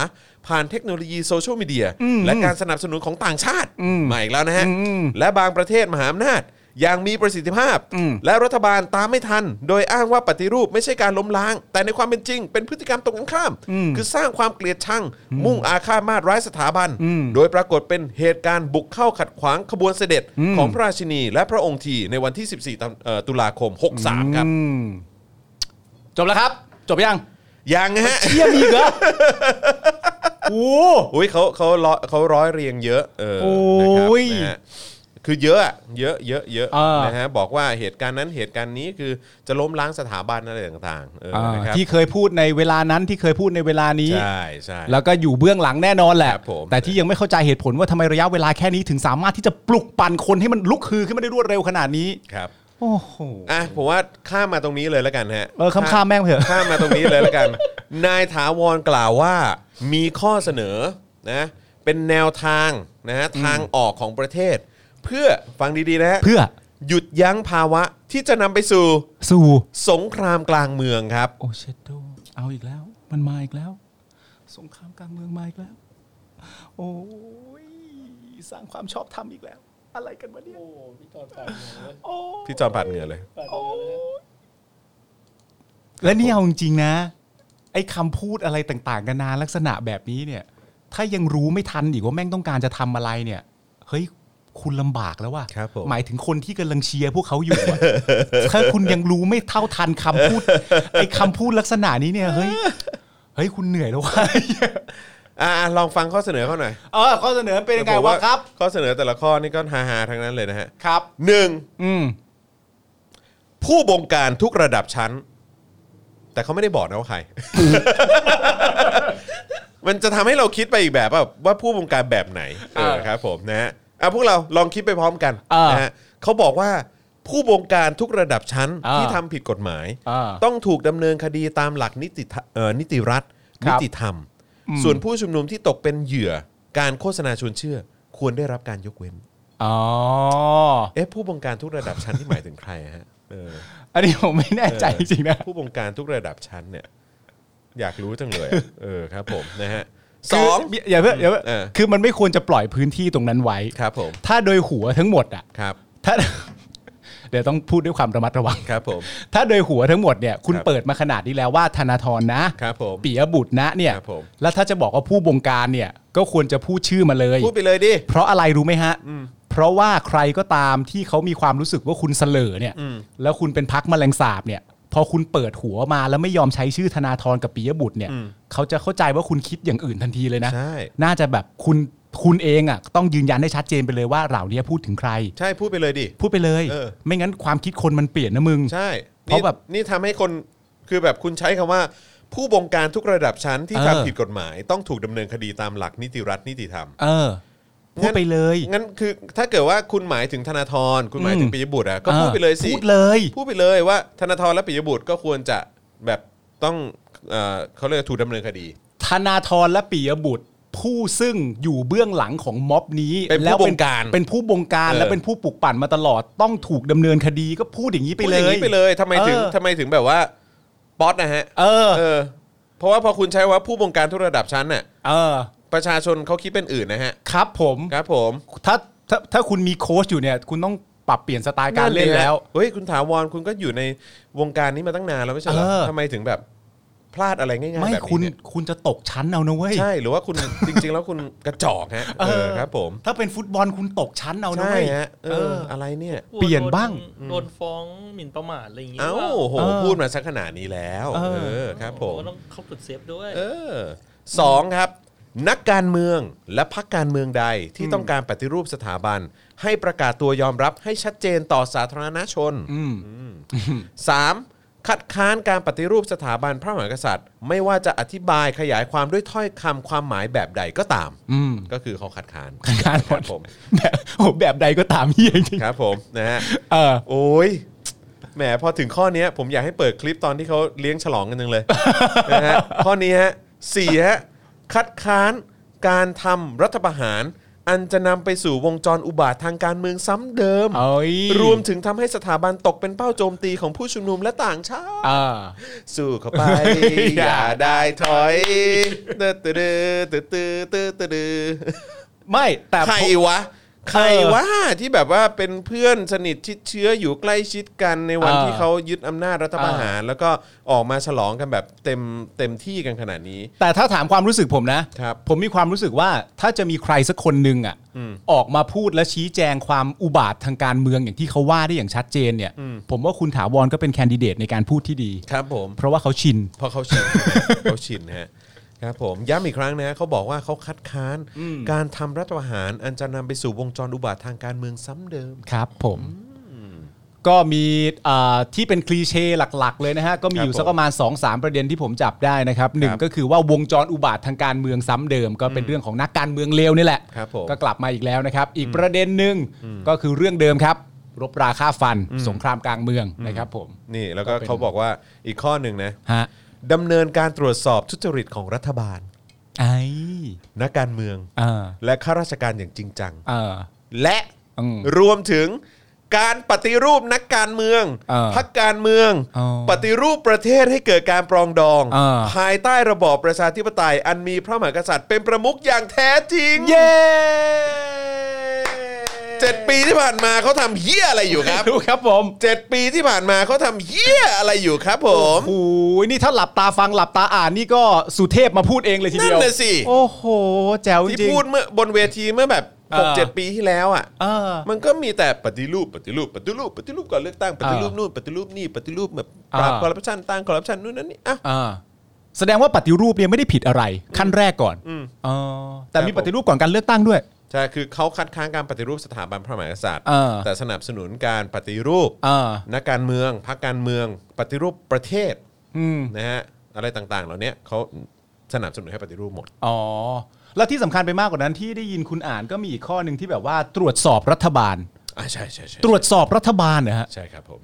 S2: ผ่านเทคโนโลยีโซเชียลมีเดียและการสนับสนุนของต่างชาติมาอีกแล้วนะฮะ
S3: อืม
S2: และบางประเทศมหาอำนาจอย่างมีประสิทธิภาพ และรัฐบาลตามไม่ทัน โดยอ้างว่าปฏิรูปไม่ใช่การล้มล้าง แต่ในความเป็นจริง เป็นพฤติกรรมตรงกันข้าม คือสร้างความเกลียดชัง มุ่งอาฆาตมาตร้ายสถาบัน โดยปรากฏเป็นเหตุการณ์บุกเข้าขัดขวางขบวนเสด็จของพระราชินีและพระองค์ทีในวันที่ 14ตุเอ่อตุลาคม 63 ครับ
S3: อืมจบแล้วครับ จ บยัง
S2: ยังฮะ
S3: เที่ยมีอีกเหรอโอ้
S2: อุ้ยเขาเขาร้อยเขาร้อยเรียงเยอะเออ
S3: โอ้
S2: นะครับ
S3: ย
S2: นะฮะคือเยอะอะเยอะเยอะเยอะ
S3: เออ
S2: นะฮะบอกว่าเหตุการณ์นั้นเหตุการณ์นี้คือจะล้มล้างสถาบันอะไรต่างๆเออ
S3: อ่า
S2: นะครับ
S3: ที่เคยพูดในเวลานั้นที่เคยพูดในเวลานี้
S2: ใช่ใช่
S3: แล้วก็อยู่เบื้องหลังแน่นอนแหละ
S2: ครับผม
S3: แต่ที่ยังไม่เข้าใจเหตุผลว่าทำไมระยะเวลาแค่นี้ถึงสามารถที่จะปลุกปั่นคนให้มันลุกฮือขึ้นมาได้รวดเร็วขนาดนี้
S2: ครับ
S3: โอ้โห
S2: อ่ะผมว่าข้ามมาตรงนี้เลยแล้วกันฮะ
S3: เออข้ามข้ามแม่งเถอะ
S2: ข้ามมาตรงนี้เลยแล้วกัน นายถาวรกล่าวว่ามีข้อเสนอนะเป็นแนวทางนะฮะทางออกของประเทศ เพื่อฟังดีๆนะฮะ
S3: เพื่อ
S2: หยุดยั้งภาวะที่จะนำไปสู่
S3: สู่
S2: สงครามกลางเมืองครับ
S3: โอเชโดเอาอีกแล้ว มันมาอีกแล้ว สงครามกลางเมืองมาอีกแล้ว โอ้ยสร้างความชอบธรรมอีกแล้ว อะไรกันวะเนี่ย
S4: โอ้พี่จอนปาดเหงื่อเลย
S2: พี่จอมปัดเหงื่อเลย
S3: โอ้
S4: ปาดเหงื่อเลยนะ
S3: และนี่เอาจริงๆนะ ไอ้คำพูดอะไรต่างๆกันานาลักษณะแบบนี้เนี่ย ถ้ายังรู้ไม่ทันอีกว่าแม่งต้องการจะทำอะไรเนี่ย เฮ้ยคุณลำบากแล้วว่ะ
S2: ครับผม
S3: หมายถึงคนที่กำลังเชียร์พวกเขาอยู่ อะ ถ้าคุณยังรู้ไม่เท่าทันคำพูด ไอ้คำพูดลักษณะนี้เนี่ย เฮ้ย เฮ้ยคุณเหนื่อยแล้วว่ะ
S2: อ่ะอ่ะลองฟังข้อเสนอเขาหน่อย
S3: เออข้อเสนอเป็นยังไง
S2: ผม
S3: วะครับ
S2: ข้อเสนอแต่ละข้อนี่ก็ฮาๆทั้งนั้นเลยนะฮะ
S3: ครับ
S2: หนึ่ง
S3: อืม
S2: ผู้บงการทุกระดับชั้น แต่เขาไม่ได้บอกนะว่าใคร มันจะทำให้เราคิดไปอีกแบบว่าว่าผู้บงการแบบไหนเออ
S3: เออ
S2: ครับ ผมนะฮะอ่ะพวกเราลองคิดไปพร้อมกัน
S3: เออ
S2: นะฮะเขาบอกว่าผู้บงการทุกระดับชั้น
S3: เออ
S2: ที่ทำผิดกฎหมาย
S3: เออ
S2: ต้องถูกดำเนินคดีตามหลักนิติธรรมเอ่อนิติรัฐ
S3: ค
S2: นิ
S3: รับ
S2: ติธรรม ส่วนผู้ชุมนุมที่ตกเป็นเหยื่อการโฆษณาชวนเชื่อ ควรได้รับการยกเว้น
S3: อ๋อ
S2: เอ๊ะผู้บงการทุกระดับชั้นที่หมายถึงใครอะฮะเออ
S3: อันนี้ผมไม่แน่ใจจริงๆนะ
S2: ผู้บงการทุกระดับชั้นเนี่ย อยากรู้จังเลย อะ เออครับผมนะฮะสอง
S3: คืออย่าเพิ่งอย่าเพิ่ง
S2: เออ
S3: คือมันไม่ควรจะปล่อยพื้นที่ตรงนั้นไว้
S2: ครับผม
S3: ถ้าโดยหัวทั้งหมดอ่ะ
S2: ครับ
S3: ถ้า เดี๋ยวต้องพูดด้วยความระมัดระวัง
S2: ครับผม
S3: ถ้าโดยหัวทั้งหมดเนี่ย คุณ
S2: ครับ
S3: เปิดมาขนาดนี้แล้วว่าธนาธรนะ
S2: ครับผม
S3: ปิยบุตรนะเนี่ย
S2: ครับผม
S3: แล้วถ้าจะบอกว่าผู้บงการเนี่ย ก็ควรจะพูดชื่อมาเลย
S2: พูดไปเลยดิ
S3: เพราะอะไรรู้ไหมฮะ เพราะว่าใครก็ตามที่เขามีความรู้สึกว่าคุณเสลอเนี่ย แล้วคุณเป็นพักแมลงสาบเนี่ย พอคุณเปิดหัวมาแล้วไม่ยอมใช้ชื่อธนาธรกับปิยบุตรเนี่ย เขาจะเข้าใจว่าคุณคิดอย่างอื่นทันทีเลยนะ
S2: ใช่
S3: น่าจะแบบคุณคุณเองอ่ะต้องยืนยันได้ชัดเจนไปเลยว่าเหล่านี้พูดถึงใคร
S2: ใช่พูดไปเลยดิ
S3: พูดไปเลย
S2: เออ
S3: ไม่งั้นความคิดคนมันเปลี่ยนนะมึง
S2: ใช่
S3: เพราะแบบ
S2: นี่ทำให้คนคือแบบคุณใช้คำว่า ผู้บงการทุกระดับชั้นที่
S3: เออ
S2: ทำผิดกฎหมาย ต้องถูกดำเนินคดีตามหลักนิติรัฐนิติธรรม
S3: เออ พูดไปเลย
S2: งั้นคือถ้าเกิดว่าคุณหมายถึงธนาธรคุณหมายถึง
S3: อืม
S2: ปิยบุตรอะก็พูดไปเลยสิ
S3: พูดเลย
S2: พูดไปเลยว่าธนาธรและปิยบุตรก็ควรจะแบบต้องเอ่อเขาเรียกว่าถูกดำเนินคดี
S3: ธนาธรและปิยบุตร ผู้ซึ่งอยู่เบื้องหลังของม็อบนี้
S2: เป็นผู้
S3: แล้ว
S2: บงการ
S3: เป็นผู้บงการ
S2: เออ
S3: และเป็นผู้ปลุกปั่นมาตลอดต้องถูกดำเนินคดีก็พูดอย่างนี้ไป
S2: พูด
S3: เล
S2: อย่าง
S3: ย
S2: นี้ไปเลยทำไมถึง
S3: เออ
S2: ทำไมถึงแบบว่าป๊อตนะฮะ
S3: เออ
S2: เออ เพราะว่าพอคุณใช้ว่าผู้บงการทุกระดับชั้นน่ะ
S3: เออ
S2: ประชาชนเขาคิดเป็นอื่นนะฮะ
S3: ครับผม
S2: ครับผม
S3: ถ้าถ้าถ้าคุณมีโค้ชอยู่เนี่ย คุณต้องปรับเปลี่ยนสไตล์การเล่นแล้ว
S2: เฮ้ยคุณถาวรคุณก็อยู่ในวงการนี้มาตั้งนานแล้วไม่ใช่เหรอ
S3: เออ
S2: ทำไมถึงแบบ พลาดอะไรง่ายๆ
S3: ไม่
S2: แบบนี้
S3: คุณ
S2: เนี่ย
S3: คุณจะตกชั้นเอานะเว้ย
S2: ใช่หรือว่าคุณ จริง ๆ แล้วคุณกระจอกฮะเออครับ ผม
S3: ถ้าเป็นฟุตบอลคุณตกชั้นเอานะ
S2: ใช่
S3: เว้ย
S2: ฮะเอ
S3: เอ
S2: อ
S3: อ
S2: อะไรเนี่ย
S3: เปลี่ยนบ้าง
S4: โดนฟ้องหมิ่นประมาทอะไรอย่างเงี้ย
S2: เอ้า
S4: ว่า
S2: โห
S3: เออ
S2: พูดมาสักขนาดนี้แล้ว
S3: เออ
S2: เออครับผม
S4: ต้องเข้าจุดเซฟด้วย
S2: เออสองครับ นักการเมืองและพักการเมืองใดที่ต้องการปฏิรูปสถาบัน ให้ประกาศตัวยอมรับให้ชัดเจนต่อสาธารณชน
S3: อืม
S2: 3. คัดค้านการปฏิรูปสถาบันพระมหากษัตริย์ ไม่ว่าจะอธิบายขยายความด้วยถ้อยคำความหมายแบบใดก็ตาม
S3: อืม
S2: ก็คือเขาคัดค้าน
S3: คัดค้านหม
S2: ครั
S3: ด
S2: บผม
S3: แบบโอ้แบบใดก็ตามเฮียจริง
S2: ครับผมนะฮะ
S3: เออ
S2: โอ้ยแหมพอถึงข้อเนี้ย ผมอยากให้เปิดคลิปตอนที่เขาเลี้ยงฉลองกันจังเลย นะฮะข้อนี้ฮะสี่ฮะคัดค้านการทำรัฐประหาร อันจะนำไปสู่วงจรอุบาททางการเมืองซ้ำเดิม
S3: เอ้ย
S2: รวมถึงทำให้สถาบันตกเป็นเป้าโจมตีของผู้ชุมนุมและต่างชาติ
S3: เออ
S2: สู้เข้าไป
S3: อ
S2: อย่
S3: า
S2: ย่าได้ถ อยตื้อตื้อตื้อตื้อตื้อตื้อตื้อ
S3: ไม่แต่
S2: ใคร
S3: ผม
S2: วะ ใคร
S3: เออ
S2: วะที่แบบว่าเป็นเพื่อนสนิทชิดเชื้ออยู่ใกล้ชิดกันในวัน
S3: เออ
S2: ที่เขายึดอำนาจรัฐประหาร แล้วก็ออกมาฉลองกันแบบเต็มเต็มที่กันขนาดนี้
S3: แต่ถ้าถามความรู้สึกผมนะ
S2: ครับ
S3: ผมมีความรู้สึกว่าถ้าจะมีใครสักคนหนึ่งอ่ะออกมาพูดและชี้แจงความอุบาททางการเมืองอย่างที่เขาว่าได้อย่างชัดเจนเนี่ย ผมว่าคุณถาวรก็เป็นแคนดิเดตในการพูดที่ดี
S2: ครับผม
S3: เพราะว่าเขาชิน
S2: เพราะเขา ชิน เขาชินฮะครับผมย้ำอีกครั้งนะเขาบอกว่าเขาคัดค้าน การทำรัฐประหารอันจะนำไปสู่วงจรอุบาททางการเมืองซ้ำเดิม
S3: ครับผม ก็มีเอ่อที่เป็นคลีเช่หลัก ๆ เลยนะฮะ ก็
S2: ค
S3: มี
S2: รับ
S3: อยู่สักประมาณ 2-3สามประเด็นที่ผมจับได้นะครับหนึ่
S2: ค
S3: ง
S2: รับ
S3: ก็คือว่าวงจรอุบาททางการเมืองซ้ำเดิม ก็เป็นเรื่องของนักการเมืองเลวนี่แหละ
S2: ครับผม
S3: ก็กลับมาอีกแล้วนะครับ อีกประเด็นหนึ่งก็คือเรื่องเดิมครับ รบราฆ่าฟัน สงครามกลางเมืองนะครับผม
S2: นี่แล้วก็
S3: ก็เป็น
S2: เขาบอกว่าอีกข้อหนึ่งนะ
S3: ฮะ
S2: ดำเนินการตรวจสอบทุจริตของรัฐบาล
S3: ไอ
S2: นักการเมือง
S3: เออ
S2: และข้าราชการอย่างจริงจัง
S3: เออ
S2: และ
S3: อืม
S2: รวมถึงการปฏิรูปนักการเมือง
S3: เออ
S2: พักการเมือง
S3: อ๋อ
S2: ปฏิรูปประเทศให้เกิดการปรองดอง
S3: เออ
S2: ภายใต้ระบอบประชาธิปไตย อันมีพระมหากษัตริย์เป็นประมุขอย่างแท้จริง
S3: เย้
S2: เจ็ดปีที่ผ่านมาเขาทำเหี้ยอะไรอยู่ครับ
S3: ดูครับผม
S2: เจ็ดปีที่ผ่านมาเขาทำเหี้ยอะไรอยู่ครับ ผม
S3: โอ้ยนี่ถ้าหลับตาฟังหลับตาอ่านนี่ก็สุเทพมาพูดเองเลยที
S2: นั่น
S3: เดียว
S2: น่ะสิ
S3: โอ้โห แจ๋วจ
S2: ที่
S3: ริง
S2: พูดเมื่อบนเวทีเมื่อแบบ
S3: เออ
S2: หกเจ็ดปีที่แล้วอ่ะ
S3: เออ
S2: มันก็มีแต่ปฏิรูปปฏิรูปปฏิรูปปฏิรูปก่อนเลือกตั้งปฏิรูปนู่นปฏิรูปนี่ปฏิรูปแบบปราบ
S3: อ่า
S2: คอร์รัปชันตั้งคอร์รัปชันนู่นนั่นนี่อ่ะ
S3: อ่าแสดงว่าปฏิรูปเนี่ยไม่ได้ผิดอะไร ขั้นแรกก่อน
S2: อืม
S3: อ๋อแต่
S2: ค
S3: มี
S2: รับผม
S3: ปฏิรูปก่อนการเลือกตั้งด้วย
S2: ใช่คือเขาคัดค้านการปฏิรูปสถาบันพระมหากษัตริย์
S3: อ่า
S2: แต่สนับสนุนการปฏิรูป
S3: อ่า
S2: นักการเมืองพรรคการเมือง ปฏิรูปประเทศ
S3: อืม
S2: นะฮะอะไรต่างๆ เหล่านี้เขาสนับสนุนให้ปฏิรูปหมด
S3: อ๋อแล้วที่สำคัญไปมากกว่านั้นที่ได้ยินคุณอ่านก็มีอีกข้อหนึ่งที่แบบว่าตรวจสอบรัฐบาล
S2: อ่าใช่ใช่ใช่
S3: ตรวจสอบรัฐบาลนะฮะ
S2: ใช่ครับผม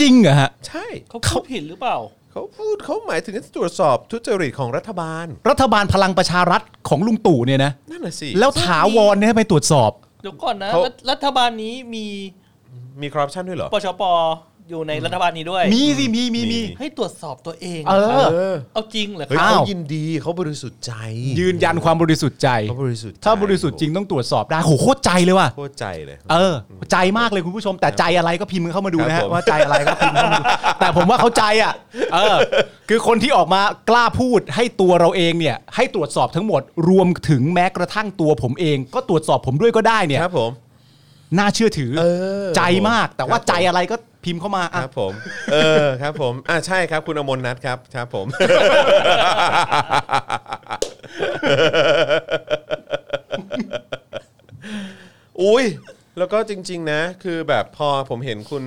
S3: จริงเหรอฮะ
S2: ใช่
S4: เขาพูดผิดหรือเปล่า
S2: เขาพูดเขาหมายถึงตรวจสอบทุจริตของรัฐบาล
S3: รัฐบาลพลังประชารัฐของลุงตู่เนี่ยนะ
S2: นั่นน่ะสิ
S3: แล้วถาวรเนี่ยไปตรวจสอบ
S4: เดี๋ยวก่อนนะ
S2: เขารั
S4: ฐรัฐบาลนี้มี
S2: มีคอร์รัปชันด้วยเหรอ
S4: ปชปอยู่ในรัฐบาลนี้ด้วย
S3: มีสิมีมีมี
S4: ให้ตรวจสอบตัวเอง
S3: เออ
S2: เออ
S4: เอาจริงเหรอ
S2: เฮ้ย
S4: ครับ
S2: เขา
S3: อ้าว
S2: ยินดีเขาบริสุทธิ์ใจ
S3: ยืนยันความบริสุทธิ์ใจ
S2: เขาบริสุทธิ์
S3: ถ้าบริสุทธิ์จริงต้องตรวจสอบได้โหโคตรใจเลยว่ะ
S2: โคตรใจเลย
S3: เออ ใจมากเลยคุณผู้ชม แต่ใจอะไรก็พิมพ์เข้ามาดูนะ
S2: ครั
S3: ฮะ
S2: บผม
S3: ว่าใจอะไรก็พิมพ์เข้ามาดูแต่ผมว่าเขาใจอ่ะ เออ คือคนที่ออกมากล้าพูดให้ตัวเราเองเนี่ย ให้ตรวจสอบทั้งหมดรวมถึงแม้กระทั่งตัวผมเอง ก็ตรวจสอบผมด้วยก็ได้เนี่ย
S2: ครับผม
S3: น่าเชื่อถือ
S2: เออ
S3: ใจมากแต่ว่า
S2: ครับผม
S3: ใจอะไรก็พิมพ์เข้ามา
S2: ค
S3: อ่ะ
S2: รับผม เออครับผมอ่าใช่ครับคุณอมรนัทครับครับผม อุ้ยแล้วก็จริง ๆ นะ คือแบบพอผมเห็นคุณ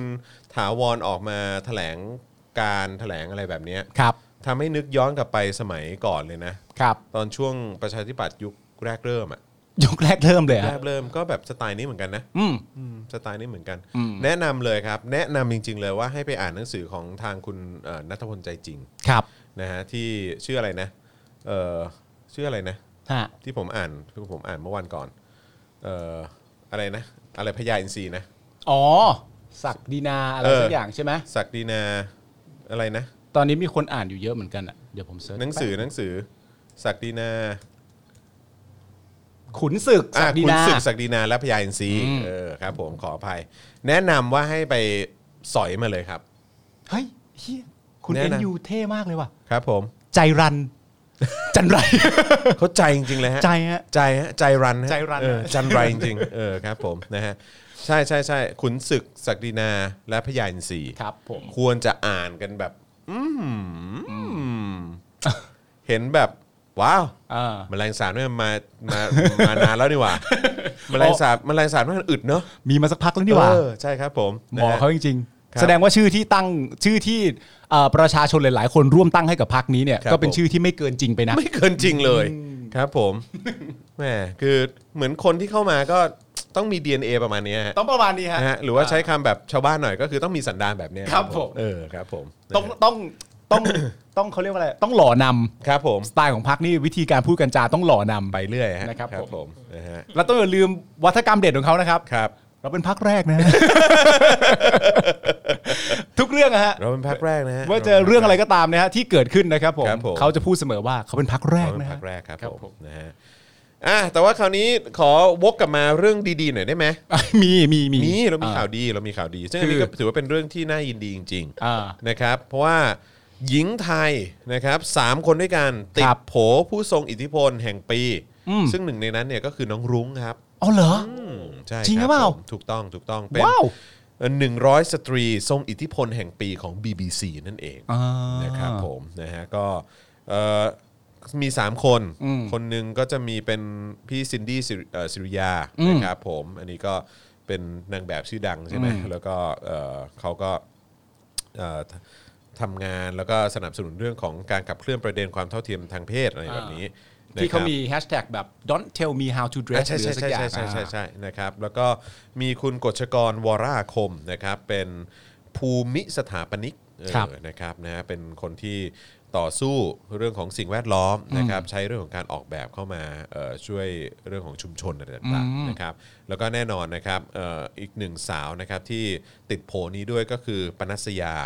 S2: ถาวรออกมาแถลงการแถลงอะไรแบบเนี้ย
S3: ครับ
S2: ทำให้นึกย้อนกลับไปสมัยก่อนเลยนะ
S3: ครับ
S2: ตอนช่วงประชาธิปัตย์ยุคแรกเริ่มอะ
S3: ยกแรกเริ่มเลย
S2: แร
S3: อ่ะ
S2: กเริ่มก็แบบสไตล์นี้เหมือนกันนะ
S3: อืม
S2: อืมสไตล์นี้เหมือนกัน
S3: อืม
S2: แนะนำเลยครับ แนะนำจริง ๆ เลยว่าให้ไปอ่านหนังสือของทางคุณเอ่อนัทพลใจจริง
S3: ครับ
S2: นะฮะที่ชื่ออะไรนะเอ่อชื่ออะไรนะ
S3: ฮะ
S2: ที่ผมอ่านที่ผมอ่านเมื่อวันก่อนเอ่ออะไรนะ อะไรพญาอินทรีย์นะ
S3: อ๋อศักดินาอะไร
S2: เออ
S3: สักอย่างใช่ไหม
S2: ศักดินาอะไรนะ
S3: ตอนนี้มีคนอ่านอยู่เยอะเหมือนกันอ่ะเดี๋ยวผมเซิร์ช
S2: หนังสือหนังสือศักดินา
S3: ขุนศึก
S2: อ่ะ
S3: ศักดิ
S2: คุณ
S3: นา
S2: ศึกศักดินาและพญาอินทรีย์
S3: อืม
S2: เออครับผมขออภัย แนะนำว่าให้ไปสอยมาเลยครับ
S3: เฮ้ยเฮีย คุณ
S2: แน่
S3: เอ็น
S2: นะ
S3: ยูเท่มากเลยว่ะ
S2: ครับผม
S3: ใจ รัน จันไร
S2: เขาใจจริงๆเลยฮะ
S3: ใจฮะ
S2: ใจฮะใจรันฮะ
S3: ใจรัน
S2: เออจันไรจริงๆเออครับผมนะฮะใช่ใช่ใช่ขุนศึกศักดินาและพญาอินทรีย์
S3: ครับผม
S2: ควรจะอ่านกันแบบ อืมเห็นแบบว้าว
S3: อ่า
S2: แมลงสาบเนี่ยมามามานานแล้วนี่หว่าแมลงสาบแมลงสาบมันอึดเนาะ
S3: มีมาสักพักแล้วนี่หว่า
S2: เออใช่ครับผม
S3: หม
S2: นะ
S3: อ
S2: ฮะ
S3: เขาจริง
S2: ครับ
S3: ๆ แสดงว่าชื่อที่ตั้งชื่อที่เอ่อประชาชนหลาย ๆ คนร่วมตั้งให้กับพักนี้เนี่ย
S2: ครับ
S3: ก็เป็นชื่อที่ไม่เกินจริงไปนะ
S2: ไม่เกินจริงเลยครับผม แหมคือเหมือนคนที่เข้ามาก็ต้องมี DNA ประมาณเนี้ยฮะ
S3: ต้องประมาณนี้ฮะ
S2: นะฮะหรือว่าใช้คำแบบชาวบ้านหน่อยก็คือต้องมีสันดานแบบเนี้ย
S3: ครับผม
S2: เออครับผม
S3: ต้องต้องต้องต้องเขาเรียกว่าอะไรต้องหล่อนำ
S2: ครับผม
S3: สไตล์ของพักนี่วิธีการพูดกันจาต้องหล่อนำ
S2: ไปเรื่อยฮะ
S3: นะครับผม
S2: ผมนะฮะ
S3: เราต้องอย่าลืมวัฒกรรมเด็ดของเขานะครับ
S2: ครับ
S3: เราเป็นพักแรกนะ ทุกเรื่องนะฮะ
S2: เราเป็นพักแรกนะฮะ
S3: ว่าเจอเรื่องอะไรก็ตามนะฮะที่เกิดขึ้นนะครับผม
S2: ครับผม
S3: เขาจะพูดเสมอว่าเขาเป็นพักแรก
S2: เราเป็น
S3: นะ
S2: พั
S3: ฮะ
S2: กแรกครับ
S3: ครับ
S2: ผ
S3: ผม ม
S2: นะฮะอ่ะแต่ว่าคราวนี้ขอวกกลับมาเรื่องดีๆหน่อยได้ไหม
S3: มีมีมี
S2: มีเรามีข่าวดีเรามีข่าวดี ซึ่งอันนี้
S3: คื
S2: ก็
S3: อ
S2: ถือว่าเป็นเรื่องที่น่ายินดีจริง ๆ
S3: อ่า
S2: นะครับเพราะว่าหญิงไทยนะครับสามคนด้วยกันติ
S3: ครั
S2: ด
S3: บ
S2: โผผู้ทรงอิทธิพลแห่งปี
S3: อืม
S2: ซึ่งหนึ่งในนั้นเนี่ยก็คือน้องรุ้งครับ
S3: อ๋อเหรอ
S2: อืมใช่
S3: จริง
S2: ค
S3: หรื
S2: บ
S3: อเปล่า
S2: ผมถูกต้องถูกต้องเป็น
S3: ว้าว
S2: หนึ่งร้อยสตรีทรงอิทธิพลแห่งปีของ BBC นั่นเอง
S3: อ่าน
S2: นะครับผมนะฮะก็เอ่อมี 3 คน คนหนึ่งก็จะมีเป็นพี่ซินดี้สิริเอ่อสิริยานะครับผมอันนี้ก็เป็นนางแบบชื่อดังใช่ไหมแล้วก็เอ่อเขาก็ เอ่อททำงานแล้วก็สนับสนุนเรื่องของการขับเคลื่อนประเด็นความเท่าเทียมทางเพศอะไรแบบนี้
S3: ที่เขา
S2: นะครับ
S3: มีแฮชแท็กแบบ don't tell me how to dress
S2: ใช่
S3: หรือ
S2: ใช่
S3: สัก
S2: ใช่
S3: อย่าง
S2: ใช่ใช่ใช่
S3: อ่า
S2: ใช่นะครับแล้วก็มีคุณกฎชกรวราคมนะครับเป็นภูมิสถาปนิกเออ
S3: ครับ
S2: นะครับนะฮะเป็นคนที่ต่อสู้เรื่องของสิ่งแวดล้อมนะครับใช้เรื่องของการออกแบบเข้ามาเอ่อช่วยเรื่องของชุมชนอะไรต่าง
S3: อืม
S2: ๆนะครับแล้วก็แน่นอนนะครับเอ่ออีกหนึ่งสาวนะครับที่ติดโผนี้ด้วยก็คือปนัสยา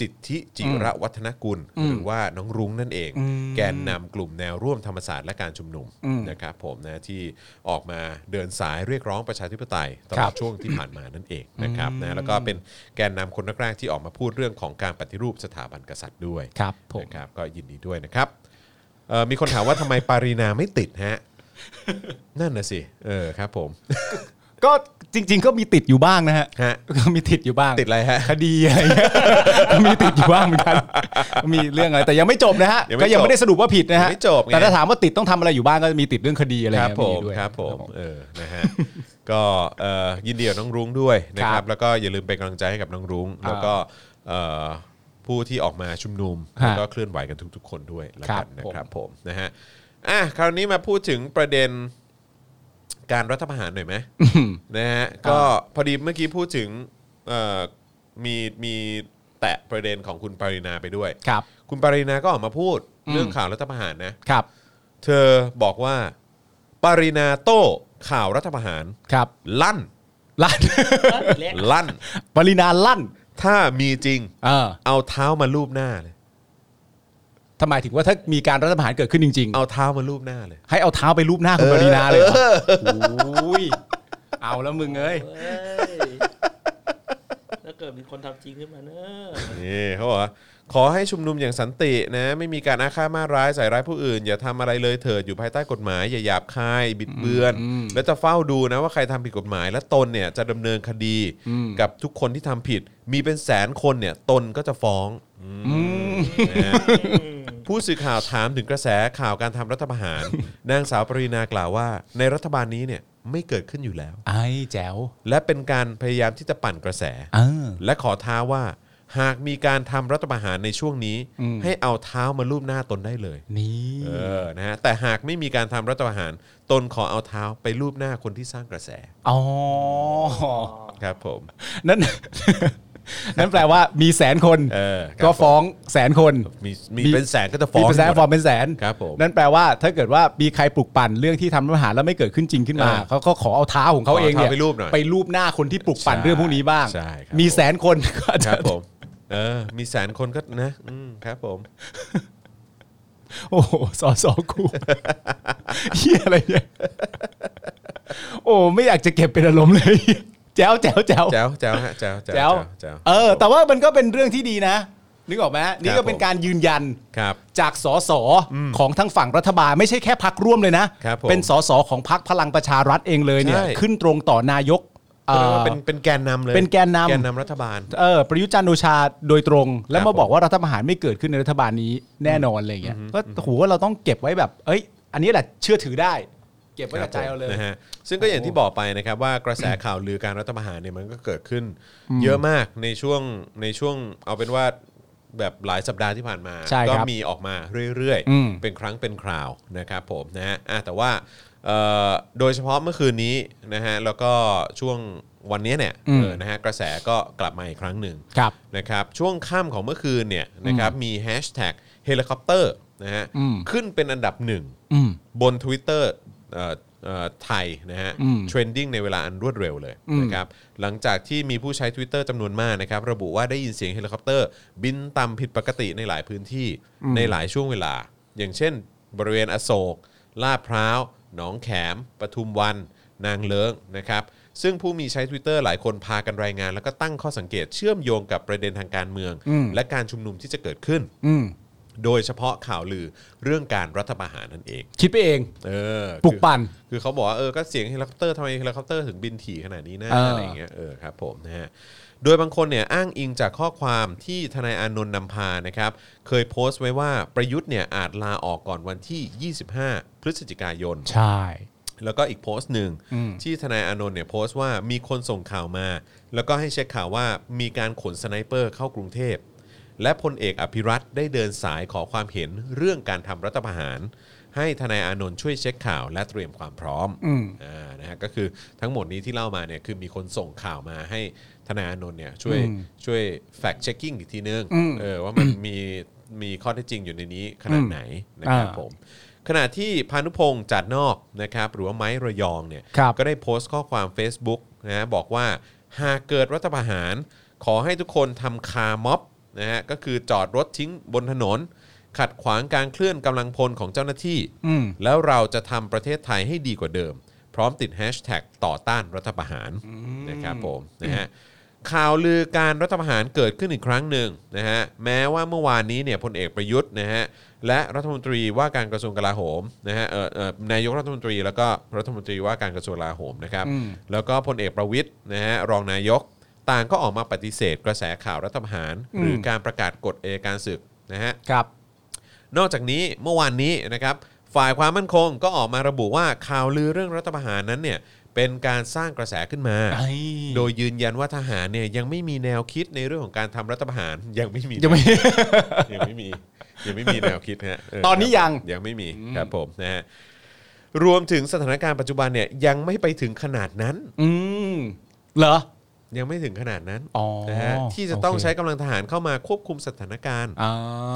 S2: สิทธิจิระวัฒนกุล หรือว่าน้องรุ้งนั่นเอง แกนนำกลุ่มแนวร่วมธรรมศาสตร์และการชุมนุมนะครับผมนะที่ออกมาเดินสายเรียกร้องประชาธิปไตยตล
S3: ครั
S2: อด
S3: บ
S2: ช่วงที่ผ่านมานั่นเองนะครับนะแล้วก็เป็นแกนนำคนแรกๆที่ออกมาพูดเรื่องของการปฏิรูปสถาบันกษัตริย์ด้วย
S3: ครับผม
S2: นะครับก็ยินดีด้วยนะครับเอ่อมีคนถามว่าทำไมปารีนาไม่ติด ฮะ นั่นน่ะสิเออครับผม
S3: ก็จริง ๆ ก็มีติดอยู่บ้างนะฮะ
S2: ฮะ
S3: ก็มีติดอยู่บ้าง
S2: ติดอะไร ฮะ
S3: คดีอะไรเงี้ยก็มีติดอยู่บ้างเหมือนกัน มีเรื่องอะไรแต่ยังไม่จบนะฮะ
S2: ยังไม่
S3: ก็ยัง
S2: จบ
S3: ไม่ได้สรุปว่าผิดนะ
S2: ยั
S3: ฮะ
S2: งไม่จบไง
S3: แต่ถ้าถามว่าติดต้องทำอะไรอยู่บ้างก็มีติดเรื่องคดีอะไร
S2: ค
S3: เงี้
S2: รับ
S3: ย
S2: ผม
S3: ด้วย
S2: ครับผมเออนะฮะ ก็เอ่อยินดีกับน้องรุ้งด้วยนะค
S3: ครั
S2: รับบ แล้วก็อย่าลืมเป็นกำลังใจให้กับน้องรุ้ง แล้วก็เอ่อผู้ที่ออกมาชุมนุม
S3: ฮะ
S2: แล้วก็เคลื่อนไหวกันทุก ๆ คนด้วยแล้วกัน
S3: ครับ
S2: นะครับผมนะฮะอ่ะคราวนี้มาพูดถึงประเด็นการรัฐประหารหน่อยไหมนะฮะก็พอดีเมื่อกี้พูดถึงเอ่อมีมีแตะประเด็นของคุณปรินาไปด้วย
S3: ครับ
S2: คุณปรินาก็ออกมาพูดเรื่องข่าวรัฐประหารนะ
S3: ครับ
S2: เธอบอกว่า ปรินาโต้ข่าวรัฐประหาร
S3: ครับ
S2: ลั่น
S3: ลั่น
S4: อีกแล้ว
S2: ลั่น
S3: ปรินาลั่น
S2: ถ้ามีจริง
S3: เออ
S2: เอาเท้ามาลูบหน้าเลย
S3: ทำไมายถึงว่าถ้ามีการรัฐประหารเกิดขึ้นจริง
S2: เอาเท้ามาลูบหน้าเลย
S3: ๆ ให้เอาเท้าไปรูปหน้าคุณปรินาเลยเหรอโอ้ยเอาแล้วมึงเอ้ย
S4: เว้ยถ้าเกิดมีคนทำจริงขึ้นมาเนอะ
S2: นี่เขาบอกว่าขอให้ชุมนุมอย่างสันตินะ ไม่มีการอาฆาตมาร้ายใส่ร้ายผู้อื่น อย่าทำอะไรเลยเถิดอยู่ภายใต้กฎหมาย อย่าหยาบคาย บิดเบือน และจะเฝ้าดูนะว่าใครทำผิดกฎหมาย และตนเนี่ยจะดำเนินคดีกับทุกคนที่ทำผิด มีเป็นแสนคนเนี่ยตนก็จะฟ้องนะฮะ
S4: อืม
S2: ผู้สื่อข่าวถามถึงกระแสข่าวการทำรัฐประหาร นางสาวปรินากล่าวว่า ในรัฐบาลนี้เนี่ยไม่เกิดขึ้นอยู่แล้ว
S3: ไอ้แจ๋ว
S2: และเป็นการพยายามที่จะปั่นกระแส
S3: เออ
S2: และขอท้าว่า หากมีการทำรัฐประหารในช่วงนี้
S3: อืม
S2: ให้เอาเท้ามาลูบหน้าตนได้เลย
S3: นี่
S2: เออนะฮะแต่หากไม่มีการทำรัฐประหาร ตนขอเอาเท้าไปลูบหน้าคนที่สร้างกระแส
S3: อ๋อ
S2: ครับผม
S3: นั่น นั่นแปลว่ามีแสนคน
S2: เออครับ
S3: ก็ฟ้องแสนคน
S2: มีมี
S3: มี
S2: เป็นแสนก็จะฟ้
S3: มี
S2: อง
S3: เป็นแสน
S2: หมด
S3: ฟ้องเป็นแสน
S2: ครับผม
S3: นั่นแปลว่าถ้าเกิดว่ามีใครปลุกปั่นเรื่องที่ทำรัฐประหารแล้วไม่เกิดขึ้นจริงขึ้นมา
S2: เออ
S3: เขาก็ขอเอาเท้าของเขาเองเนี่ย
S2: ขอเท้าไปรูปหน่อย
S3: ไปรูปหน้าคนที่ปลุกปั่นเรื่องพวกนี้บ้าง
S2: ใช่ครับ
S3: มีแสนคน ก็อาจ
S2: ค
S3: จะ
S2: รับผมเออมีแสนคนก็นะอืมครับผม
S3: โอ้โหสอสอกู เฮียอะไรเนี่ยโอ้ไม่อยากจะเก็บเป็นอารมณ์เลย แจ๋วแจ๋วแจ๋ว
S2: แจ๋วแจ๋วฮะแจ๋ว
S3: แจ๋ว
S2: แจ๋ว
S3: เออ แต่ว่ามันก็เป็นเรื่องที่ดีนะ นึกออกไหมนี่ก็เป็นการยืนยัน
S2: ครับ
S3: จากสสของทั้งฝั่งรัฐบาลไม่ใช่แค่พักร่วมเลยนะ
S2: ครับผม
S3: เป็นสสของพักพลังประชารัฐเองเลยเนี่ย
S2: ใช่
S3: ขึ้นตรงต่อนายก
S2: เรียกว่า
S3: เอ่อ
S2: เป็นเป็นแกนนำเลย
S3: เป็นแกนนำ
S2: แกนนำรัฐบาล
S3: เออประยุทธ์จันทร์โอชาโดยตรง แล้
S2: ค
S3: ว
S2: รับ
S3: มาบอก
S2: ผม
S3: ว่ารัฐประหารไม่เกิดขึ้นในรัฐบาลนี้แน่นอนอะไรอย่างเงี้ยก็โหัวาเราต้องเก็บไว้แบบ เอ้ย อันนี้แหละเชื่อถือได้ เก็บไว้กับใจ
S2: ครับ
S3: เอาเลย
S2: นะฮะซึ่งก็อย่างที่บอกไปนะครับว่ากระแสข่าวลือการรัฐประหารเนี่ยมันก็เกิดขึ้น เยอะมากในช่วงในช่วงเอาเป็นว่าแบบหลายสัปดาห์ที่ผ่านมา
S3: ใช่ครับ
S2: ก็มีออกมาเรื่อย
S3: อืม
S2: เป็นครั้งเป็นคราวนะครับผมนะฮะอ่ะแต่ว่าเอ่อโดยเฉพาะเมื่อคืนนี้นะฮะแล้วก็ช่วงวันนี้เนี่ย
S3: อืม
S2: เออนะฮะกระแสก็กลับมาอีกครั้งหนึ่ง
S3: ครับ
S2: นะครับช่วงค่ำของเมื่อคืนเนี่ยนะครับมีแฮชแท็กเฮลิคอปเตอร์นะฮะ
S3: อืม
S2: ขึ้นเป็นอันดับหนึ่ง
S3: อืม
S2: บน Twitter เอ่อเอ่อไทยนะฮะ
S3: อืม
S2: เทรนดิ้งในเวลาอันรวดเร็วเลย
S3: อืม
S2: นะครับหลังจากที่มีผู้ใช้ Twitter จำนวนมากนะครับระบุว่าได้ยินเสียงเฮลิคอปเตอร์ บินต่ำผิดปกติในหลายพื้นที่ในหลายช่วงเวลา อย่างเช่น บริเวณอโศก ลาดพร้าว หนองแขม ปทุมวัน นางเลิ้งนะครับซึ่งผู้มีใช้ Twitter หลายคนพากันรายงาน แล้วก็ตั้งข้อสังเกตเชื่อมโยงกับประเด็นทางการเมือง
S3: อืม
S2: และการชุมนุมที่จะเกิดขึ้น
S3: อืม
S2: โดยเฉพาะข่าวลือเรื่องการรัฐประหารนั่นเอง
S3: คิดไปเอง
S2: เออ
S3: ปลุกปั่น
S2: คือคือเขาบอกว่าเออก็เสียงเฮลิคอปเตอร์ทำไมเฮลิคอปเตอร์ถึงบินถี่ขนาดนี้นะ
S3: เอออ
S2: อะไรอย่างเงี้ยเออครับผมนะฮะโดยบางคนเนี่ยอ้างอิงจากข้อความที่ทนายอานนท์นำพานะครับ เคยโพสต์ไว้ว่าประยุทธ์เนี่ยอาจลาออกก่อนวันที่ 25 พฤศจิกายน
S3: ใช่
S2: แล้วก็อีกโพสต์หนึ่ง
S3: อืม
S2: ที่ทนายอานนท์เนี่ยโพสต์ว่ามีคนส่งข่าวมา แล้วก็ให้เช็คข่าวว่ามีการขนสไนเปอร์เข้ากรุงเทพ และพลเอกอภิรัตน์ได้เดินสายขอความเห็นเรื่องการทำรัฐประหาร ให้ทนายอานนท์ช่วยเช็คข่าวและเตรียมความพร้อม
S3: อืม
S2: อ่านะฮะก็คือทั้งหมดนี้ที่เล่ามาเนี่ยคือมีคนส่งข่าวมาให้ทนายอานนท์เนี่ยช่วย
S3: อืม
S2: ช่วยแฟกเช็คกิ้งอีกทีนึง
S3: อืม
S2: เออว่ามันมีมีข้อเท็จจริงอยู่ในนี้ขนาด
S3: อืม
S2: ไหนนะครับ
S3: อ่า
S2: ผม ขณะที่พานุพงษ์จัดนอกนะครับหรือว่าไม้ระยองเนี่ย
S3: ครับ
S2: ก็ได้โพสต์ข้อความ Facebook นะบอกว่าหากเกิดรัฐประหาร ขอให้ทุกคนทำคาร์ม็อบนะฮะก็คือจอดรถทิ้งบนถนน ขัดขวางการเคลื่อนกำลังพลของเจ้าหน้าที่
S3: อืม
S2: แล้วเราจะทำประเทศไทยให้ดีกว่าเดิม พร้อมติดแฮชแท็กต่อต้านรัฐประหารนะครับผมนะฮะข่าวลือการรัฐประหารเกิดขึ้นอีกครั้งหนึ่งนะฮะแม้ว่าเมื่อวานนี้เนี่ยพลเอกประยุทธ์นะฮะและรัฐมนตรีว่าการกระทรวงกลาโหมนะฮะเอ่อเอ่อนายกรัฐมนตรีแล้วก็รัฐมนตรีว่าการกระทรวงกลาโหมนะครับ
S3: อืม
S2: แล้วก็พลเอกประวิทย์นะฮะรองนายก ต่างก็ออกมาปฏิเสธกระแสข่าวรัฐประหาร หรือการประกาศกฎเอยการศึกนะฮะ
S3: ครับ
S2: นอกจากนี้เมื่อวานนี้นะครับฝ่ายความมั่นคงก็ออกมาระบุว่าข่าวลือเรื่องรัฐประหารนั้นเนี่ยเป็นการสร้างกระแสขึ้นมา
S3: ไอ้
S2: โดยยืนยันว่าทหารเนี่ยยังไม่มีแนวคิดในเรื่องของการทำรัฐประหารยังไม่มี
S3: ยังไม่
S2: ยังไม่มียังไม่มีแนวคิดฮะเ
S3: ตอนนี้ยัง
S2: ครับยังไม่มีครับผมนะฮะรวมถึงสถานการณ์ปัจจุบันเนี่ยยังไม่ไปถึงขนาดนั้น
S3: อืมเหรอ
S2: ยังไม่ถึงขนาดนั้น
S3: อ๋อ
S2: นะฮะที่จะต้อง
S3: โอเค
S2: ใช้กำลังทหารเข้ามาควบคุมสถานการณ์
S3: อ่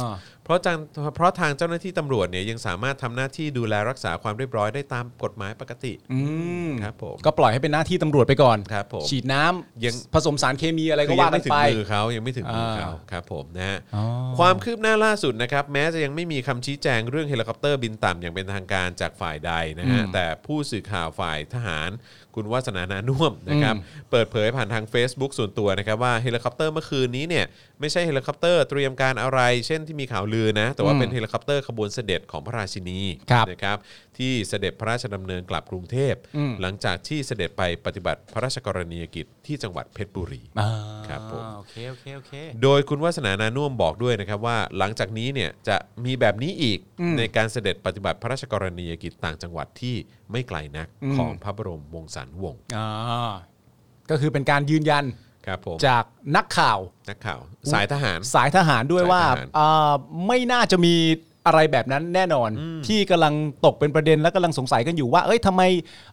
S3: า
S2: เพราะจังเพราะทางเจ้าหน้าที่ตำรวจเนี่ยยังสามารถทำหน้าที่ดูแลรักษาความเรียบร้อยได้ตามกฎหมายปกติ
S3: อืม
S2: ครับผม
S3: ก็ปล่อยให้เป็นหน้าที่ตำรวจไปก่อน
S2: ครับผม
S3: ฉีดน้ำ
S2: ยัง
S3: ผสมสารเคมีอะไร
S2: คื
S3: ก็
S2: ยั
S3: ว่ากั
S2: ไม่
S3: น
S2: ถึ
S3: ไป
S2: งมือเขายังไม่ถึงมือเขา
S3: อ่า
S2: ครับผมนะฮะ
S3: อ๋อ
S2: ความคืบหน้าล่าสุดนะครับแม้จะยังไม่มีคำชี้แจงเรื่องเฮลิคอปเตอร์บินต่ำอย่างเป็นทางการจากฝ่ายใดนะฮะแต่ผู้สื่อข่าวฝ่ายทหาร คุณวัฒนานานุ่วมนะครับเปิดเผยผ่านทาง Facebook ส่วนตัวนะครับว่าเฮลิคอปเตอร์เมื่อคืนนี้เนี่ยไม่ใช่เฮลิคอปเตอร์เตรียมการอะไร เช่นที่มีข่าวลือนะแต่ว่าเป็นเฮลิคอปเตอร์ขบวนเสด็จของพระราชินี
S3: ครับ
S2: นะครับที่เสด็จพระราชดำเนินกลับกรุงเทพ หลังจากที่เสด็จไปปฏิบัติพระราชกรณียกิจที่จังหวัดเพชรบุรี
S3: อ่า
S2: ครับผม
S3: โอเคโอเคโอเค
S2: โดยคุณวัฒนานานุ่วมบอกด้วยนะครับว่าหลังจากนี้เนี่ยจะมีแบบนี้อีกในการเสด็จปฏิบัติพระราชกรณียกิจต่างจังหวัดที่ไม่ไกลนัก
S3: อืม
S2: ของพระบรมวงศานุวงศ์
S3: อ่าก็คือเป็นการยืนยัน
S2: ครับผม
S3: จากนักข่าว
S2: นักข่าวสายทหาร
S3: สายทหารด้วยว่า
S2: สายทหาร
S3: อ่าไม่น่าจะมีอะไรแบบนั้นแน่นอน ที่กำลังตกเป็นประเด็นและกำลังสงสัยกันอยู่ว่า เอ้ยทำไม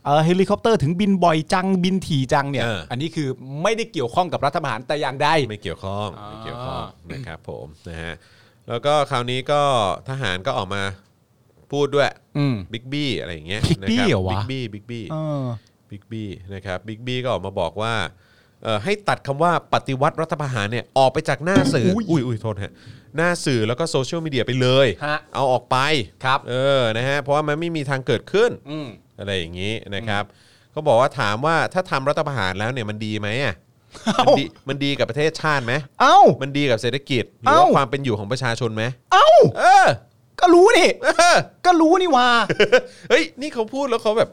S3: เอ่อเฮลิคอปเตอร์ถึงบินบ่อยจังบินถี่จังเนี่ย
S2: เอออั
S3: นนี้คือไม่ได้เกี่ยวข้องกับรัฐประหารแต่อย่างใด
S2: ไม่เกี่ยวข้องไม่เกี่ยวข้อง
S3: อ่าน
S2: นะครับผมนะฮะแล้วก็คราวนี้ก็ทหารก็ออกมาพูดด้วย
S3: อืม
S2: บิ๊กบี้อะไรอย่างเงี้ย
S3: Big B
S2: นะค
S3: เหรอวะ
S2: บิ๊กบี้บิ๊กบี้
S3: เออ
S2: บิ๊กบี้นะครับบิ๊กบี้ก็ออกมาบอกว่าเอ่อให้ตัดคำว่าปฏิวัติรัฐประหารเนี่ยออกไปจากหน้าสื่อ
S3: อุ๊ย
S2: อุ้ยอุ้ยโทษฮะหน้าสื่อแล้วก็โซเชียลมีเดียไปเลย
S3: ฮะ
S2: เอาออกไป
S3: ครับ
S2: เออนะฮะเพราะว่ามันไม่มีทางเกิดขึ้น
S3: อืม
S2: อะไรอย่างนี้นะครับเขาบอกว่าถามว่าถ้าทำรัฐประหารแล้วเนี่ยมันดีไหมอ่ะ มันดีมันดีกับประเทศชาติไหม
S3: เอ้า
S2: มันดีกับเศรษฐกิจหรือว่า
S3: เอ้า
S2: ความเป็นอยู่ของประชาชนไหม
S3: เอ้า
S2: เออ
S3: ก็รู้นี่
S2: เออ
S3: ก็รู้นี่ว่า
S2: เฮ้ยนี่เขาพูดแล้วเขาแบบ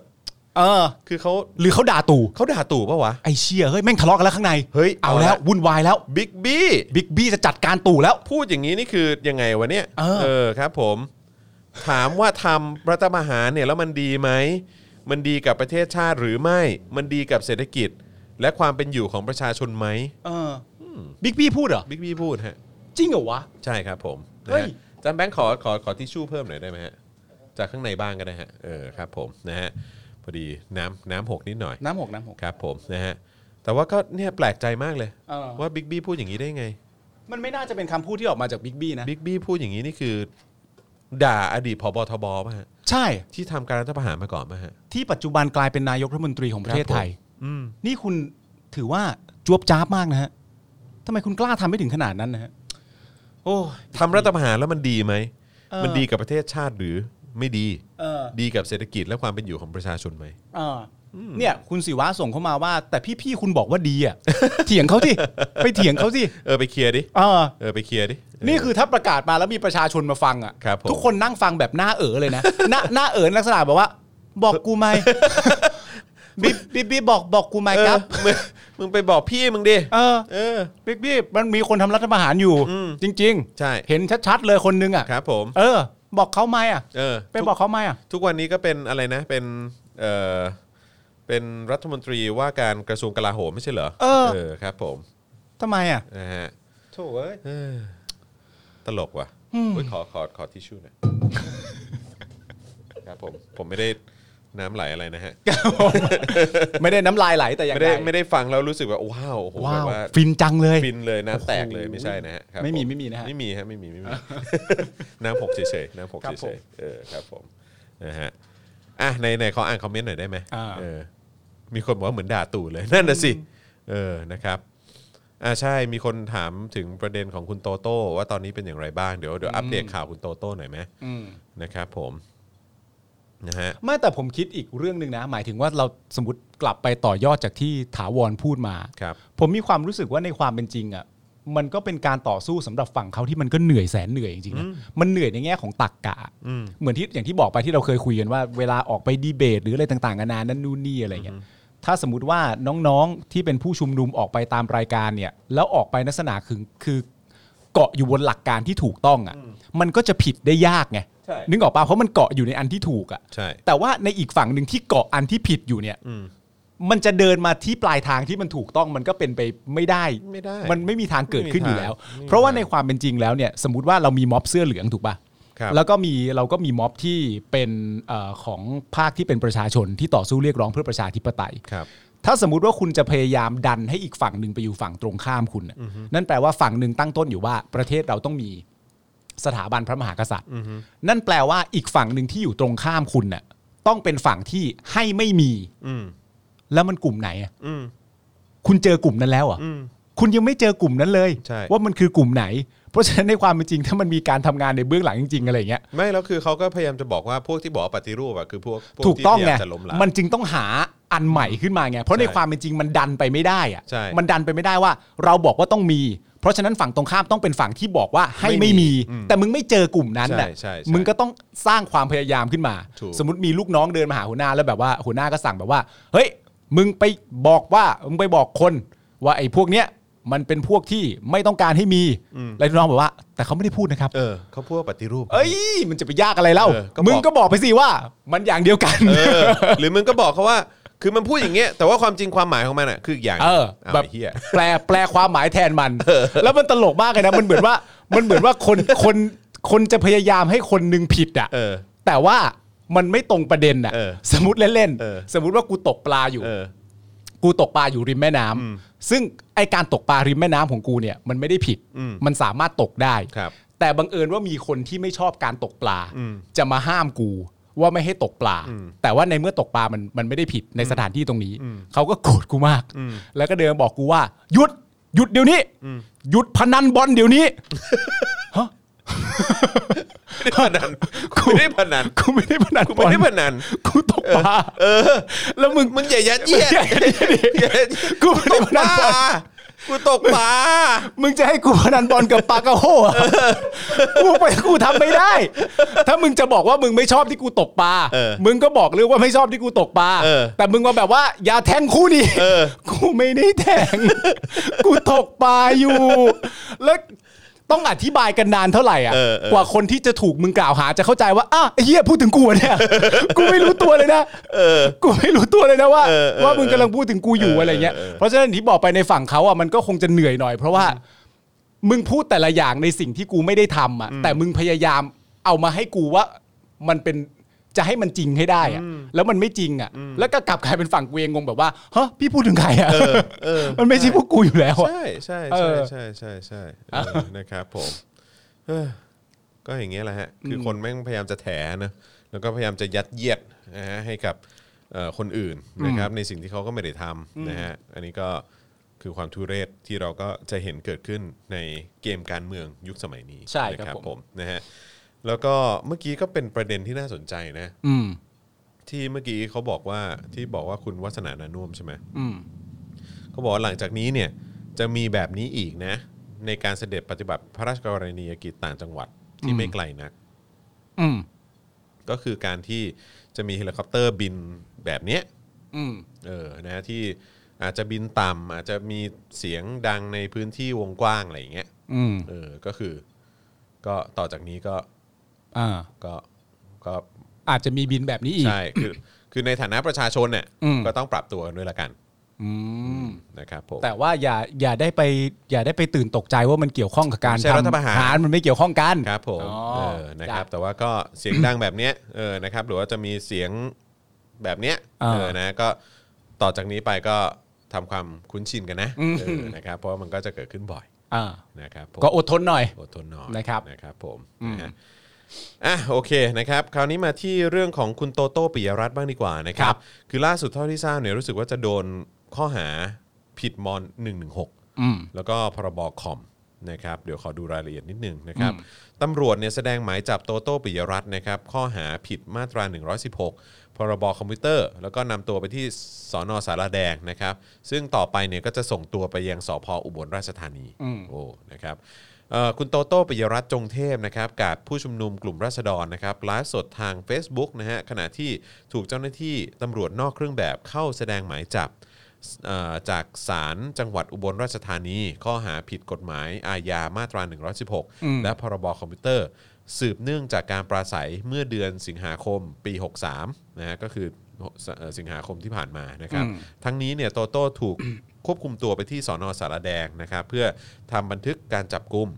S3: เออ
S2: คือเขา
S3: หรือเขาด่าตู่
S2: เขาด่าตู่ปะวะ
S3: ไอเชี่ยเฮ้ยแม่งทะเลาะกันแล้วข้างใน
S2: เฮ้ย
S3: เอา
S2: เอาละ
S3: แล้ววุ่นวายแล้ว
S2: บิ๊กบี้
S3: บิ๊กบี้จะจัดการตู่แล้ว
S2: พูดอย่างนี้นี่คือยังไงวะเนี่ย
S3: เออ
S2: ครับผม ถามว่าทำรัฐประหารเนี่ยแล้วมันดีไหม มันดีกับประเทศชาติหรือไม่ มันดีกับเศรษฐกิจ และความเป็นอยู่ของประชาชนไหม
S3: เออบิ๊กบี้พูดเหรอ
S2: บิ๊กบี้พูดฮะ
S3: จริงเหรอวะ
S2: ใช่ครับผมนะ
S3: เฮ้
S2: ฮะ
S3: ย
S2: อาจารย์แบงค์ขอขอขอทิชชู่เพิ่มหน่อยได้ไหมฮะ จากข้างในบ้างก็ได้ฮะ เออครับผมนะฮะ พอดีน้ำน้ำหกนิดหน่อย
S3: น้ำหกน้ำหก
S2: ครับผมนะฮะ แต่ว่าก็เนี่ยแปลกใจมากเลย
S3: เออ
S2: ว่าบิ๊กบี้พูดอย่างนี้ได้ไง
S3: มันไม่น่าจะเป็นคำพูดที่ออกมาจากบิ๊กบี้นะ
S2: บิ๊กบี้พูดอย่างนี้นี่คือ ด่าอดีตพบทบป่ะฮะ
S3: ใช่
S2: ที่ทำการรัฐประหารมาก่อนป่ะฮะ
S3: ที่ปัจจุบันกลายเป็นนายกรัฐมนตรีของประเท
S2: ค
S3: ศ
S2: รับผม
S3: ไทย
S2: อืม
S3: นี่คุณถือว่าจวบจ้าบมากนะฮะทำไมคุณกล้าทำไม่ถึงขนาดนั้นนะฮะ โอ้ย
S2: ทำรัฐประหารแล้วมันดีไหม
S3: เออ
S2: มันดีกับประเทศชาติหรือไม่ดี
S3: เออ
S2: ดีกับเศรษฐกิจและความเป็นอยู่ของประชาชนไหม
S3: เอออเนี่ย คุณศิวะส่งเข้ามาว่า แต่พี่ๆคุณบอกว่าดีอ่ะ เถียงเขาสิไปเถียงเขาสิ
S2: เออไปเคลียร์ดิ
S3: เออ
S2: เออไปเคลียร์ดิเ
S3: นี่คือถ้าประกาศมาแล้วมีประชาชนมาฟังอ่ะ
S2: ครับผม
S3: ทุกคนนั่งฟังแบบหน้าเอ๋อเลยนะ หน้าหน้าเอ๋อลักษณะแบบว่า บอกกู ไหม บิ๊บบิ๊บบิ๊บบอกบอกกูไหม
S2: เออ
S3: ครับ
S2: มึงมึงไปบอกพี่มึงดิ
S3: เออ
S2: เออ
S3: บิ๊บบิ๊บมันมีคนทำรัฐประหารอยู่ จริง
S2: ใช่
S3: ๆ เห็นชัดๆเลยคนนึงอ่ะ
S2: ครับผม
S3: เออ บอกเขาไหมอ่ะ
S2: เออ
S3: ไป
S2: ทุก
S3: บอกเขาไหมอ่ะ
S2: ทุกวันนี้ก็เป็นอะไรนะ เป็น เออเป็นรัฐมนตรีว่าการกระทรวงกลาโหมไม่ใช่เหรอ
S3: เออ
S2: เออครับผม
S3: ทำไมอ่ะ
S2: นะฮะ
S3: โถเอ้ย
S2: เออตลกว่ะอุ๊ยขอขอขอทิชชู่หน่อย ครับผม ผมไม่ได้น้ำไหลอะไรนะฮะ
S3: ไม่ได้น้ำลายไหลแต่อย่าง
S2: ไม่ได้
S3: ใด
S2: ไม่ได้ฟังแล้วรู้สึกว่าว้าวโอ้โห
S3: ว้า
S2: แบบ
S3: ว
S2: ว่า
S3: ฟินจังเลย
S2: ฟินเลยน้ำแตกเลยไม่ใช่นะฮะครับ
S3: ไม่มี
S2: ผ
S3: ไม่มีนะฮะ
S2: ไม่มีฮะไม่มีไม่มี น้ำหกเฉยๆน้ำหก
S3: ครับผ
S2: เฉ
S3: ม
S2: ยๆเออครับผมนะฮะอ่ะในในขออ่านคอมเมนต์หน่อยได้ไหม
S3: อ่า
S2: เออ มีคนบอกว่าเหมือนด่าตู่เลยนั่นน่ะสิเออนะครับอ่าใช่มีคนถามถึงประเด็นของคุณโตโต้ว่าตอนนี้เป็นอย่างไรบ้างเดี๋ยวเดี๋ยวอัปเดตข่าวคุณโตโต้หน่อยไหม
S3: อืม
S2: นะครับผมนะฮะ
S3: ไม่แต่ผมคิดอีกเรื่องหนึ่งนะ หมายถึงว่าเราสมมติกลับไปต่อยอดจากที่ถาวรพูดมา
S2: ครับ
S3: ผมมีความรู้สึกว่าในความเป็นจริงอะ่ะมันก็เป็นการต่อสู้สำหรับฝั่งเขาที่มันก็เหนื่อยแสนเหนื่อยจริงๆนะมันเหนื่อยในแง่ของตักกะ
S2: อืม
S3: เหมือนที่อย่างที่บอกไปที่เราเคยคุยกันว่าเวลาออกไปดีเบต หรืออะไรต่างๆนานานั่นนู่นนี่อะไรเงี้ยถ้าสมมติว่าน้องๆที่เป็นผู้ชุมนุมออกไปตามรายการเนี่ย แล้วออกไปลักษณะคือคือเกาะอยู่บนหลักการที่ถูกต้องอะ่ะมันก็จะผิดได้ยากไง
S2: ใช่
S3: นึกออกปะเพราะมันเกาะอยู่ในอันที่ถูกอ่ะ
S2: ใช่
S3: แต่ว่าในอีกฝั่งหนึ่งที่เกาะอันที่ผิดอยู่เนี่ย
S2: อืม
S3: มันจะเดินมาที่ปลายทางที่มันถูกต้องมันก็เป็นไปไม่ได้
S2: ไม่ได้
S3: มันไม่มีทางเกิดขึ้นอยู่แล้ว
S2: ไม่มีทาง
S3: เพราะว่าในความเป็นจริงแล้วเนี่ยสมมติว่าเรามีม็อบเสื้อเหลืองถูกปะ
S2: ครับ
S3: แล้วก็มีเราก็มีม็อบที่เป็นเออของภาคที่เป็นประชาชนที่ต่อสู้เรียกร้องเพื่อประชาธิปไตย
S2: ครับ
S3: ถ้าสมมติว่าคุณจะพยายามดันให้อีกฝั่งหนึ่งไปอยู่ฝั่งตรงข้ามคุณน่ะนั่นแปลว่าฝั่งหนึ่งตั้งต้นอยู่ว่าประเทศเราต้องมีสถาบันพระมหากษัตริย์ นั่นแปลว่าอีกฝั่งหนึ่งที่อยู่ตรงข้ามคุณน่ะต้องเป็นฝั่งที่ให้ไม่มี
S2: อืม
S3: แล้วมันกลุ่มไหนอะ
S2: อืม
S3: คุณเจอกลุ่มนั้นแล้วเหรอ่ะ
S2: อืม
S3: คุณยังไม่เจอกลุ่มนั้นเลย
S2: ใช่
S3: ว่ามันคือกลุ่มไหน เพราะฉะนั้นในความเป็นจริง ถ้ามันมีการทำงานในเบื้องหลังจริงๆอะไรอย่างเงี้ย
S2: ไม่แล้วคือเขาก็พยายามจะบอกว่าพวกที่บอกว่าปฏิรูปอะคือพวกพว
S3: ถูกต้อง
S2: ที่พ
S3: ไง
S2: ยายามจะล้มล้าง
S3: มันจึงต้องหาอันใหม่ขึ้นมาไงเพราะ
S2: ใช่
S3: ในความเป็นจริงมันดันไปไม่ได้อะ
S2: ใช่
S3: มันดันไปไม่ได้ว่า เราบอกว่าต้องมี เพราะฉะนั้นฝั่งตรงข้ามต้องเป็นฝั่งที่บอกว่าให้ไม่มี แต่มึงไม่เจอกลุ่มนั้นน่ะ
S2: ใช่ใช่ใช่
S3: มึงก็ต้องสร้างความพยายามขึ้นมา
S2: ถูก
S3: สมมติมีลูกน้องเดินมาหาหัวหน้าแล้วแบบว่าหัวหน้าก็สั่งแบบว่า เฮ้ย มึงไปบอกว่ามึงไปบอกคน ว่าไอ้พวกเนี้ยมันเป็นพวกที่ไม่ต้องการให้มีแล้วลูกน้องบอกว่า แต่เขาไม่ได้พูดนะครับ
S2: เออเขาพูดว่าปฏิรูป
S3: เอ้ย มันจะไปยากอะไรเล่า
S2: เออก็บอก
S3: มึงก็บอกไปสิว่า มันอย่างเดียวกัน
S2: เออ หรือมึงก็บอกเขาว่า คือมันพูดอย่างเงี้ยแต่ว่าความจริงความหมายของมันอะคืออีกอย่าง
S3: เออ
S2: าว
S3: แบบ
S2: ไเฮีย
S3: แปลแปลความหมายแทนมัน แล้วมันตลกมากเลยนะ มันเหมือนว่ามันเหมือนว่าคนคนคนจะพยายามให้คนหนึงผิดอ่ะ
S2: เออ
S3: แต่ว่ามันไม่ตรงประเด็นอ่ะ
S2: เออ
S3: สมมติเล่น
S2: เออ
S3: สมมติว่ากูตกปลาอยู่
S2: เออ
S3: กูตกปลาอยู่ริมแม่น้ำซึ่งไอการตกปลาริมแม่น้ำของกูเนี่ยมันไม่ได้ผิด
S2: อืม
S3: มันสามารถตกได้
S2: ครับ
S3: แต่บังเอิญว่ามีคนที่ไม่ชอบการตกปลา
S2: อืม
S3: จะมาห้ามกูว่าไม่ให้ตกปลา
S2: อืม
S3: แต่ว่าในเมื่อตกปลามันมันไม่ได้ผิดในสถานที่ตรงนี้
S2: อืม
S3: เขาก็โกรธกูมาก
S2: อืม
S3: แล้วก็เดินมาบอกกูว่า หยุดหยุดเดี๋ยวนี้หยุดพนันบอลเดี๋ยวนี้ ฮะ
S2: ได้พนันกูไม่ได้พนัน
S3: กูไม่ได้พนัน
S2: กูไม่ได้
S3: บ
S2: พ
S3: อล
S2: นัน
S3: กูตกปลา
S2: เออ
S3: แล้วมึง
S2: มึงอย่ายัดเยียด
S3: อย่าอย่าอย่า
S2: อย่ายัดเยียด
S3: กูไม่
S2: ตกป
S3: ได้พนั
S2: ลาน
S3: บอล
S2: กูตกปลา
S3: มึงจะให้กูพนันบอลกับปากกระโห่เหรอกูไปกูทำไม่ได้ ถ้ามึงจะบอกว่ามึงไม่ชอบที่กูตกปลามึงก็บอกเลยว่าไม่ชอบที่กูตกปลาแต่มึงมาแบบว่าอย่าแทงคู่นี้
S2: เออ
S3: กูไม่ได้แทง กูตกปลาอยู่ แล้วต้องอธิบายกันนานเท่าไหร่อ่ะ
S2: เออเออ
S3: กว่าคนที่จะถูกมึงกล่าวหาจะเข้าใจว่าอ่ะไอ้เฮียพูดถึงกูเหรอเนี่ย กูไม่รู้ตัวเลยนะ
S2: เออ
S3: กูไม่รู้ตัวเลยนะว่า
S2: เออเออ
S3: ว่ามึงกำลังพูดถึงกูอยู่
S2: เอออ
S3: อะไรเงี้ย
S2: เออเออ
S3: เพราะฉะนั้นที่บอกไปในฝั่งเขาอ่ะมันก็คงจะเหนื่อยหน่อย เพราะว่ามึงพูดแต่ละอย่างในสิ่งที่กูไม่ได้ทำอ่ะ แต่มึงพยายามเอามาให้กูว่ามันเป็นจะให้มันจริงให้ได้อ่ะ แล้วมันไม่จริงอ่ะ แล้วก็กลับกลายเป็นฝั่งกูเองงงแบบว่าเฮ้พี่พูดถึงใครอ่ะ
S2: เออเออ
S3: มันไม่ใช่พวกกูอยู่แล้วอะ
S2: ใช่ใช่
S3: เอ
S2: ใช่
S3: อ
S2: ใช่ใช่ใช่เออนะครับผมเอ้อก็อย่างเงี้ยแหละฮะคือคนแม่งพยายามจะแถนะแล้วก็พยายามจะยัดเยียดนะฮะให้กับเอ่อคนอื่นนะครับในสิ่งที่เขาก็ไม่ได้ทำนะฮะอันนี้ก็คือความทุเรศที่เราก็จะเห็นเกิดขึ้นในเกมการเมืองยุคสมัยนี้
S3: ใช่
S2: นะครับ
S3: ผม
S2: ผมนะฮะแล้วก็เมื่อกี้ก็เป็นประเด็นที่น่าสนใจนะ
S3: อืม
S2: ที่เมื่อกี้เขาบอกว่าที่บอกว่าคุณวัฒนานานุ่วมใช่ไหม
S3: อืม
S2: เขาบอกว่าหลังจากนี้เนี่ยจะมีแบบนี้อีกนะ ในการเสด็จปฏิบัติพระราชกรณียกิจต่างจังหวัดที่ไม่ไกลนัก
S3: อืม
S2: ก็คือการที่จะมีเฮลิคอปเตอร์บินแบบเนี้ย
S3: อืม
S2: เออนะฮะที่อาจจะบินต่ำอาจจะมีเสียงดังในพื้นที่วงกว้างอะไรอย่างเงี้ย
S3: อืม
S2: เออก็คือก็ต่อจากนี้ก็
S3: อ่า
S2: ก็ก็
S3: อาจจะมีบินแบบนี้อีก
S2: ใช่คือคือในฐานะประชาชนเนี่ย
S3: อืม
S2: ก็ต้องปรับตัวกันด้วยละกัน
S3: อืม
S2: นะครับผม
S3: แต่ว่าอย่าอย่าได้ไปอย่าได้ไปตื่นตกใจว่ามันเกี่ยวข้องกับการ
S2: ไม่ใช่รัฐประหาร
S3: ทำมันไม่เกี่ยวข้องกัน
S2: ครับผม
S3: อ๋อ
S2: เออนะครับ
S3: จ้ะ
S2: แต่ว่าก็เสียงดังแบบเนี้ยเออนะครับ หรือว่าจะมีเสียงแบบเนี้ย
S3: อ่า
S2: เออนะก็ต่อจากนี้ไปก็ทำความคุ้นชินกันนะ
S3: อืม
S2: เออนะครับ เพราะว่ามันก็จะเกิดขึ้นบ่อย
S3: อ่า
S2: นะครับผม
S3: ก็อดทนหน่อย
S2: อดทนหน่อย
S3: นะครับ
S2: นะครับผมนะฮะอ่ะโอเคนะครับ คราวนี้มาที่เรื่องของคุณโตโต้ปิยรัตน์บ้างดีกว่านะครั
S3: ครับ บ
S2: คือล่าสุดเท่าที่ทราบเนี่ยรู้สึกว่าจะโดนข้อหาผิดมอน
S3: อืม
S2: 116 แล้วก็พรบคอมนะครับ เดี๋ยวขอดูรายละเอียดนิดนึงนะครับตำรวจเนี่ยแสดงหมายจับโตโต้ปิยรัตน์นะครับ ข้อหาผิดมาตรา 116 พรบคอมพิวเตอร์ แล้วก็นำตัวไปที่สอนอสารแดงนะครับ ซึ่งต่อไปเนี่ยก็จะส่งตัวไปยังสพอุบลราชธานี
S3: อืม
S2: โอ้ นะครับเอ่อคุณโตโต้ปิยรัตน์จงเทพนะครับกับผู้ชุมนุมกลุ่มราษฎรนะครับไลฟ์สดทาง Facebook นะฮะขณะที่ถูกเจ้าหน้าที่ตำรวจนอกเครื่องแบบเข้าแสดงหมายจับเอ่อจากศาลจังหวัดอุบลราชธานี ข้อหาผิดกฎหมายอาญามาตรา 116 และพรบคอมพิวเตอร์ สืบเนื่องจากการปราศัยเมื่อเดือนสิงหาคมปี 63นะฮะก็คือเอ่อสิงหาคมที่ผ่านมานะครับ ทั้งนี้เนี่ยโตโต้ถูก ควบคุมตัวไปที่สอนอสารแดงนะครับ เพื่อทำบันทึกการจับกลุ่ม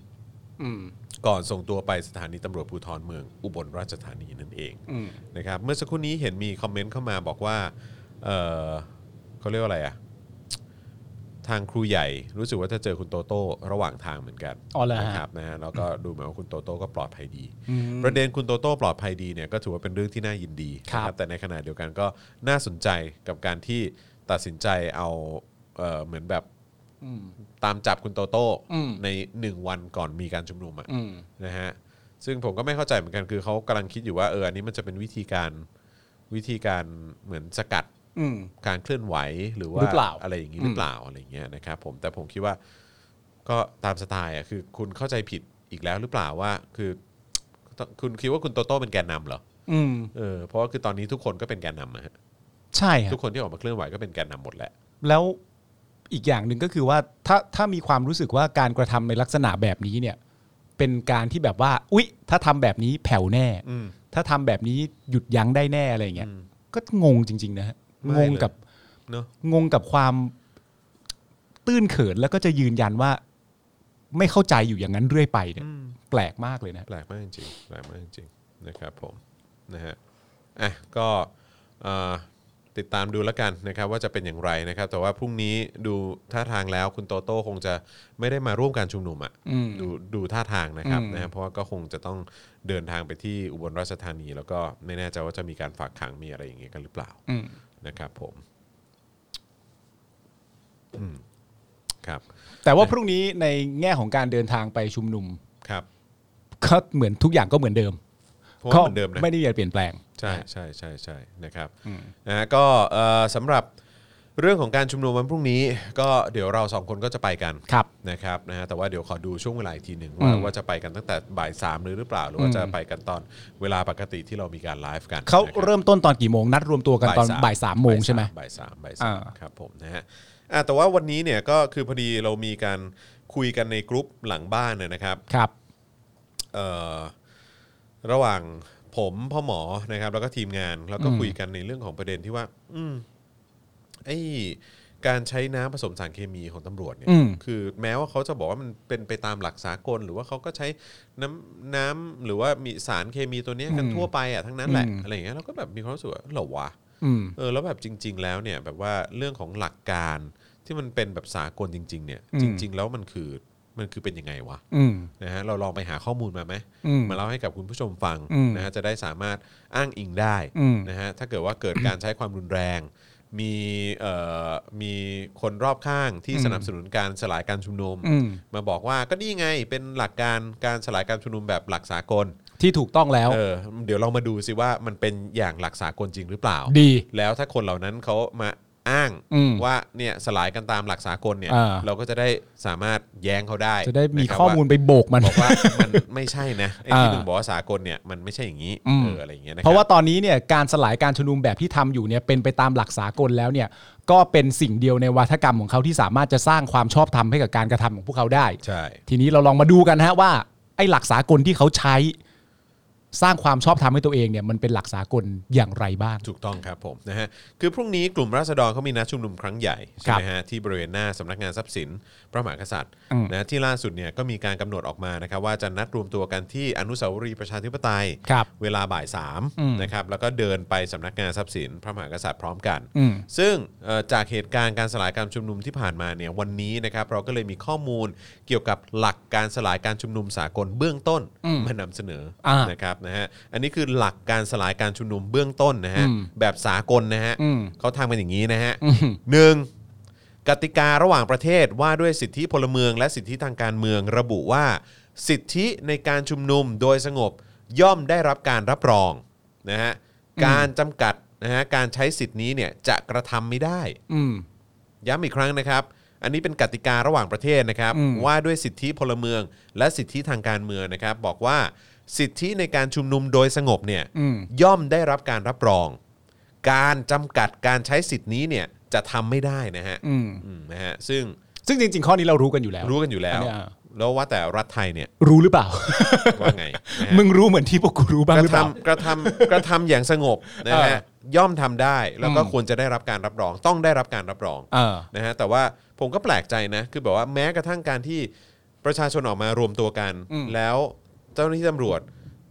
S3: อืม
S2: ก่อนส่งตัวไปสถานีตำรวจภูธรเมืองอุบลราชธานีนั่นเอง
S3: อืม
S2: นะครับเมื่อสักครู่นี้เห็นมีคอมเมนต์เข้ามาบอกว่าเอ่อเขาเรียกว่าอะไรอะทางครูใหญ่รู้สึกว่าจะเจอคุณโตโต้ระหว่างทางเหมือนกัน
S3: อ๋อเหรอฮะ
S2: นะครับนะฮะแล้วก็ดูเหมือนว่าคุณโตโต้ก็ปลอดภัยดี ประเด็นคุณโตโต้ปลอดภัยดีเนี่ยก็ถือว่าเป็นเรื่องที่น่ายินดีนะครับ แต่ในขณะเดียวกันก็น่าสนใจกับการที่ตัดสินใจเอาเอ่อเหมือนแบบ
S3: อืม
S2: ตามจับคุณโตโต้
S3: อืม
S2: ในหนึ่งวันก่อนมีการชุมนุมอะ
S3: อืม
S2: นะฮะซึ่งผมก็ไม่เข้าใจเหมือนกันคือเขากำลังคิดอยู่ว่าเอออันนี้มันจะเป็นวิธีการวิธีการเหมือนสกัด
S3: อืม
S2: การเคลื่อนไหวหรือว่า
S3: หรือเปล่า
S2: อะไรอย่างนี้
S3: อื
S2: ห
S3: ม
S2: รือเปล่าอะไรอย่างเงี้ยนะครับผมแต่ผมคิดว่าก็ตามสไตล์อะคือคุณเข้าใจผิดอีกแล้วหรือเปล่าว่าคือคุณคิดว่าคุณโตโต้เป็นแกนนำเหรอ
S3: อืม
S2: เออเพราะว่าคือตอนนี้ทุกคนก็เป็นแกนนำอะฮะ
S3: ใช่ครับ
S2: ทุกคนที่ออกมาเคลื่อนไหวก็เป็นแกนนำหมดแหละ
S3: แล้วอีกอย่างหนึ่งก็คือว่าถ้าถ้ามีความรู้สึกว่าการกระทำในลักษณะแบบนี้เนี่ย เป็นการที่แบบว่า อุ๊ย ถ้าทำแบบนี้แผ่วแน่
S2: อืม
S3: ถ้าทำแบบนี้หยุดยั้งได้แน่อะไรอย่างเงี้ย
S2: อืม
S3: ก็งงจริง ๆ นะฮะ
S2: ไม่
S3: งง
S2: เลย
S3: กับ
S2: เนาะ
S3: งงกับความตื้นเขินแล้วก็จะยืนยันว่า ไม่เข้าใจอยู่อย่างนั้นเรื่อยไปเนี่ย แปลกมากเลยนะ
S2: แปลกมากจริงๆแปลกมากจริงๆนะครับผมนะฮะอ่ะก็เอ่อติดตามดูแล้วกันนะครับว่าจะเป็นอย่างไรนะครับ แต่ว่าพรุ่งนี้ดูท่าทางแล้วคุณโตโต้คงจะไม่ได้มาร่วมการชุมนุมอะ
S3: อืม
S2: ดูดูท่าทางนะครับนะฮะเพราะว่าก็คงจะต้องเดินทางไปที่อุบลราชธานี แล้วก็ไม่แน่ใจว่าจะมีการฝากขังมีอะไรอย่างเงี้ยกันหรือเปล่า
S3: อืม
S2: นะครับผมอืมครับ
S3: แต่ว่าพรุ่งนี้ในแง่ของการเดินทางไปชุมนุม
S2: ครับ
S3: ก็เหมือนทุกอย่างก็เหมือนเดิม
S2: เพราะว่าเหมือนเดิมนะ
S3: ไม่ได้มีอะไรเปลี่ยนแปลง
S2: ใช่ใช่ใช่ใช่นะครับนะฮะก็เอ่อสำหรับเรื่องของการชุมนุมวันพรุ่งนี้ ก็เดี๋ยวเราสองคนก็จะไปกัน
S3: ครับ
S2: นะครับนะฮะแต่ว่าเดี๋ยวขอดูช่วงเวลาอีกทีหนึ่งว่า
S3: อืม
S2: ว่าจะไปกันตั้งแต่บ่ายสามเลยหรือเปล่า หรือว่าจะไปกันตอนเวลาปกติที่เรามีการไลฟ์กัน
S3: เขา
S2: นะครับ
S3: เริ่มต้นตอนกี่โมงนัดรวมตัวกันตอนบ่ายสามโมงใช่ไหม
S2: บ่ายสามบ่ายสาม
S3: อ่า
S2: ครับผมนะฮะอ่ะแต่ว่าวันนี้เนี่ยก็คือพอดีเรามีการคุยกันในกรุ๊ปหลังบ้านเนี่ยนะครับ
S3: ครับ
S2: เอ่อระหว่างผมพ่อหมอนะครับ แล้วก็ทีมงานแล้วก็คุยกันในเรื่องของประเด็นที่ว่า อืมไอการใช้น้ำผสมสารเคมีของตำรวจเนี่ย
S3: อืม
S2: คือแม้ว่าเขาจะบอกว่ามันเป็นไปตามหลักสากล หรือว่าเขาก็ใช้น้ำน้ำหรือว่ามีสารเคมีตัวเนี้ยกันทั่วไปอ่ะทั้งนั้นแหละอะไรอย่างเงี้ยเราก็แบบมีความรู้สึกว่าเหรอวะ
S3: อืม
S2: เออแล้วแบบจริง ๆ แล้วเนี่ยแบบว่าเรื่องของหลักการที่มันเป็นแบบสากลจริง ๆ เนี่ย
S3: อืม
S2: จริง ๆ แล้วมันคือมันคือเป็นยังไงวะ
S3: อืม
S2: นะฮะเราลองไปหาข้อมูลมาไหม
S3: อืม
S2: มาเล่าให้กับคุณผู้ชมฟัง
S3: อืม
S2: นะฮะจะได้สามารถอ้างอิงได้
S3: อืม
S2: นะฮะถ้าเกิดว่าเกิดการใช้ความรุนแรง มีเอ่อมีคนรอบข้างที่
S3: อืม
S2: สนับสนุนการสลายการชุมนุม
S3: อืม
S2: มาบอกว่าก็นี่ไงเป็นหลักการการสลายการชุมนุมแบบหลักสากล
S3: ที่ถูกต้องแล้ว
S2: เออเดี๋ยวเรามาดูสิว่ามันเป็นอย่างหลักสากลจริงหรือเปล่า
S3: ดี
S2: แล้วถ้าคนเหล่านั้นเขามาอ้าง
S3: อืม
S2: ว่าเนี่ยสลายกันตามหลักสากลเนี่ย
S3: อ่า
S2: เราก็จะได้สามารถแย้งเขาได้
S3: จะได้มี
S2: นะครับ
S3: ข้อมูลไปโบกมัน
S2: ว่าบอกว่ามันไม่ใช่นะไอ้ที่
S3: อ่า
S2: มึงบอกว่าสากลเนี่ยมันไม่ใช่อย่างนี้
S3: อืม
S2: เอออะไรอย่างเงี้ยนะคบ
S3: เพราะว่าตอนนี้เนี่ยการสลายการชุมนุมแบบที่ทำอยู่เนี่ยเป็นไปตามหลักสากลแล้วเนี่ย ก็เป็นสิ่งเดียวในวัฒกรรมของเขาที่สามารถจะสร้างความชอบธรรมให้กับการกระทำของพวกเขาได้
S2: ใช่
S3: ทีนี้เราลองมาดูกันฮะว่าไอ้หลักสากลที่เขาใช้ สร้างความชอบธรรมให้ตัวเองเนี่ยมันเป็นหลักสากลอย่างไรบ้าง
S2: ถูกต้องครับผมนะฮะคือพรุ่งนี้กลุ่มราษฎรเขามีนัดชุมนุมครั้งใหญ่ใช่ไหมฮะที่บริเวณหน้าสำนักงานทรัพย์สินพระมหากษัตริย์
S3: อืม
S2: นะที่ล่าสุดเนี่ยก็มีการกำหนดออกมานะครับว่าจะนัดรวมตัวกันที่อนุสาวรีย์ประชาธิปไตย
S3: ครับ
S2: เวลาบ่ายสาม
S3: อืม
S2: นะครับแล้วก็เดินไปสำนักงานทรัพย์สิน พระมหากษัตริย์พร้อมกัน
S3: อืม
S2: ซึ่งเอ่อจากเหตุการณ์การสลายการชุมนุมที่ผ่านมาเนี่ยวันนี้นะครับเราก็เลยมีข้อมูลเกี่ยวกับหลักการสลายการชุมนุมสากลเบื้องต้น
S3: อืม
S2: มานำเสนอ
S3: อ่า
S2: นะครับนะฮะอันนี้คือหลักการสลายการชุมนุมเบื้องต้นนะฮะ
S3: อืม
S2: แบบสากลนะฮะ
S3: อืม
S2: เขาทำกันอย่างนี้นะฮะ
S3: อืม
S2: หนึ่งกติการะหว่างประเทศว่าด้วยสิทธิพลเมือง และสิทธิทางการเมืองระบุว่า สิทธิในการชุมนุมโดยสงบย่อมได้รับการรับรองนะฮะการจำกัดนะฮะการใช้สิทธินี้เนี่ยจะกระทำไม่ได้
S3: อืม
S2: ย้ำอีกครั้งนะครับ อันนี้เป็นกติการะหว่างประเทศนะครับ
S3: อืม
S2: ว่าด้วยสิทธิพลเมือง และสิทธิทางการเมืองนะครับ บอกว่าสิทธิในการชุมนุมโดยสงบเนี่ย
S3: อืม
S2: ย่อมได้รับการรับรอง การจำกัดการใช้สิทธินี้เนี่ยจะทำไม่ได้นะฮะ
S3: อืม
S2: อืมนะฮะซึ่ง
S3: ซึ่งจริง ๆ ข้อนี้เรารู้กันอยู่แล้ว
S2: รู้กันอยู่แล้
S3: อั
S2: ว
S3: นเนี้ยอ่ะ
S2: แล้วว่าแต่รัฐไทย เนี่ย
S3: รู้หรือ เปล่า
S2: ว่าไงนะฮะ
S3: มึงรู้เหมือนที่พวกกูรู้บ้าง
S2: ก
S3: หรือ
S2: ระ
S3: เปล่า
S2: ทำกระทำ กระทำอย่างสงบนะฮะย่อมทำได้แล้วก็
S3: อืม
S2: ควรจะได้รับการรับรอง ต้องได้รับการรับรอง
S3: เออ
S2: นะฮะแต่ว่าผมก็แปลกใจนะคือแบบว่าแม้กระทั่งการที่ประชาชนออกมารวมตัวกัน
S3: อืม
S2: แล้วเจ้าหน้าที่ตำรวจ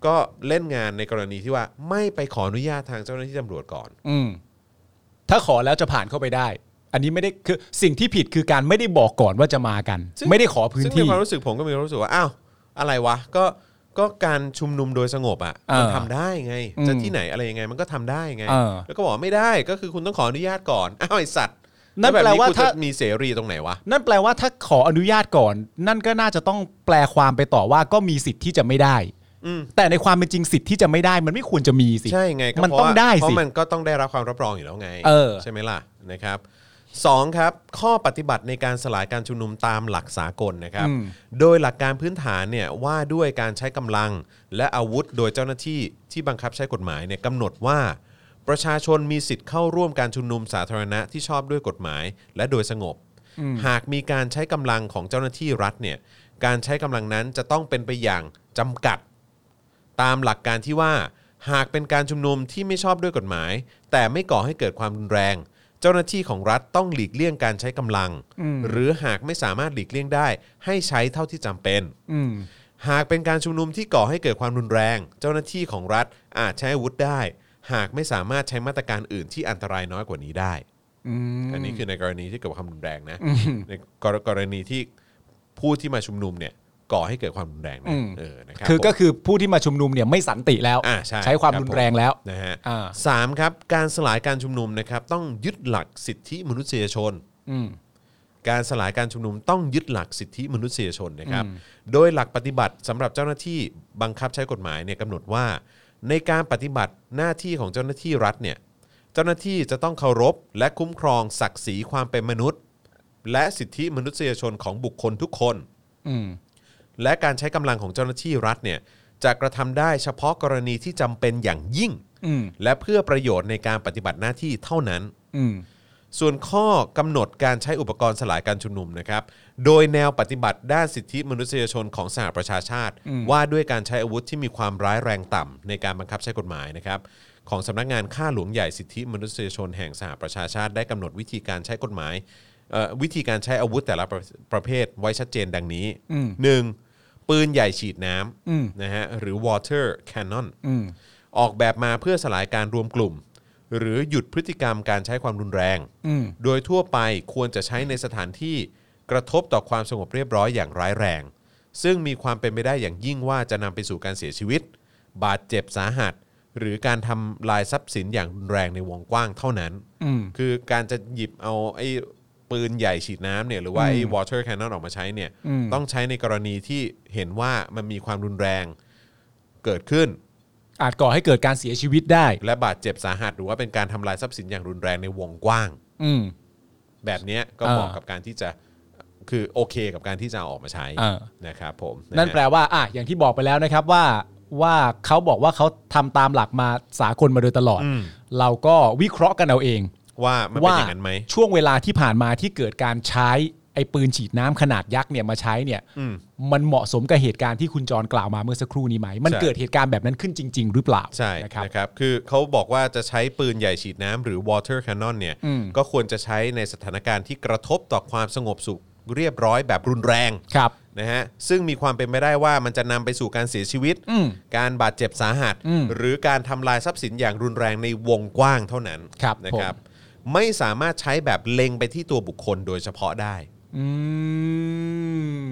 S2: ก็เล่นงานในกรณีที่ว่าไม่ไปขออนุญาตทางเจ้าหน้าที่ตำรวจก่อน
S3: อืมถ้าขอแล้วจะผ่านเข้าไปได้ อันนี้ไม่ได้คือสิ่งที่ผิดคือการไม่ได้บอกก่อนว่าจะมากัน
S2: ซึ่ง
S3: ไม่ได้ขอพื้น
S2: ซึ่งใน
S3: ที่
S2: ความรู้สึกผมก็มีความรู้สึกว่าอ้าวอะไรวะก็ก็การชุมนุมโดยสงบอ่ะ
S3: เออ
S2: มันทำได้ไง
S3: อืม
S2: จะที่ไหนอะไรยังไงมันก็ทำได้ไง
S3: เออ
S2: แล้วก็บอกว่าไม่ได้ก็คือคุณต้องขออนุญาตก่อนอ้าวไอสัตว์
S3: นั่นแปลว่า
S2: บบกูจะ
S3: ถ้า
S2: มีเสรีตรงไหนวะ
S3: นั่นแปลว่าถ้าขออนุญาตก่อน นั่นก็น่าจะต้องแปลความไปต่อว่าก็มีสิทธิ์ที่จะไม่ได้
S2: อืม
S3: แต่ในความเป็นจริงสิทธิ์ที่จะไม่ได้ มันไม่ควรจะมีสิ
S2: ใช่ไงก็
S3: มัน
S2: เพราะ
S3: ต้องได้สิ
S2: เพราะมันก็ต้องได้รับความรับรองอยู่แล้วไง
S3: เออ
S2: ใช่ไหมล่ะนะครับสองครับ ข้อปฏิบัติในการสลายการชุมนุมตามหลักสากลนะครับ โดยหลักการพื้นฐานเนี่ยว่าด้วยการใช้กำลังและอาวุธโดยเจ้าหน้าที่ที่บังคับใช้กฎหมายเนี่ยกำหนดว่า ประชาชนมีสิทธิ์เข้าร่วมการชุมนุมสาธารณะที่ชอบด้วยกฎหมาย และโดยสงบ หากมีการใช้กำลังของเจ้าหน้าที่รัฐเนี่ยการใช้กำลังนั้นจะต้องเป็นไปอย่างจำกัด ตามหลักการที่ว่า หากเป็นการชุมนุมที่ไม่ชอบด้วยกฎหมาย แต่ไม่ก่อให้เกิดความรุนแรง เจ้าหน้าที่ของรัฐต้องหลีกเลี่ยงการใช้กำลัง หรือหากไม่สามารถหลีกเลี่ยงได้ ให้ใช้เท่าที่จำเป็น
S3: อืม
S2: หากเป็นการชุมนุมที่ก่อให้เกิดความรุนแรง เจ้าหน้าที่ของรัฐอาจใช้อาวุธได้ หากไม่สามารถใช้มาตรการอื่นที่อันตรายน้อยกว่านี้ได้ อันนี้คือในกรณีที่เกิดความรุนแรงนะในกรกรณีที่ผู้ที่มาชุมนุมเนี่ยก่อให้เกิดความรุนแรง
S3: อื
S2: นะ
S3: ม
S2: เออนะครับ
S3: คือ
S2: ผม
S3: ก็คือผู้ที่มาชุมนุมเนี่ยไม่สันติแล้ว
S2: อ่าใช่
S3: ใช้ความ
S2: ครับ
S3: รุนแรง
S2: ผม
S3: แล้ว
S2: นะฮะ
S3: อ่า
S2: สามครับการสลายการชุมนุมนะครับต้องยึดหลักสิทธิมนุษยชน
S3: อืม
S2: การสลายการชุมนุมต้องยึดหลักสิทธิมนุษยชนนะครับ โดยหลักปฏิบัติสำหรับเจ้าหน้าที่บังคับใช้กฎหมายเนี่ยกำหนดว่า ในการปฏิบัติหน้าที่ของเจ้าหน้าที่รัฐเนี่ยเจ้าหน้าที่จะต้องเคารพ และคุ้มครองศักดิ์ศรีความเป็นมนุษย์ และสิทธิมนุษยชนของบุคคลทุกคน
S3: อืม
S2: และการใช้กำลังของเจ้าหน้าที่รัฐเนี่ยจะกระทำได้เฉพาะกรณีที่จำเป็นอย่างยิ่ง
S3: อืม
S2: และเพื่อประโยชน์ในการปฏิบัติหน้าที่เท่านั้น
S3: อืม
S2: ส่วนข้อกำหนดการใช้อุปกรณ์สลายการชุมนุมนะครับ โดยแนวปฏิบัติด้านสิทธิมนุษยชนของสหประชาชาติ ว่าด้วยการใช้อาวุธที่มีความร้ายแรงต่ำในการบังคับใช้กฎหมายนะครับของสำนักงานข้าหลวงใหญ่สิทธิมนุษยชนแห่งสหประชาชาติได้กำหนดวิธีการใช้กฎหมายเอ่อวิธีการใช้อาวุธแต่ละประประเภทไว้ชัดเจนดังนี้
S3: อืม
S2: หนึ่งปืนใหญ่ฉีดน้
S3: อืม
S2: ำนะฮะหรือ water cannon
S3: อืม
S2: ออกแบบมาเพื่อสลายการรวมกลุ่ม หรือหยุดพฤติกรรมการใช้ความรุนแรง
S3: อืม
S2: โดยทั่วไปควรจะใช้ในสถานที่กระทบต่อความสงบเรียบร้อยอย่างร้ายแรง ซึ่งมีความเป็นไปได้อย่างยิ่งว่าจะนำไปสู่การเสียชีวิต บาดเจ็บสาหัส หรือการทำลายทรัพย์สินอย่างรุนแรงในวงกว้างเท่านั้น
S3: อืม
S2: คือการจะหยิบเอาไอ้ปืนใหญ่ฉีดน้ำเนี่ยหรือว่าไอ้
S3: อืม
S2: water cannon ออกมาใช้เนี่ย
S3: อืม
S2: ต้องใช้ในกรณีที่เห็นว่ามันมีความรุนแรงเกิดขึ้น
S3: อาจก่อให้เกิดการเสียชีวิตได้
S2: และบาดเจ็บสาหัส หรือว่าเป็นการทำลายทรัพย์สินอย่างรุนแรงในวงกว้าง
S3: อืม
S2: แบบเนี้ยก็
S3: อ่า
S2: เหมาะกับการที่จะคือโอเคกับการที่จะเอาออกมาใช้
S3: อ่า
S2: นะครับผม
S3: นั่นแปล
S2: ะฮะ
S3: ว่าอ่ะอย่างที่บอกไปแล้วนะครับว่าว่าเขาบอกว่าเขาทำตามหลักมาสากลมาโดยตลอด
S2: อืม
S3: เราก็วิเคราะห์กันเอาเอง
S2: ว่ามันเป็นอย่างนั้นไหม
S3: ช่วงเวลาที่ผ่านมาที่เกิดการใช้ไอ้ปืนฉีดน้ำขนาดยักษ์เนี่ยมาใช้เนี่ย
S2: อืม
S3: มันเหมาะสมกับเหตุการณ์ที่คุณจรกล่าวมาเมื่อสักครู่นี้ไหม มัน
S2: ใช่
S3: เกิดเหตุการณ์แบบนั้นขึ้นจริง ๆ หรือเปล่า
S2: ใช่
S3: นะครับ
S2: นะครับคือเขาบอกว่าจะใช้ปืนใหญ่ฉีดน้ำหรือ water cannon เนี่ย
S3: อืม
S2: ก็ควรจะใช้ในสถานการณ์ที่กระทบต่อความสงบสุขเรียบร้อยแบบรุนแรง
S3: ครับ
S2: นะฮะซึ่งมีความเป็นไปได้ว่ามันจะนำไปสู่การเสียชีวิต
S3: อืม
S2: การบาดเจ็บสาหัส
S3: อืม
S2: หรือการทำลายทรัพย์สินอย่างรุนแรงในวงกว้างเท่านั้น
S3: ครับ
S2: นะ
S3: ผม
S2: ครับ ไม่สามารถใช้แบบเล็งไปที่ตัวบุคคลโดยเฉพาะได้
S3: อื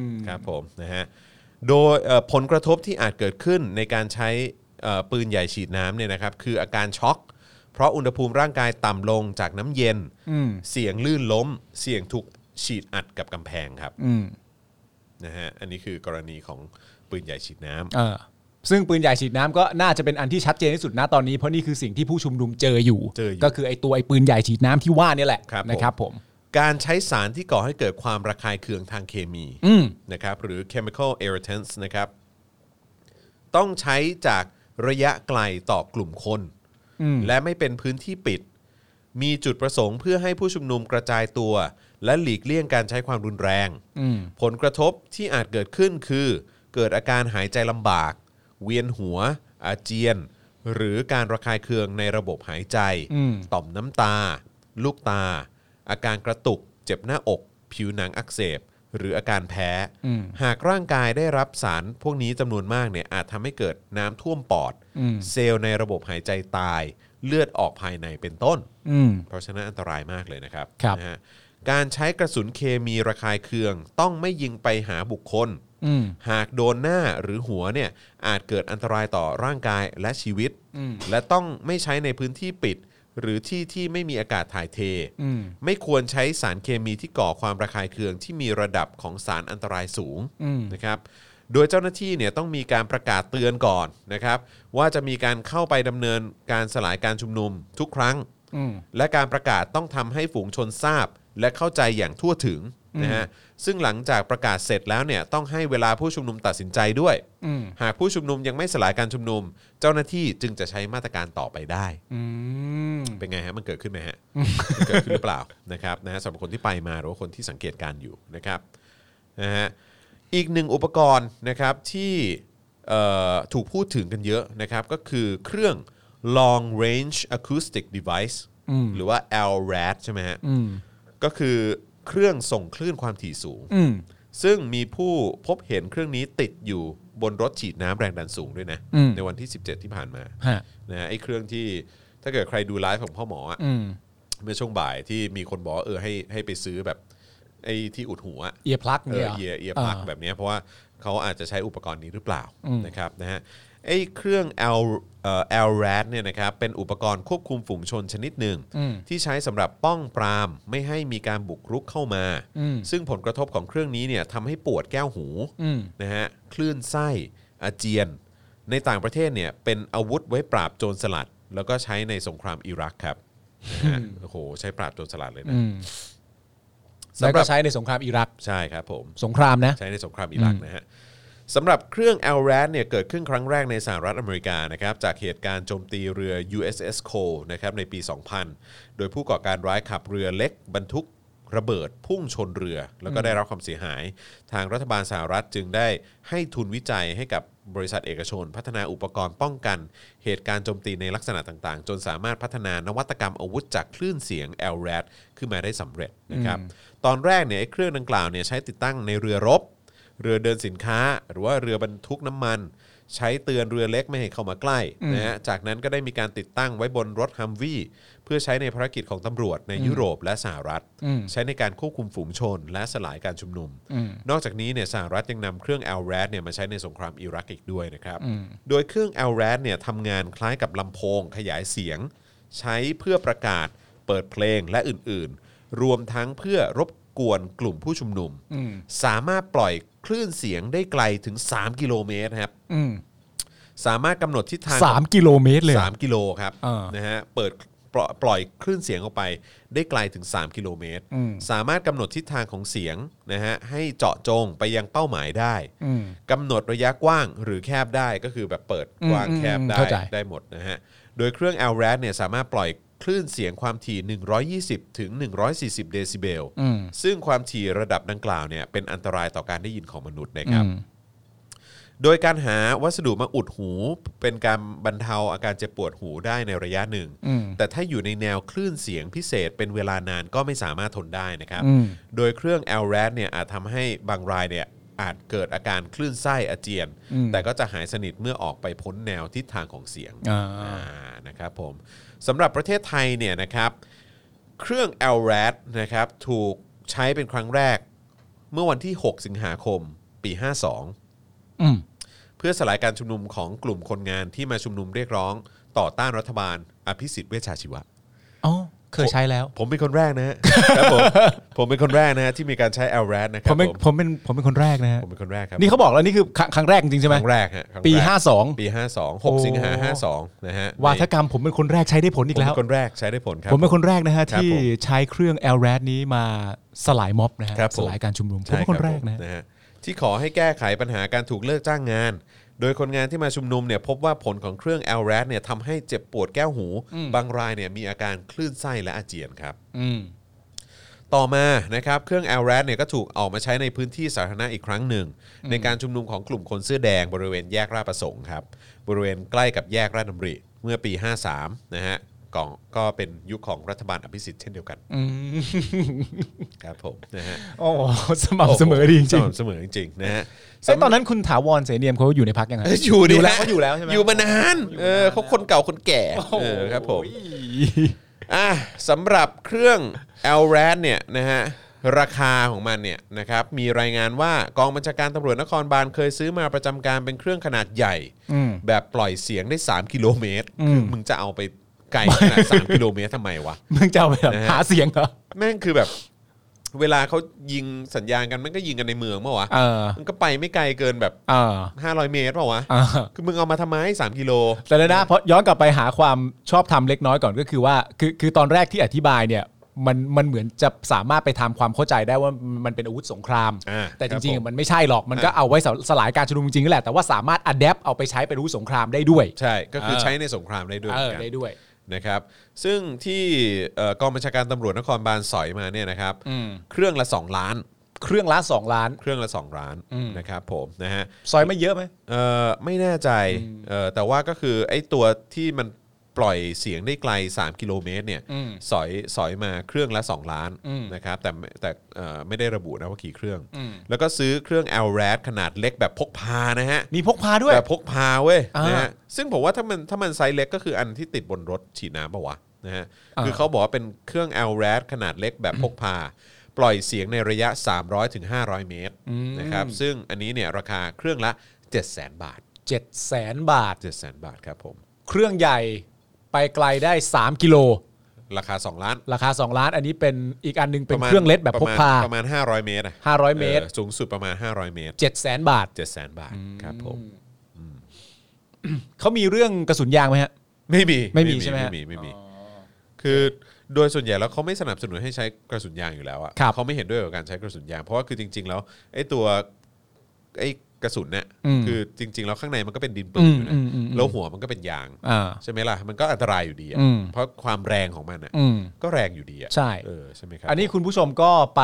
S3: ม
S2: ครับผมนะฮะโดยเอ่อผลกระทบที่อาจเกิดขึ้นในการใช้เอ่อปืนใหญ่ฉีดน้ำเนี่ยนะครับคืออาการช็อก เพราะอุณหภูมิร่างกายต่ำลงจากน้ำเย็น
S3: อืม
S2: เสียงลื่นล้ม เสียงถูกฉีดอัดกับกำแพงครับ
S3: อืม
S2: นะฮะอันนี้คือกรณีของปืนใหญ่ฉีดน้
S3: เออซึ่งปืนใหญ่ฉีดน้ำก็น่าจะเป็นอันที่ชัดเจนที่สุดนะตอนนี้เพราะนี่คือสิ่งที่ผู้ชุมนุมเจออยู่
S2: ำเจออยู่
S3: ก็คือไอ้ตัวไอ้ปืนใหญ่ฉีดน้ำที่ว่าเนี่ยแหละ
S2: ครับผม
S3: นะครับผม
S2: การใช้สารที่ก่อให้เกิดความระคายเคืองทางเคมี
S3: อืม
S2: นะครับหรือ chemical irritants นะครับต้องใช้จากระยะไกลต่อกลุ่มคน
S3: อืม
S2: และไม่เป็นพื้นที่ปิด มีจุดประสงค์เพื่อให้ผู้ชุมนุมกระจายตัว และหลีกเลี่ยงการใช้ความรุนแรง
S3: อืม
S2: ผลกระทบที่อาจเกิดขึ้นคือ เกิดอาการหายใจลำบาก เวียนหัว อาเจียน หรือการระคายเคืองในระบบหายใจ
S3: อืม
S2: ต่อมน้ำตา ลูกตา อาการกระตุก เจ็บหน้าอก ผิวหนังอักเสบ หรืออาการแพ้
S3: อืม
S2: หากร่างกายได้รับสารพวกนี้จำนวนมากเนี่ยอาจทำให้เกิดน้ำท่วมปอด
S3: อืม
S2: เซลล์ในระบบหายใจตาย เลือดออกภายในเป็นต้น
S3: อืม
S2: เพราะฉะนั้นอันตรายมากเลยนะครับ
S3: ครับ
S2: นะฮะการใช้กระสุนเคมีระคายเคือง ต้องไม่ยิงไปหาบุคคล
S3: อืม
S2: หากโดนหน้าหรือหัวเนี่ยอาจเกิดอันตรายต่อร่างกายและชีวิต
S3: อืม
S2: และต้องไม่ใช้ในพื้นที่ปิด หรือที่ที่ไม่มีอากาศถ่ายเท
S3: อืม
S2: ไม่ควรใช้สารเคมีที่ก่อความระคายเคืองที่มีระดับของสารอันตรายสูง
S3: อืม
S2: นะครับ โดยเจ้าหน้าที่เนี่ยต้องมีการประกาศเตือนก่อนนะครับ ว่าจะมีการเข้าไปดำเนินการสลายการชุมนุมทุกครั้ง
S3: อืม
S2: และการประกาศต้องทำให้ฝูงชนทราบ และเข้าใจอย่างทั่วถึงนะฮะซึ่งหลังจากประกาศเสร็จแล้วเนี่ยต้องให้เวลาผู้ชุมนุมตัดสินใจด้วย
S3: อืม
S2: หากผู้ชุมนุมยังไม่สลายการชุมนุม เจ้าหน้าที่จึงจะใช้มาตรการต่อไปได้
S3: อืม
S2: เป็นไงฮะมันเกิดขึ้นไหมฮะมันเกิดขึ้นหรือเปล่านะครับนะฮะสำหรับคนที่ไปมาหรือว่าคนที่สังเกตการณ์อยู่นะครับนะฮะอีกหนึ่งอุปกรณ์นะครับที่เอ่อถูกพูดถึงกันเยอะนะครับก็คือเครื่อง long range acoustic device
S3: อืม
S2: หรือว่า LRAD ใช่ไหมฮะ
S3: อืม
S2: ก็คือเครื่องส่งคลื่นความถี่สูง
S3: อืม
S2: ซึ่งมีผู้พบเห็นเครื่องนี้ติดอยู่บนรถฉีดน้ำแรงดันสูงด้วยนะ
S3: อืม
S2: ในวันที่ 17 ที่ผ่านมา
S3: ฮะ
S2: นะฮะไอ้เครื่องที่ถ้าเกิดใครดูไลฟ์ของพ่อหมออะ
S3: อืม
S2: เมื่อช่วงบ่ายที่มีคนบอกว่าเออให้ให้ไปซื้อแบบไอ้ที่อุดหัวอะ
S3: เอียพลัก
S2: เอ
S3: เนี่
S2: อย
S3: หร
S2: เอียเอียพักแบบเนี้ยเพราะว่าเขาอาจจะใช้อุปกรณ์นี้หรือเปล่านะครับนะฮะไอ้เครื่อง L เอ่อ LRAD เนี่ยนะครับเป็นอุปกรณ์ควบคุมฝูงชนชนิดหนึ่ง
S3: อืม
S2: ที่ใช้สำหรับป้องปรามไม่ให้มีการบุกรุกเข้ามา
S3: อืม
S2: ซึ่งผลกระทบของเครื่องนี้เนี่ยทำให้ปวดแก้วหู
S3: อืม
S2: นะฮะคลื่นไส้อาเจียน ในต่างประเทศเนี่ยเป็นอาวุธไว้ปราบโจรสลัด แล้วก็ใช้ในสงครามอิรักครับนะฮะโอ้โหใช้ปราบโจรสลัดเลยนะ
S3: อืม
S2: สำหรับ
S3: แล้วก็ใช้ในสงครามอิรัก
S2: ใช่ครับผม
S3: สงครามนะ
S2: ใช้ในสงครามอิรักนะฮะสำหรับเครื่อง l r a d เนี่ยเกิดขึ้นครั้งแรกในสหรัฐอเมริกานะครับจากเหตุการณ์โจมตีเรือ USS Cole นะครับในปี 2000 โดยผู้ก่อการร้ายขับเรือเล็กบรรทุกระเบิดพุ่งชนเรือ แล้วก็ได้รับความเสียหาย ทางรัฐบาลสหรัฐจึงได้ให้ทุนวิจัยให้กับบริษัทเอกชน พัฒนาอุปกรณ์ป้องกัน เหตุการณ์โจมตีในลักษณะต่างๆ จนสามารถพัฒนานวัตกรรมอาวุธจากคลื่นเสียง l r a d ขึ้นมาได้สำเร็จนะครับตอนแรกเนี่ยไอ้เครื่องดังกล่าวเนี่ยใช้ติดตั้งในเรือรบ เรือเดินสินค้าหรือว่าเรือบรรทุกน้ำมัน ใช้เตือนเรือเล็กไม่ให้เข้ามาใกล้นะฮะจากนั้นก็ได้มีการติดตั้งไว้บนรถฮัมวี่เพื่อใช้ในภารกิจของตำรวจในยุโรปและสหรัฐ ใช้ในการควบคุมฝูงชน และสลายการชุมนุม นอกจากนี้เนี่ยสหรัฐยังนำเครื่อง l r a d เนี่ยมาใช้ในสงครามอิรักอีกด้วยนะครับโดยเครื่อง l r a d เนี่ยทำงานคล้ายกับลำโพงขยายเสียง ใช้เพื่อประกาศ เปิดเพลงและอื่นๆ รวมทั้งเพื่อรบกวนกลุ่มผู้ชุมนุม สามารถปล่อยคลื่นเสียงได้ไกลถึง 3 กิโลเมตรครับ
S3: อืม
S2: สามารถกำหนดทิศทาง
S3: สามกิโลเมตรเลยเหรอ
S2: สามกิโลครับ
S3: เออ
S2: นะฮะเปิดปล่อยปล่อยคลื่นเสียงออกไปได้ไกลถึง 3 กิโลเมตร
S3: อืม
S2: สามารถกำหนดทิศทางของเสียงนะฮะให้เจาะจงไปยังเป้าหมายได้
S3: อืม
S2: กำหนดระยะกว้างหรือแคบได้ก็คือแบบเปิดกว้าง
S3: อืม
S2: แคบ
S3: อืม
S2: ได้
S3: เข้าใจ
S2: ได้หมดนะฮะโดยเครื่อง l r a d เนี่ยสามารถปล่อยคลื่นเสียงความถี่ 120 ถึง 140 เดซิเบล
S3: อืม
S2: ซึ่งความถี่ระดับดังกล่าวเนี่ยเป็นอันตรายต่อการได้ยินของมนุษย์นะครับ
S3: อืม
S2: โดยการหาวัสดุมาอุดหู เป็นการบรรเทาอาการเจ็บปวดหูได้ในระยะหนึ่ง
S3: อืม
S2: แต่ถ้าอยู่ในแนวคลื่นเสียงพิเศษเป็นเวลานานก็ไม่สามารถทนได้นะครับ
S3: อืม
S2: โดยเครื่อง l r a d เนี่ยอาจทำให้บางรายเนี่ยอาจเกิดอาการคลื่นไส้อาเจียน
S3: อืม
S2: แต่ก็จะหายสนิทเมื่อออกไปพ้นแนวทิศทางของเสียง
S3: อ่า
S2: อ่านะครับผมสำหรับประเทศไทยเนี่ยนะครับเครื่อง l r a d นะครับถูกใช้เป็นครั้งแรกเมื่อวันที่ 6 สิงหาคมปี 52
S3: อืม
S2: เพื่อสลายการชุมนุมของกลุ่มคนงานที่มาชุมนุมเรียกร้องต่อต้านรัฐบาลอภิสิทธิ์เวชชาชีวะ
S3: อ๋อ เคยใช้แล้ว
S2: ผมเป็นคนแรกนะ ฮะ ครับผมผมเป็นคนแรกนะฮะที่มีการใช้ l r a d นะค
S3: ผ
S2: รั
S3: ม
S2: บ
S3: เป็นผมเป็นผมเป็นคนแรกนะฮะ
S2: ผมเป็นคนแรกครับ
S3: นี่เขาบอกแล้วนี่คือครั้งครั้งแรกจริงๆใช่ไห
S2: ค
S3: ม
S2: รั้งแรกฮะครั้งแรก
S3: ปีห้าสอง
S2: ปี 52 6 สิงหา
S3: โอ้
S2: 52นะฮะ
S3: วาทกรรมผมเป็นคนแรกใช้ได้ผลอีกแล้ว
S2: ผมเป็นคนแรกใช้ได้ผลครับ
S3: ผมเป็นคนแรกนะฮะ
S2: ครับ
S3: ที่
S2: ผม
S3: ใช้เครื่อง l r a d นี้มาสลายม็อบนะฮะ
S2: ครับผม
S3: สลายการชุมนุมผมเป็นคนแรกนะ
S2: ใช่คบผม
S3: ฮะ
S2: ฮะที่ขอให้แก้ไขปัญหาการถูกเลิกจ้างงาน โดยคนงานที่มาชุมนุมเนี่ยพบว่าผลของเครื่อง l r a d เนี่ยทำให้เจ็บปวดแก้วหู บางรายเนี่ยมีอาการคลื่นไส้และอาเจียนครับ
S3: อืม
S2: ต่อมานะครับเครื่อง l r a d เนี่ยก็ถูกออกมาใช้ในพื้นที่สาธารณะอีกครั้งหนึ่ง ในการชุมนุมของกลุ่มคนเสื้อแดงบริเวณแยกราชประสงค์ครับบริเวณใกล้กับแยกราชดำริเมื่อปี 53นะฮะก่อนก็เป็นยุคของรัฐบาลอภิสิทธิ์เช่นเดียวกันครับผมนะฮะ
S3: โอ้โหสม่ำเสมอดี
S2: ส
S3: จริง
S2: ม่ำเสมอจริงๆนะฮะ
S3: ๆไอ้ยตอนนั้นคุณถาวรเสเนียมเขาอยู่ในพักยังไง
S2: เอ้ยอยู่ดิ
S3: แล้วเขาอยู่แล้วใช่ไหม
S2: อยู่มานานเออเขาคนเก่าคนแก่เออครับผมอ่ะสำหรับเครื่อง l r a d เนี่ยนะฮะราคาของมันเนี่ยนะครับมีรายงานว่ากองบัญชาการตำรวจนครบาลเคยซื้อมาประจำการเป็นเครื่องขนาดใหญ่
S3: อืม
S2: แบบปล่อยเสียงได้ 3 กิโลเมตร
S3: อืม
S2: คือมึงจะเอาไปไกลขนาด 3 กิโลเมตรทำไมวะ
S3: มึงจะเอาไปแบบ
S2: นะฮะ
S3: หาเสียงเหรอ
S2: แม่งคือแบบเวลาเขายิงสัญญาณกันมันก็ยิงกันในเมืองเมื่อวะ
S3: เออ
S2: มันก็ไปไม่ไกลเกินแบบ
S3: เออ
S2: 500 เมตรเปล่าวะ
S3: เออ
S2: คือมึงเอามาทำไม3กิโล
S3: แต่เดี๋ยวนะเพราะย้อนกลับไปหาความชอบทำเล็กน้อยก่อนก็คือว่า คือคือตอนแรกที่อธิบายเนี่ย มันมันเหมือนจะสามารถไปทำความเข้าใจได้ว่ามันเป็นอาวุธสงคราม
S2: อ่า
S3: แต่จ
S2: ครับ
S3: ริง
S2: ผ
S3: ๆ
S2: ม
S3: อะมันไม่ใช่หรอกมันก็
S2: อ่า
S3: เอาไว้สสลายการชุมนุมจริงๆนั่นแหละแต่ว่าสามารถอัดแอปเอาไปใช้เป็นอาวุธสงครามได้ด้วย
S2: ใช่ ก็คือ
S3: เออ
S2: ใช้ในสงครามได้ด้วย
S3: เอ
S2: เหมื
S3: อ
S2: อนกัน
S3: ได้ด้วย
S2: นะครับ ซึ่งที่เอ่อกองบัญชาการตำรวจนครบาลสอยมาเนี่ยนะครับ
S3: อืม
S2: เครื่องละ 2 ล้าน
S3: เครื่องละสองล้าน
S2: เครื่องละ 2 ล้าน
S3: อืม
S2: นะครับผมนะฮะ
S3: ซอยไม่เยอะไหม
S2: เอ่อไม่แน่ใจเอ่อแต่ว่าก็คือไอ้ตัวที่มันปล่อยเสียงได้ไกล 3 กิโลเมตรเนี่ย
S3: อืม
S2: สอยสอยมาเครื่องละ 2 ล้าน
S3: อืม
S2: นะครับแต่ไม่แต่เอ่อไม่ได้ระบุนะว่ากี่เครื่อง
S3: อืม
S2: แล้วก็ซื้อเครื่อง l r a d ขนาดเล็กแบบพกพานะฮะ
S3: มีพกพาด้วย
S2: แบบพกพาเว้ย
S3: อ่าน
S2: นะฮะซึ่งผมว่าถ้ามันถ้ามันไซส์เล็กก็คืออันที่ติดบนรถฉีดน้ำปะวะนะฮะ
S3: อ่า
S2: คือเขาบอกว่าเป็นเครื่อง l r a d ขนาดเล็กแบบพกพา ปล่อยเสียงในระยะ 300-500ถึง500 เมตรนะครับซึ่งอันนี้เนี่ยราคาเครื่องละ 7 0 0 0 0 0 บาท
S3: เจ็ดแสนบาท
S2: 7 0 0 0 0 บาทครับผม
S3: เครื่องใหญ่ไปไกลได้ 3 กิโล
S2: ราคา 2 ล้าน
S3: ราคา 2 ล้านอันนี้เป็นอีกอันหนึงเป็น
S2: ระมาณ
S3: เครื่องเล็ดแบบพกพา
S2: ประมาณ 500 เมตรอะ
S3: 500 เมตร
S2: ออสูงสุดประมาณ 500 เมตร
S3: 7 0 0 0 0 0 บาท
S2: 7 0 0 0 0 0 บาทครับผม
S3: เขามีเรื่องกระสุนยางไหมฮะ
S2: ไม่มี
S3: ไม่มีใช่ไหม
S2: ไม่มีไม่มี คือโดยส่วนใหญ่แล้วเขาไม่สนับสนุนให้ใช้กระสุนยางอยู่แล้วอะ
S3: ครับ
S2: เขาไม่เห็นด้วยกับการใช้กระสุนยาง เพราะว่าคือจริง ๆ แล้วไอ้ตัวไอ้กระสุนเนี่ย
S3: อืม
S2: คือจริง ๆ แล้วข้างในมันก็เป็นดินปืนอยู่นะ
S3: อืมอืมอืม
S2: แล้วหัวมันก็เป็นยาง
S3: อ่า
S2: ใช่ไหมล่ะ มันก็อันตรายอยู่ดีอะ
S3: อืม
S2: เพราะความแรงของมันอะ
S3: อืม
S2: ก็แรงอยู่ดีอะ
S3: ใช่
S2: เออใช่ไหมครับ
S3: อันนี้คุณผู้ชมก็ไป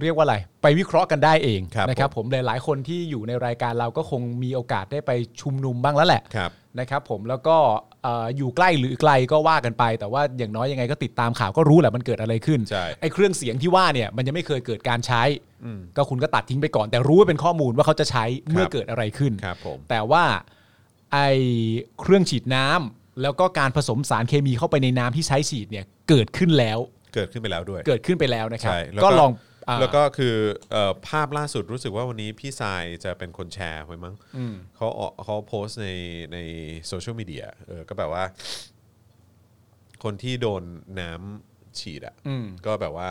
S3: เรียกว่าอะไร ไปวิเคราะห์กันได้เอง
S2: ครับ
S3: นะครับ
S2: ผม
S3: ผมหลายๆคนที่อยู่ในรายการเราก็คงมีโอกาสได้ไปชุมนุมบ้างแล้วแหละ
S2: ครับ
S3: นะครับผมแล้วก็เอ่ออยู่ใกล้หรือไกลก็ว่ากันไป แต่ว่าอย่างน้อยยังไงก็ติดตามข่าวก็รู้แหละมันเกิดอะไรขึ้น
S2: ใช่
S3: ไอ้เครื่องเสียงที่ว่าเนี่ยมันยังไม่เคยเกิดการใช้ ก็คุณก็ตัดทิ้งไปก่อน แต่รู้ว่าเป็นข้อมูลว่าเขาจะใช้เมื่อเกิดอะไรขึ้น
S2: ครับผม
S3: แต่ว่าไอ้เครื่องฉีดน้ำแล้วก็การผสมสารเคมีเข้าไปในน้ำที่ใช้ฉีดเนี่ยเกิดขึ้นแล้ว
S2: เกิดขึ้นไปแล้วด้วย
S3: เกิดขึ้นไปแล้วนะครับ
S2: ใช่แล้ว
S3: ก็ลองอ่า
S2: แล้วก็คือเอ่อภาพล่าสุดรู้สึกว่าวันนี้พี่ทรายจะเป็นคนแชร์ไว้มั้งเขาเอาเขาโพสต์ในในโซเชียลมีเดียเออก็แบบว่า คนที่โดนน้ำฉีดอะ
S3: อืม
S2: ก็แบบว่า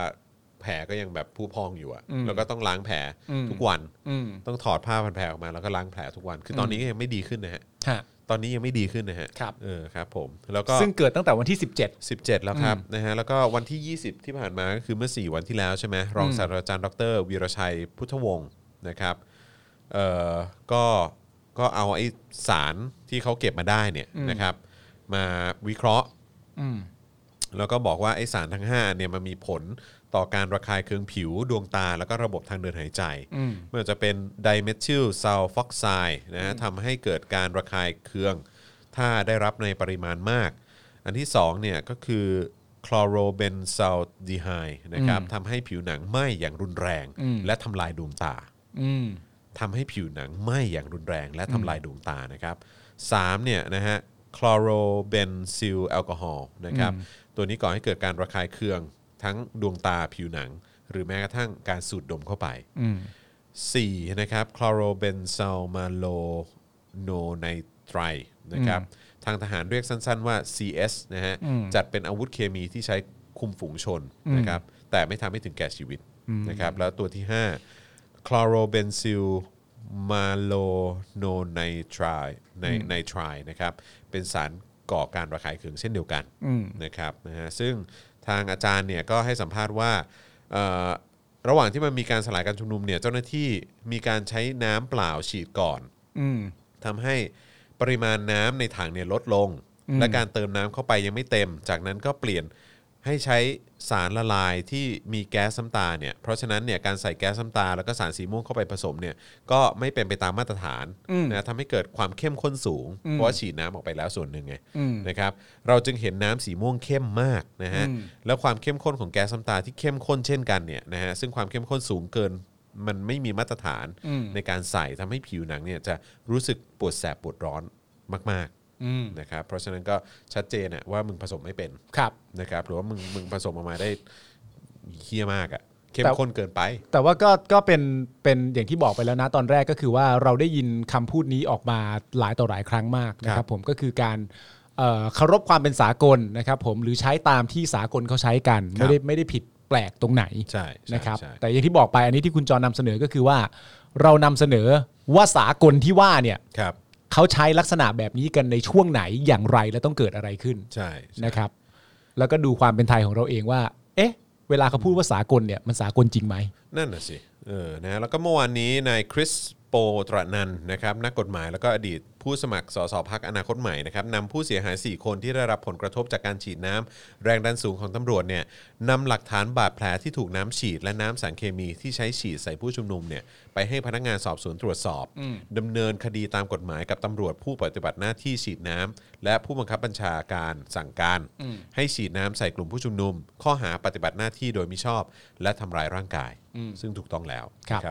S2: แผลก็ยังแบบผู้พองอยู่อะ
S3: อืม
S2: แล้วก็ต้องล้างแผล
S3: อืม
S2: ทุกวัน
S3: อืม
S2: ต้องถอดผ้าพันแผลออกมาแล้วก็ล้างแผลทุกวัน คือตอนนี้ก็ยังไม่ดีขึ้นนะฮะ
S3: ฮะ
S2: ตอนนี้ยังไม่ดีขึ้นนะฮะ
S3: ครับ
S2: เออครับ ผมแล้วก็
S3: ซึ่งเกิดตั้งแต่วันที่ 17
S2: 17 แล้วครับนะฮะแล้วก็วันที่ 20 ที่ผ่านมาก็คือเมื่อ 4 วันที่แล้วใช่ไหมรองศาสตราจารย์ดรวีรชัยพุทธวงศ์นะครับเอ่อก็ก็เอาไอ้สารที่เขาเก็บมาได้เนี่ยนะครับมาวิเคราะห์
S3: อืม
S2: แล้วก็บอกว่าไอสารทั้ง5เนี่ยมันมีผลต่อการระคายเคืองผิวดวงตา แล้วก็ระบบทางเดินหายใจ
S3: อืม
S2: ไม่ว่าจะเป็นไดเมทิลซัลฟอกไซด์นะฮะทำให้เกิดการระคายเคือง ถ้าได้รับในปริมาณมาก อันที่2เนี่ยก็คือคลอโรเบนซัลดีไฮนะครับทำให้ผิวหนังไหม้อย่างรุนแรง
S3: อืม
S2: และทำลายดวงตา
S3: อืม
S2: ทำให้ผิวหนังไหม้อย่างรุนแรงและทำลายดวงตานะครับสามเนี่ยนะฮะคลอโรเบนซิลแอลกอฮอล์นะครับตัวนี้ก่อให้เกิดการระคายเคืองทั้งดวงตาผิวหนัง หรือแม้กระทั่งการสูดดมเข้าไป
S3: อืม
S2: สี่นะครับคลอโรเบนซัลมาโลโนไนไตรนะครับทางทหารเรียกสั้นๆว่า CS นะฮะจัดเป็นอาวุธเคมีที่ใช้คุมฝูงชนนะครับแต่ไม่ทำให้ถึงแก่ชีวิตนะครับแล้วตัวที่ห้า คลอโรเบนซิลมาโลโนไนไตรในไนไตรนะครับ เป็นสารก่อการระคายเคืองเช่นเดียวกันนะครับนะฮะซึ่งทางอาจารย์เนี่ยก็ให้สัมภาษณ์ว่าเอ่อระหว่างที่มันมีการสลายการชุมนุมเนี่ยเจ้าหน้าที่มีการใช้น้ำเปล่าฉีดก่อน
S3: อืม
S2: ทำให้ปริมาณน้ำในถังเนี่ยลดลง และการเติมน้ำเข้าไปยังไม่เต็ม จากนั้นก็เปลี่ยนให้ใช้สารละลายที่มีแก๊สน้ำตาเนี่ยเพราะฉะนั้นเนี่ยการใส่แก๊สน้ำตา แล้วก็สารสีม่วงเข้าไปผสมเนี่ยก็ไม่เป็นไปตามมาตรฐานนะทำให้เกิดความเข้มข้นสูง เพราะว่าฉีดน้ำออกไปแล้วส่วนหนึ่งไงนะครับเราจึงเห็นน้ำสีม่วงเข้มมากนะฮะแล้วความเข้มข้นของแก๊สน้ำตาที่เข้มข้นเช่นกันเนี่ยนะฮะซึ่งความเข้มข้นสูงเกิน มันไม่มีมาตรฐานในการใส่ทำให้ผิวหนังเนี่ยจะรู้สึกปวดแสบปวดร้อนมากๆนะครับเพราะฉะนั้นก็ชัดเจนน่ะว่ามึงผสมไม่เป็น
S3: ครับ
S2: นะครับหรือว่ามึงมึงผสมออกมาได้เฮี้ยมากอะ่ะเข้ม
S3: แต่
S2: ข้นเกินไป
S3: แต่ว่าก็ก็เป็นเป็นอย่างที่บอกไปแล้วนะตอนแรกก็คือว่าเราได้ยินคำพูดนี้ออกมาหลายต่อหลายครั้งมากนะค
S2: ครั
S3: รับบ ผมก็คือการเอ่อเคารพความเป็นสากลนะครับผมหรือใช้ตามที่สากลเขาใช้กัน ไม่ได้ไม่ได้ผิดแปลกตรงไหน
S2: ใช่ใช่
S3: นะครับ
S2: ใช่
S3: แต่อย่างที่บอกไปอันนี้ที่คุณจรนำเสนอก็คือว่า เรานำเสนอว่าสากลที่ว่าเนี่ย
S2: ครับ
S3: เขาใช้ลักษณะแบบนี้กันในช่วงไหนอย่างไรและต้องเกิดอะไรขึ้น
S2: ใช่ใช่
S3: นะครับ แล้วก็ดูความเป็นไทยของเราเองว่า เอ๊ะ เวลาเขาพูดว่าสากลเนี่ยมันสากลจริงไหม
S2: นั่นน่ะสิเออนะแล้วก็เมื่อวานนี้นายคริสโปตระนันนะครับนักกฎหมายแล้วก็อดีตผู้สมัครสสพักอนาคตใหม่นะครับนำผู้เสียหาย 4 คนที่ได้รับผลกระทบจากการฉีดน้ำแรงดันสูงของตำรวจเนี่ยนำหลักฐานบาดแผลที่ถูกน้ำฉีด และน้ำสารเคมีที่ใช้ฉีดใส่ผู้ชุมนุมเนี่ยไปให้พนักงานสอบสวนตรวจสอบดำเนินคดีตามกฎหมายกับตำรวจผู้ปฏิบัติหน้าที่ฉีดน้ำและผู้บังคับบัญชาการสั่งการ ให้ฉีดน้ำใส่กลุ่มผู้ชุมนุม ข้อหาปฏิบัติหน้าที่โดยมิชอบ และทำร้ายร่างกาย ซึ่งถูกต้องแล้ว
S3: ครับ
S2: น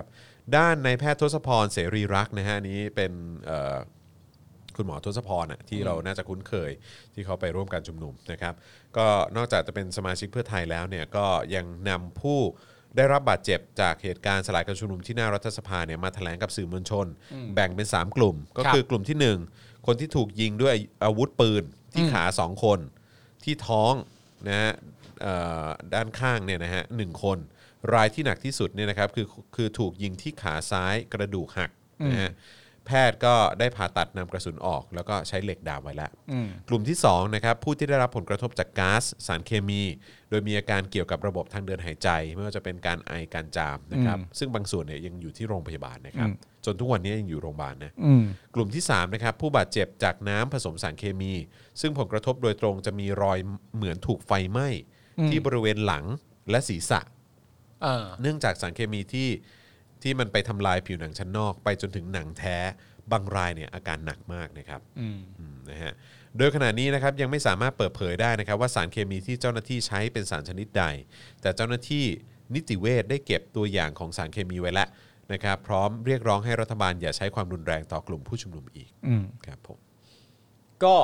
S2: ะด้านนายแพทย์ทศพรเสรีรักษ์นะฮะอันนี้เป็นเอ่อ คุณหมอทศพรน่ะที่เราน่าจะคุ้นเคยที่เขาไปร่วมการชุมนุมนะครับ ก็นอกจากจะเป็นสมาชิกเพื่อไทยแล้วเนี่ยก็ยังนำผู้ได้รับบาดเจ็บจากเหตุการณ์สลายการชุมนุมที่หน้ารัฐสภาเนี่ยมาแถลงกับสื่อมวลชน แบ่งเป็น 3 กลุ่ม ก็คือกลุ่มทีหนึ่1 คนที่ถูกยิงด้วยอาวุธปืนที่ขา 2 คน ที่ท้องนะฮะเอ่อด้านข้างเนี่ยนะฮะหนึ่งคน รายที่หนักที่สุดเนี่ยนะครับคือคือถูกยิงที่ขาซ้ายกระดูกหักนะฮะ แพทย์ก็ได้ผ่าตัดนำกระสุนออก แล้วก็ใช้เหล็กดามไว้แล้ว กลุ่มที่2นะครับผู้ที่ได้รับผลกระทบจากก๊าซสารเคมี โดยมีอาการเกี่ยวกับระบบทางเดินหายใจ ไม่ว่าจะเป็นการไอการจามนะครับซึ่งบางส่วนเนี่ยยังอยู่ที่โรงพยาบาลนะครับจนทุกวันนี้ยังอยู่โรงพยาบาลนะกลุ่มที่3นะครับผู้บาดเจ็บจากน้ำผสมสารเคมี ซึ่งผลกระทบโดยตรงจะมีรอยเหมือนถูกไฟไหม้ที่บริเวณหลังและศีรษะ
S3: อ่า
S2: เนื่องจากสารเคมีที่ที่มันไปทำลายผิวหนังชั้นนอก ไปจนถึงหนังแท้บางรายเนี่ยอาการหนักมากนะครับอืมนะฮะโดยขณะนี้นะครับยังไม่สามารถเปิดเผยได้นะครับ ว่าสารเคมีที่เจ้าหน้าที่ใช้เป็นสารชนิดใด แต่เจ้าหน้าที่นิติเวชได้เก็บตัวอย่างของสารเคมีไว้แล้วนะครับ พร้อมเรียกร้องให้รัฐบาลอย่าใช้ความรุนแรงต่อกลุ่มผู้ชุมนุมอีกครับผม
S3: ก็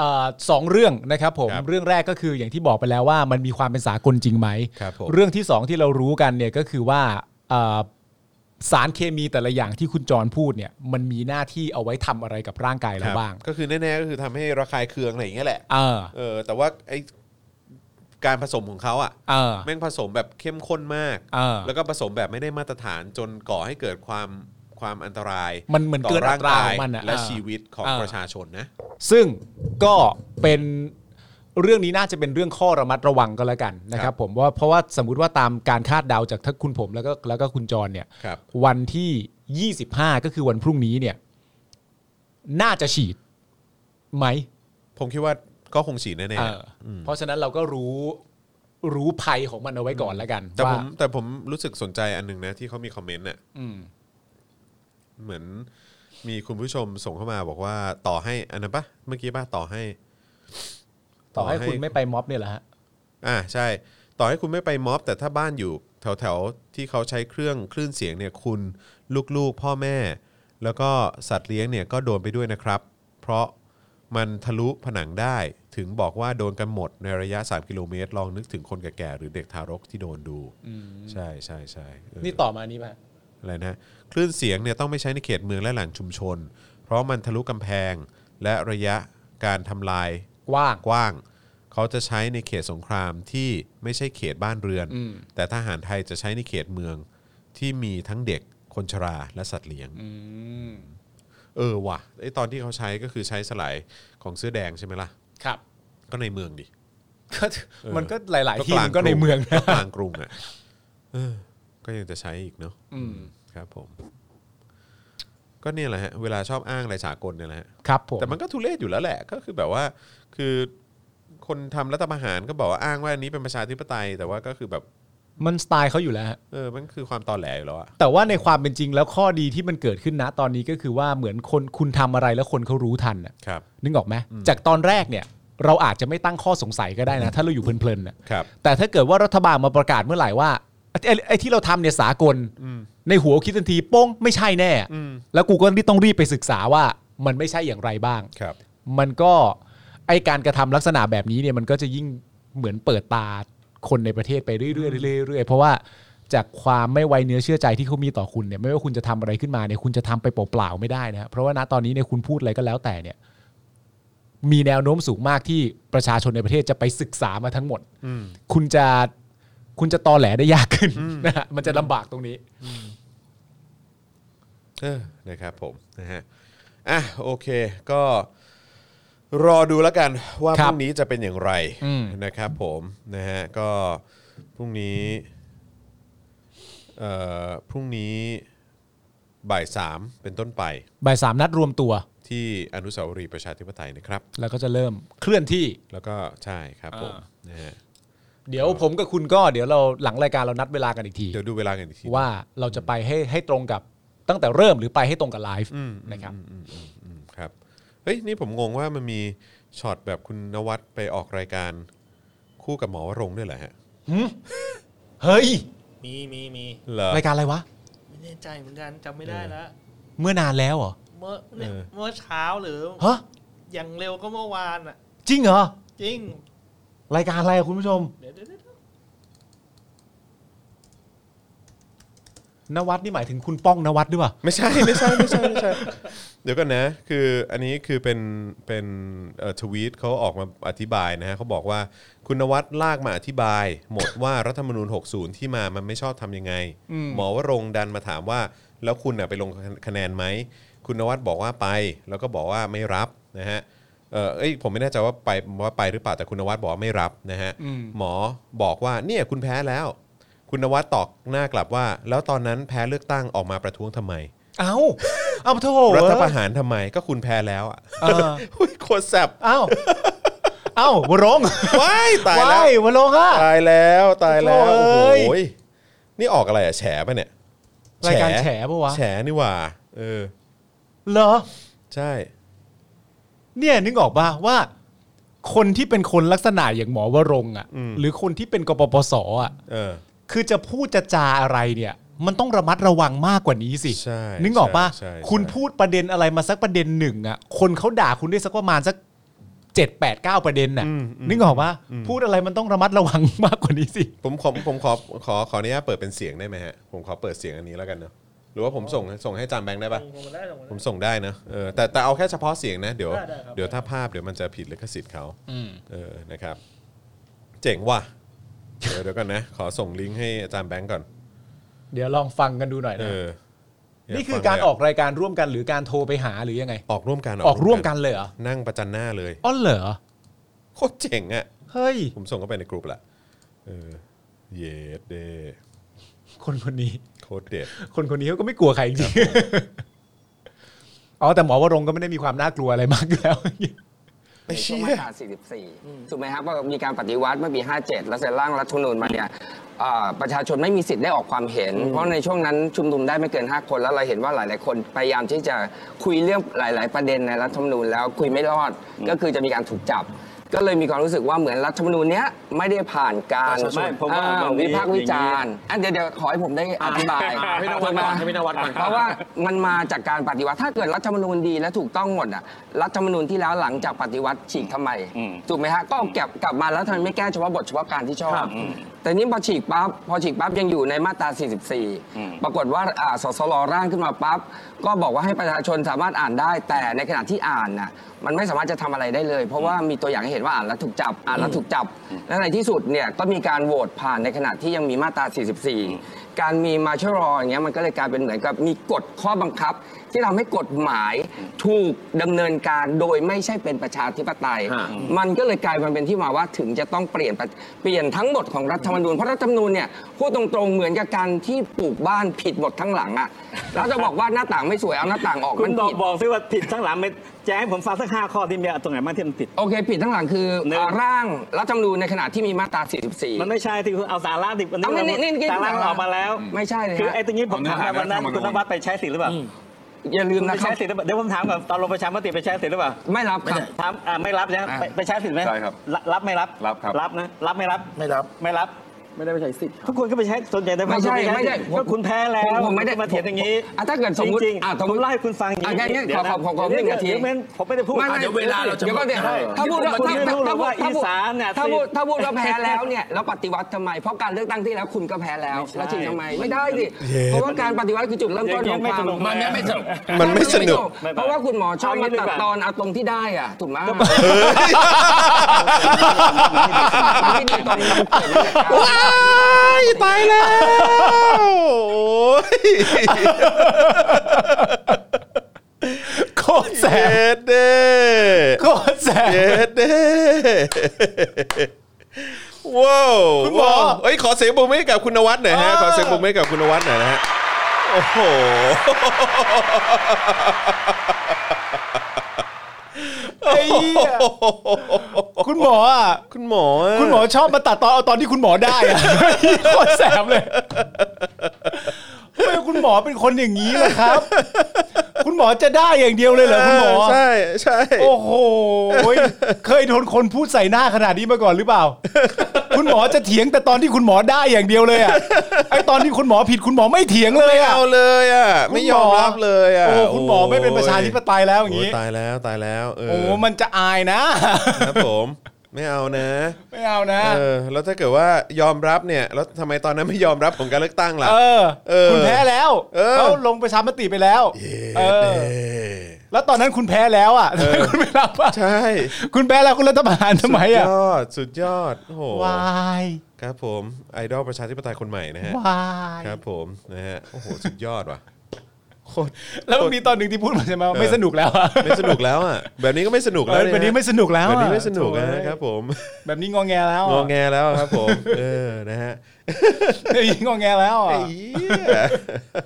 S3: อ่าสองเรื่องนะครับผม
S2: ครับ
S3: เรื่องแรกก็คืออย่างที่บอกไปแล้วว่ามันมีความเป็นสากลจริงไหม
S2: ครับผม
S3: เรื่องที่สองที่เรารู้กันเนี่ยก็คือว่าอ่าสารเคมีแต่ละอย่างที่คุณจรพูดเนี่ยมันมีหน้าที่เอาไว้ทำอะไรกับร่างกายเรา
S2: ครับ
S3: บ้าง
S2: ก็คือแน่ๆก็คือทำให้ระคายเคืองอะไรอย่างเงี้ยแหละ
S3: เออ
S2: เออแต่ว่าไอการผสมของเขาอ่ะ
S3: เออ
S2: แม่งผสมแบบเข้มข้นมาก
S3: เออ
S2: แล้วก็ผสมแบบไม่ได้มาตรฐานจนก่อให้เกิดความความอันตราย
S3: มันเหมือนเกินอัตรา
S2: ต่
S3: ของมันอะ
S2: และ
S3: เออ
S2: ชีวิตของ
S3: เออ
S2: ประชาชนนะ
S3: ซึ่งก็เป็นเรื่องนี้น่าจะเป็นเรื่องข้อระมัดระวังก็แล้วกันนะค
S2: ครั
S3: รั
S2: บบ
S3: ผมว่าเพราะว่าสมมติว่าตามการคาดเดาจากทั้งคุณผมแล้วก็แล้วก็คุณจรเนี่ย
S2: ครับ
S3: วันที่ 25 ก็คือวันพรุ่งนี้เนี่ย น่าจะฉีดไหม
S2: ผมคิดว่าก็คงฉีดแน่
S3: เอออเพราะฉะนั้นเราก็รู้รู้ภัยของมันเอาไว้ก่อนแล้วกัน
S2: ๆแต่ผ
S3: ว่าม
S2: แต่ผมรู้สึกสนใจอันหนึงนะที่เขามีคอมเมนต์น่ะ
S3: อืม
S2: เหมือนมีคุณผู้ชมส่งเข้ามาบอกว่าต่อให้อันนั้นปะเมื่อกี้ปะต่อให้
S3: ต่อให้คุณไม่ไปม็อบเนี่ยแหละฮะ
S2: อ่าใช่ ต่อให้คุณไม่ไปม็อบ แต่ถ้าบ้านอยู่แถวแถวๆที่เขาใช้เครื่องคลื่นเสียงเนี่ยคุณลูกๆพ่อแม่ แล้วก็สัตว์เลี้ยงเนี่ยก็โดนไปด้วยนะครับ เพราะมันทะลุผนังได้ถึงบอกว่าโดนกันหมดในระยะ 3 กิโลเมตร ลองนึกถึงคนแก่ๆหรือเด็กทารกที่โดนดูใช่ใช่ใช่เออ
S3: นี่ต่อมาอันนี้ป่ะ
S2: อะไรนะคลื่นเสียงเนี่ยต้องไม่ใช้ในเขตเมืองและแหล่งชุมชน เพราะมันทะลุกำแพงและระยะการทำลาย
S3: กว้าง
S2: กว้าง เขาจะใช้ในเขตสงครามที่ไม่ใช่เขตบ้านเรือน แต่ทหารไทยจะใช้ในเขตเมืองที่มีทั้งเด็กคนชราและสัตว์เลี้ยงเออว่ะไอตอนที่เขาใช้ก็คือใช้สลายของเสื้อแดงใช่ไหมล่ะ
S3: ครับ
S2: ก็ในเมืองดิ
S3: ก็มันก็หลาย ๆ ที่
S2: ลง
S3: มันก็ในเมือง
S2: ก็
S3: นะ
S2: กลางกรุงอ่ะเออก็ยังจะใช้อีกเนาะ
S3: อืม
S2: ครับผม ก็เนี่ยแหละฮะเวลาชอบอ้างอะไรสากลเนี่ยแหละฮะ
S3: ครับผม
S2: แต่มันก็ทุเรศอยู่แล้วแหละ ก็คือแบบว่า คือคนทำรัฐประหารก็บอกว่าอ้างว่าอันนี้เป็นประชาธิปไตย แต่ว่าก็คือแบบ
S3: มันสไตล์เขาอยู่แล้วฮะ
S2: เออมันคือความตอแหลอยู่แล้วอะ
S3: แต่ว่าในความเป็นจริงแล้วข้อดีที่มันเกิดขึ้นนะตอนนี้ก็คือว่าเหมือนคนคุณทำอะไรแล้วคนเขารู้ทันน่ะ
S2: ครับ
S3: นึกออกไหมจากตอนแรกเนี่ย เราอาจจะไม่ตั้งข้อสงสัยก็ได้นะ ถ้าเราอยู่เพลินๆน่ะ
S2: ครับ
S3: แต่ถ้าเกิดว่ารัฐบาลมาประกาศเมื่อไหร่ว่าไอ้ไอ้ไอ้ที่เราทำเนี่ยสากลในหัวคิดทันทีโป้งไม่ใช่แน่ แล้วกูก็รีบต้องรีบไปศึกษาว่ามันไม่ใช่อย่างไรบ้าง
S2: ครับ
S3: มันก็ไอการกระทำลักษณะแบบนี้เนี่ยมันก็จะยิ่งเหมือนเปิดตาคนในประเทศไปเรื่อยๆเรื่อยๆเรื่อยๆเพราะว่าจากความไม่ไวเนื้อเชื่อใจที่เขามีต่อคุณเนี่ยไม่ว่าคุณจะทำอะไรขึ้นมาเนี่ยคุณจะทำไปเปล่าๆไม่ได้นะครับเพราะว่าณตอนนี้เนี่ยคุณพูดอะไรก็แล้วแต่เนี่ย มีแนวโน้มสูงมากที่ประชาชนในประเทศจะไปศึกษามาทั้งหมดคุณจะคุณจะตอแหลได้ยากขึ้นนะฮะมันจะลำบากตรงนี้
S2: เออนะครับผมนะฮะอ่ะโอเคก็รอดูแล้วกันว่า
S3: ค
S2: พ
S3: รับ
S2: รุ่งนี้จะเป็นอย่างไร
S3: อืม
S2: นะครับผมนะฮะก็พรุ่งนี้เอ่อพรุ่งนี้บ่ายสามเป็นต้นไป
S3: บ่ายสามนัดรวมตัว
S2: ที่อนุสาวรีย์ประชาธิปไตยนะครับ
S3: แล้วก็จะเริ่มเคลื่อนที่
S2: แล้วก็ใช่ครับผมนะฮะ
S3: เดี๋ยวผมกับคุณก็เดี๋ยวเราหลังรายการเรานัดเวลากันอีกที
S2: เดี๋ยวดูเวลากันอีกที
S3: ว่าเราจะไปให้ให้ตรงกับตั้งแต่เริ่มหรือไปให้ตรงกับไลฟ์นะครับ
S2: อืมครับเฮ้ยนี่ผมงงว่ามันมีช็อตแบบคุณนวัดไปออกรายการคู่กับหมอวรงค์ด้วยเหรอฮะ
S3: เฮ้ย
S4: มีมีมี
S2: เหรอ
S3: รายการอะไรวะ
S4: ไม่แน่ใจเหมือนกันจำไม่ได้แล้ว
S3: เมื่อนานแล้วเหรอ
S4: เมื่อ
S2: เออ
S4: เมื่อเช้าหรือ
S3: ฮะ
S4: อย่างเร็วก็เมื่อวานอ่ะ
S3: จริงเหรอ
S4: จริง
S3: รายการอะไรอะคุณผู้ชม
S4: เดี๋ยวเดี๋ยวเดี๋ยวน
S3: วัดนี่หมายถึงคุณป้องนวัดด้วยป่ะ
S2: ไม่ใช่ ไม่ใช่ ไม่ใช่ ไม่ใช่ เดี๋ยวกันนะ คืออันนี้คือเป็นเป็นเอ่อทวีตเขาออกมาอธิบายนะฮะเขาบอกว่าคุณนวัดลากมาอธิบาย หมดว่ารัฐธรรมนูญ 60 ที่มามันไม่ชอบทำยังไง หมอวรงค์ดันมาถามว่า แล้วคุณน่ะไปลงคะแนนไหม คุณนวัดบอกว่าไป แล้วก็บอกว่าไม่รับนะฮะเออเอ้ยผมไม่แน่ใจว่าไปว่าไปหรือเปล่าแต่คุณนวัดบอกว่าไม่รับนะฮะหมอบอกว่าเนี่ยคุณแพ้แล้ว คุณนวัดตอกหน้ากลับว่า แล้วตอนนั้นแพ้เลือกตั้งออกมาประท้วงทำไม
S3: เอ้าเอ้าโทษ
S2: รัฐประหารทำไมก็คุณแพ้แล้วอ่ะ
S3: เออ
S2: เฮ้ยโคตรแสบ
S3: เอ้าเอ้าวะรง
S2: ว้ายตายแล้ว
S3: ้า
S2: วย
S3: วะรงอ่ะ
S2: ตายแล้วตายแล้ว
S3: โอ้
S2: โอ้
S3: โห
S2: โหนี่ออกอะไรอ่ะแฉปะเนี่ย
S3: รายการแฉปะวะ
S2: แฉนี่หว่าเออ
S3: เหรอ
S2: ใช่
S3: เนี่ยนึกออกป่ะว่า คนที่เป็นคนลักษณะอย่างหมอวรงค์อ่ะ
S2: อืม
S3: หรือคนที่เป็นกปปสอ่ะ
S2: เออ
S3: คือจะพูดจะจาอะไรเนี่ย มันต้องระมัดระวังมากกว่านี้สิ
S2: ใช่
S3: นึกออกป่ะ
S2: ใช่ใช่
S3: คุณพูดประเด็นอะไรมาสักประเด็นหนึ่งอ่ะ คนเขาด่าคุณได้สักประมาณสักเจ็ดแปดเก้าประเด็นน่ะ นึกออกป่ะพูดอะไรมันต้องระมัดระวังมากกว่านี้สิ
S2: ผมผมผมขอขอขออนุญาตเปิดเป็นเสียงได้ไหมฮะ ผมขอเปิดเสียงอันนี้แล้วกันเนอะหรือว่าผมส่งส่งให้จานแบงค์ได้ปะ
S4: ส่งมาได้ส่งมา
S2: ผม
S4: ได้
S2: ส่งได้นะเออแต่แต่เอาแค่เฉพาะเสียงนะ เดี๋ยว
S4: ได้ได้ครับ
S2: เดี๋ยวถ้าภาพเดี๋ยวมันจะผิดลิขสิทธิ์เขาเออนะครับ เจ๋งว่ะเดี๋ยวเดี๋ยวกันนะ ขอส่งลิงก์ให้อาจารย์แบงค์ก่อน
S3: เดี๋ยวลองฟังกันดูหน่อย
S2: เอ
S3: นะ
S2: อ
S3: นี่
S2: ย
S3: คือ
S2: ฟัง
S3: การ
S2: เลยะ
S3: ออกรายการร่วมกันหรือการโทรไปหาหรือยังไง
S2: ออกร่วมกัน
S3: ออกร่วมกันเลยเหรอ
S2: นั่งประจันหน้าเลย
S3: อ๋อเหรอ
S2: โคตรเจ๋งอ่ะ
S3: เฮ้ย
S2: ผมส่งเข้าไปในกลุ่มละเออเยดเด
S3: คนคนนี้
S2: โคตรเด็ด
S3: คนคนนี้เขาก็ไม่กลัวใครจริงๆอ๋อแต่หมอวรงค์ก็ไม่ได้มีความน่ากลัวอะไรมากอยู่แล้ว
S5: ในช่วงมาตรา44 ถูกไหมครับว่ามีการปฏิวัติเมื่อปี 57 แล้วเสร็จร่างรัฐธรรมนูญมาเนี่ยเอ่อประชาชนไม่มีสิทธิ์ได้ออกความเห็น เพราะในช่วงนั้นชุมนุมได้ไม่เกิน 5 คน แล้วเราเห็นว่าหลาย ๆ คนพยายามที่จะคุยเรื่องหลาย ๆ ประเด็นในรัฐธรรมนูญแล้วคุยไม่รอดก็คือจะมีการถูกจับ ก็เลยมีความรู้สึกว่าเหมือนรัฐธรรมนูญเนี้ยไม่ได้ผ่านการ
S6: ไม่ผมว่า
S5: อ่า
S6: มันมี
S5: วิพากษ์วิจารณ์อ่ะเดี๋ยวเดี๋ยวขอให้ผมได้อธิบาย
S6: อ่าให้พี่นวัดก่อนให้พี่นวัดก่อน
S5: เพราะว่า ว่ามันมาจากการปฏิวัติถ้าเกิดรัฐธรรมนูญดีและถูกต้องหมดอ่ะรัฐธรรมนูญที่แล้วหลังจากปฏิวัติฉีกทำไมถูกไหมฮะก็เอากลับกลับมาแล้วทำไมไม่แก้เฉพาะบทเฉพาะการที่ชอบ แต่นี่พอฉีกปั๊บพอฉีกปั๊บยังอยู่ในมาตรา 44 ปรากฏว่าอ่าสสรร่างขึ้นมาปั๊บก็บอกว่าให้ประชาชนสามารถอ่านได้ แต่ในขณะที่อ่านน่ะมันไม่สามารถจะทำอะไรได้เลย เพราะว่ามีตัวอย่างให้เห็นว่าอ่านแล้วถูกจับอ่านแล้วถูกจับและในที่สุดเนี่ยก็มีการโหวตผ่านในขณะที่ยังมีมาตรา 44 การมีมาชรออย่างเงี้ยมันก็เลยกลายเป็นเหมือนกับมีกฎข้อบังคับ ที่ทำให้กฎหมายถูกดำเนินการโดยไม่ใช่เป็นประชาธิปไตย
S6: ฮะ
S5: มันก็เลยกลายมาเป็นที่มาว่าถึงจะต้องเปลี่ยนประเปลี่ยนทั้งหมดของรัฐธรรมนูญเพราะรัฐธรรมนูญเนี่ยพูดตรงๆเหมือนกับการที่ปลูกบ้านผิดหมดทั้งหลัง อะแล้วจะบอกว่าหน้าต่างไม่สวยเอาหน้าต่างออก
S6: คุ
S5: มั
S6: ณ
S5: น
S6: บอก
S5: ผิด
S6: บอกซิว่าผิดทั้งหลังไหม่แจ้งให้ผมฟังสักห้าข้อที่มีตรงไหนบ้างที่มันผิด
S5: โอเคผิดทั้งหลังคือ
S6: หนึ่ง
S5: อ่าร่างรัฐธรรมนูญในขณะที่มีมาตรา 44
S6: มันไม่ใช่ที่คุณเอาสาระดิบ
S5: เอาไม่นี่นี่นี่
S6: สาระออกมาแล้ว
S5: ไม่ใช่เลยฮะ
S6: คือไอ้ตรงนี้ผมถามว่าวันนั้น
S7: เอาเนื้อหา
S6: คุณนวัดไปใช้สิทธิ์หรือเปล่า
S5: อย่าลื
S6: คุ
S5: ม
S6: ณไป
S5: นะครั
S6: ใช้
S5: บ
S6: สิทธิ์หรือเปล่าเดี๋ยวผมถามก่อนตอนลงประชามติไปใช้สิทธิ์หรือเปล่า
S5: ไม่รับครับ
S6: ถามอ่าไม่รับนะไปไปใช้สิทธิ์ไหม
S7: ใช่ครับ
S6: ะรับไม่รับ
S7: รับครับ
S6: รับนะรับไม่รับ
S4: ไม่รับ
S6: ไม่รับ
S5: ไม่ได้ไปใช้สิทธิ์
S6: ทุกคนก็ไปใช้ส่วนใหญ่ใน
S5: ไม่ใช่ไม่ได้ผม
S6: ก็คุณแพ้แล้ว
S5: ผมไม่ได้
S6: คุณมาเถียงอย่างนี้
S5: อ่ะถ้าเกิดสมมุติ
S6: จริงๆ
S5: อ่ะสม
S6: ผ
S5: มุติ
S6: มไล่าให้คุณฟังอย่าง
S5: อ่ะงั้นงั้น
S6: เดี๋ยวะ
S5: ขอขอขอห
S6: เดี๋ยว
S5: นึ่งนาที
S6: เดี๋ยวเว้ผมไม่ได้พูด
S7: เดี๋ยวเวลาเราจะหมด
S5: เดี๋ยวก็เดี๋ยวถ้าพูดว่า
S6: คุณ
S5: ถ้า
S6: ไม่รู้หรอกว่า
S5: ถ้าพูด
S6: อีสานเนี่ย
S5: ถ้าพูด
S6: สิ
S5: ถ้าพูดว่าแพ้แล้วเนี่ยแล้วปฏิวัติทำไม เพราะการเลือกตั้งที่แล้วคุณก็แพ้แล้ว
S6: ไม่
S5: แล้ว
S6: ใช่
S5: จริงทำไมไม่ได้สิเพราะว่าการปฏิวัติคือจุดเริ่มต้น
S6: อ
S5: ข
S6: ย่า
S5: อง ง
S6: นี้ไม่
S5: ควา
S6: ส
S5: ม
S6: นุก
S7: มันไม่สนุก
S2: มันไม่สนุก
S5: เพราะว่าคุณหมอชอบ
S6: เอางี้
S5: มา
S6: ดี
S5: ตั
S6: ก
S5: ด
S6: ว่า
S5: ตอนเอาตรงที่ได้อ่ะถูกไหมไม่ดีตอนนี้มันเกิดมาจากการ
S2: ว้ายตายแล้วโอ้ย
S3: โคตรแส
S2: เย็
S3: บ
S2: ดเด้
S3: โคตรแส
S2: เย็
S3: บ
S2: ดเด้ว้าว
S3: คุณหมอ
S2: ว้าวเอ้ยขอเสียงปรบมือให้กับคุณนวัดหน่อยฮะขอเสียงปรบมือให้กับคุณนวัดหน่อยนะฮะโอ้โห
S3: ไอ้เหี้ยคุณหมออ่ะ
S2: คุณหมออะ
S3: คุณหมอชอบมาตัดตอนเอาตอนที่คุณหมอได้อ่ะโคตรแสบเลยทำไมคุณหมอเป็นคนอย่างนี้ล่ะครับ คุณหมอจะได้อย่างเดียวเลยเหรอคุณหมอ
S2: ใช่ใช่
S3: โอ้โห เคยโดนคนพูดใส่หน้าขนาดนี้มาก่อนหรือเปล่า คุณหมอจะเถียงแต่ตอนที่คุณหมอได้อย่างเดียวเลยอ่ะ ไอตอนที่คุณหมอผิดคุณหมอไม่เถียงเลยอ่ะ
S2: เอาเลยอ่ะไม่ยอมรับเลยอ่ะ
S3: โอ้คุณหมอไม่เป็นประชาธิปไตยแล้วอย่าง
S2: นี้
S3: นี้
S2: ตายแล้วตายแล้วเออ
S3: โอ้ มันจะอายนะ
S2: ครับผมไม่เอานะ
S3: ไม่เอานะ
S2: เออแล้วถ้าเกิดว่ายอมรับเนี่ยแล้วทำไมตอนนั้นไม่ยอมรับผลการเลือกตั้งล่ะ
S3: เออ
S2: เออ
S3: คุณแพ้แล้ว
S2: เออ
S3: เขาลงประชามติไปแล้ว เออ
S2: เอ๊ะ
S3: แล้วตอนนั้นคุณแพ้แล้วอ่ะทำไมคุณไม่รับอ่ะ
S2: ใช่
S3: คุณแพ้แล้วคุณรัฐประหารทำไม
S2: สุด
S3: อ่ะ
S2: ยอดสุดยอดโอ้โห
S3: วาย
S2: ครับผมไอดอลประชาธิปไตยคนใหม่นะฮะ
S3: วาย
S2: ครับผมนะฮะโอ้โหสุดยอดว่ะโค โคตร
S3: แล้วมันมีตอนหนึ่งที่พูดมาใช่ไหมว่าไม่สนุกแล้วอะ
S2: ไม่สนุกแล้วอ่ะแบบนี้ก็ไม่สนุก
S3: เอ
S2: แล้ว
S3: อ
S2: เยฮะ
S3: แบบนี้ไม่สนุกแล้ว
S2: แบ
S3: อะ
S2: บนี้ไม่สนุกนะครับผม
S3: แบบนี้งอแงแล้ว
S2: งอ
S3: อะ
S2: แงแล้วครับผม เออนะฮะ
S3: แบบนี้งอแงแล้วอะ
S2: ไอ้เหี้ย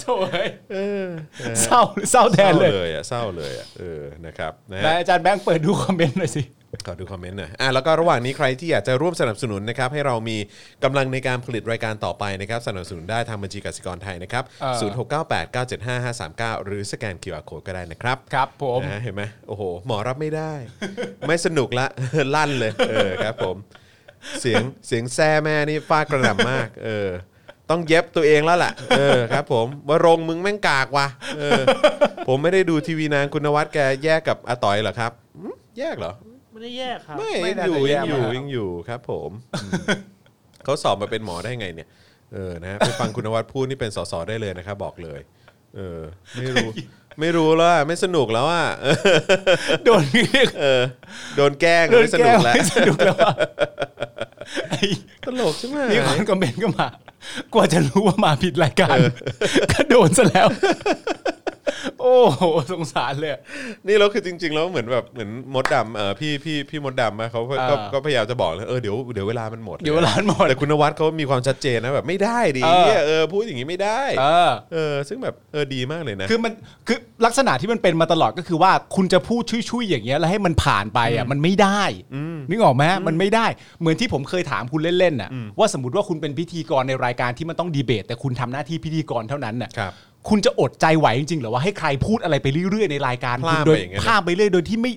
S3: โถ่เอ้ย
S2: เออนะ
S3: เศ
S2: ฮะ
S3: ร้าเศร้าแท
S2: เศร้าน
S3: เลย
S2: เลยอ่ะเศร้าเลยอ่ะเออนะครับนะ
S3: นาย
S2: ฮะ
S3: อาจารย์แบงค์เปิดดูคอมเมนต์หน่อยสิ
S2: ขอดูคอมเมนต์หน่อย อ่ะแล้วก็ระหว่างนี้ใครที่อยากจะร่วมสนับสนุนนะครับให้เรามีกำลังในการผลิตรายการต่อไปนะครับสนับสนุนได้ทางบัญชีกสิกรไทยนะครับ
S3: เออ
S2: ศูนย์หกเก้าแปดเก้าเจ็ดห้าห้าสามเก้าหรือสแกน QR Code ก็ได้นะครับ
S3: ครับผม
S2: นะเห็นไหมโอ้โห หมอรับไม่ได้ ไม่สนุกละ ลั่นเลย เออครับผม เสียงเสียงแซ่แม่นี่ฟาดกระหน่ำมาก เออ ต้องเย็บตัวเองแล้วล่ะ เออครับ ผมว่ารงค์มึงแม่งกากว่ะเออ ผมไม่ได้ดูทีวีนานคุณวัฒน์แกแยกกับอาต่อยเหรอครับหืมแยกเหรอ
S4: ไม่ได้แยกครับ
S2: ไม่ยังอยู่ยังอยู่ยังอยู่ครับ ผมเขาสอบมาเป็นหมอได้ไงเนี่ย เออนะฮะไปฟังคุณนวัดพูดนี่เป็นสสได้เลยนะครับบอกเลย เออ ไม่รู้ ไม่รู้แล้วอะไม่สนุกแล้วอ่ะเออ
S3: โดนเรียก
S2: เออ โดนแกล้ง
S3: โดน
S2: ไม่ส
S3: แก
S2: นุ
S3: ล้
S2: ก
S3: ง
S2: แล้ว
S3: ไม่สนุกแล้วอะไอ้
S2: ตลกใช่ไหม
S3: มีคนคอมเมนต์ก็มา กว่าจะรู้ว่ามาผิดรายการ ก็โดนซะแล้ว โอ้โห สงสารเลยอะ
S2: นี่เราคือจริง ๆ แล้วเหมือนแบบเหมือนมดดำเออพี่พี่พี่มดดำอะเขาก็
S3: อ่า
S2: ก็ก็พยายามจะบอกเลยเออเดี๋ยวเดี๋ยวเวลามันหมด
S3: เดี๋ยวร้านหมด
S2: แต่คุณนวัดเขามีความชัดเจนนะแบบไม่ได้ดิ
S3: เออ
S2: เนี่ยเออพูดอย่างนี้ไม่ได้
S3: เออ
S2: เออ ซึ่งแบบเออดีมากเลยนะ
S3: คือมันคือลักษณะที่มันเป็นมาตลอดก็คือว่าคุณจะพูดชุยๆอย่างเงี้ยแล้วให้มันผ่านไปอ่ะมันไม่ได้นึกออกไหมมันไม่ได้ เหมือนที่ผมเคยถามคุณเล่นๆน่ะว่าสมมติว่าคุณเป็นพิธีกรในรายการที่มันต้องดีเบต แต่คุณทำหน้าที่พิธีกรเท่านั้นน่ะ
S2: ครับ
S3: คุณจะอดใจไหวจริงๆเหรอว่าให้ใครพูดอะไรไปเรื่อยๆในรายการ
S2: พลาด
S3: โดย
S2: ไปอย่างเงี้ยนะ
S3: พลาดไปเรื่อยโดยที่ไม่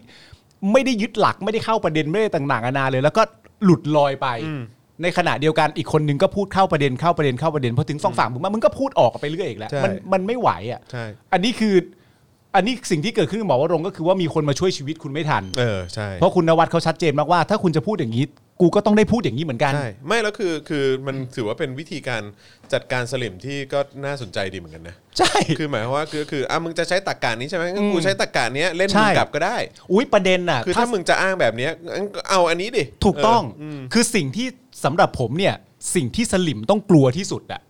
S3: ไม่ได้ยึดหลักไม่ได้เข้าประเด็นไม่ได้ต่างๆนานาเลย แล้วก็หลุดลอยไป ในขณะเดียวกันอีกคนนึงก็พูดเข้าประเด็นเข้าประเด็นเข้าประเด็นพอถึงฝั่งฝั่งมึงมามึงก็พูดออกไปเรื่อยอีกแล้ว
S2: ใช่
S3: มันมันไม่ไหวอ่ะ
S2: ใช่
S3: อันนี้คืออันนี้สิ่งที่เกิดขึ้นกับหมอวรงค์ก็คือว่ามีคนมาช่วยชีวิตคุณไม่ทัน
S2: เออใช่
S3: เพราะคุณนวัดเขาชัดเจนมากว่า ถ้าคุณจะพูดอย่างนี้ กูก็ต้องได้พูดอย่างนี้เหมือนกัน
S2: ใช่ไม่แล้วคือคือมันถือว่าเป็นวิธีการจัดการสลิมที่ก็น่าสนใจดีเหมือนกันนะ
S3: ใช่
S2: คือหมายความว่าคือคืออ่ะมึงจะใช้ตรกกานี้ใช่ไหมงั้นกูใช้ตรกกานี้ยเล่น
S3: ใช่
S2: มึงกลับก็ได้
S3: อุ้ยประเด็นน่ะ
S2: คือถ้ามึงจะอ้างแบบเนี้ยงั้นก็เอาอันนี้ดิ
S3: ถูกต้อง
S2: เม
S3: คือสิ่งที่สำหรับผมเนี่ยสิ่งที่สลิมต้องกลัวที่สุดอะ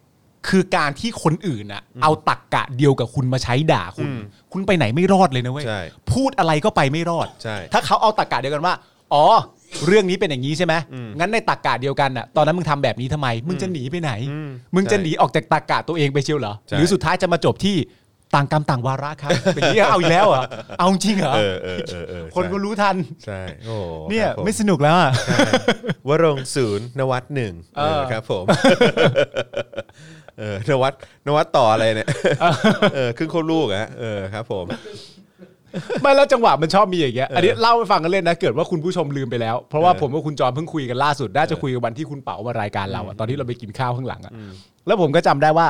S3: คือการที่คนอื่นน่ะเอาตักกะเดียวกับคุณมาใช้ด่าคุณ คุณไปไหนไม่รอดเลยนะเว้ย
S2: ใช่
S3: พูดอะไรก็ไปไม่รอด
S2: ใช่
S3: ถ้าเขาเอาตรกกะเดียวกันว่า อ๋อ เรื่องนี้เป็นอย่างนี้ใช่ไหม งั้นในตรกกะเดียวกันน่ะ ตอนนั้นมึงทำแบบนี้ทำไม มึงจะหนีไปไหน
S2: อืม
S3: มึงจะ
S2: ใช่
S3: หนีออกจากตรกกะตัวเองไปเชียวเหรอ
S2: ใช่
S3: หรือสุดท้ายจะมาจบที่ต่างกรรมต่างวาระครับ เป็นเรื่องเอาอีกแล้วเหรอ เอาจริงเหรอ
S2: เออเออเออเออ
S3: คน
S2: ใช่
S3: ก็รู้ทัน
S2: ใช่โอ้
S3: เนี่ย
S2: ครับผ
S3: ไม่สนุกแล้วอ่ะ
S2: วรงค์ศูนย์นวัดหนึ่ง
S3: เออ
S2: เออครับ ผมเออนวัดนวัดต่ออะไรเนี่ยเออครึ่งโคตรลูกอะเออครับ ผม
S3: ไม่แล้วจังหวะมันชอบมีอย่างเงี้ย อันนี้เล่าให้ฟังกันเล่นนะ เกิดว่าคุณผู้ชมลืมไปแล้ว เพราะว่า
S2: เออ
S3: ผมกับคุณจอมเพิ่งคุยกันล่าสุด น่าจะคุยกันวันที่คุณเป๋ามารายการเราอะตอนที่เราไปกินข้าวข้างหลังอะแล้วผมก็จำได้ว่า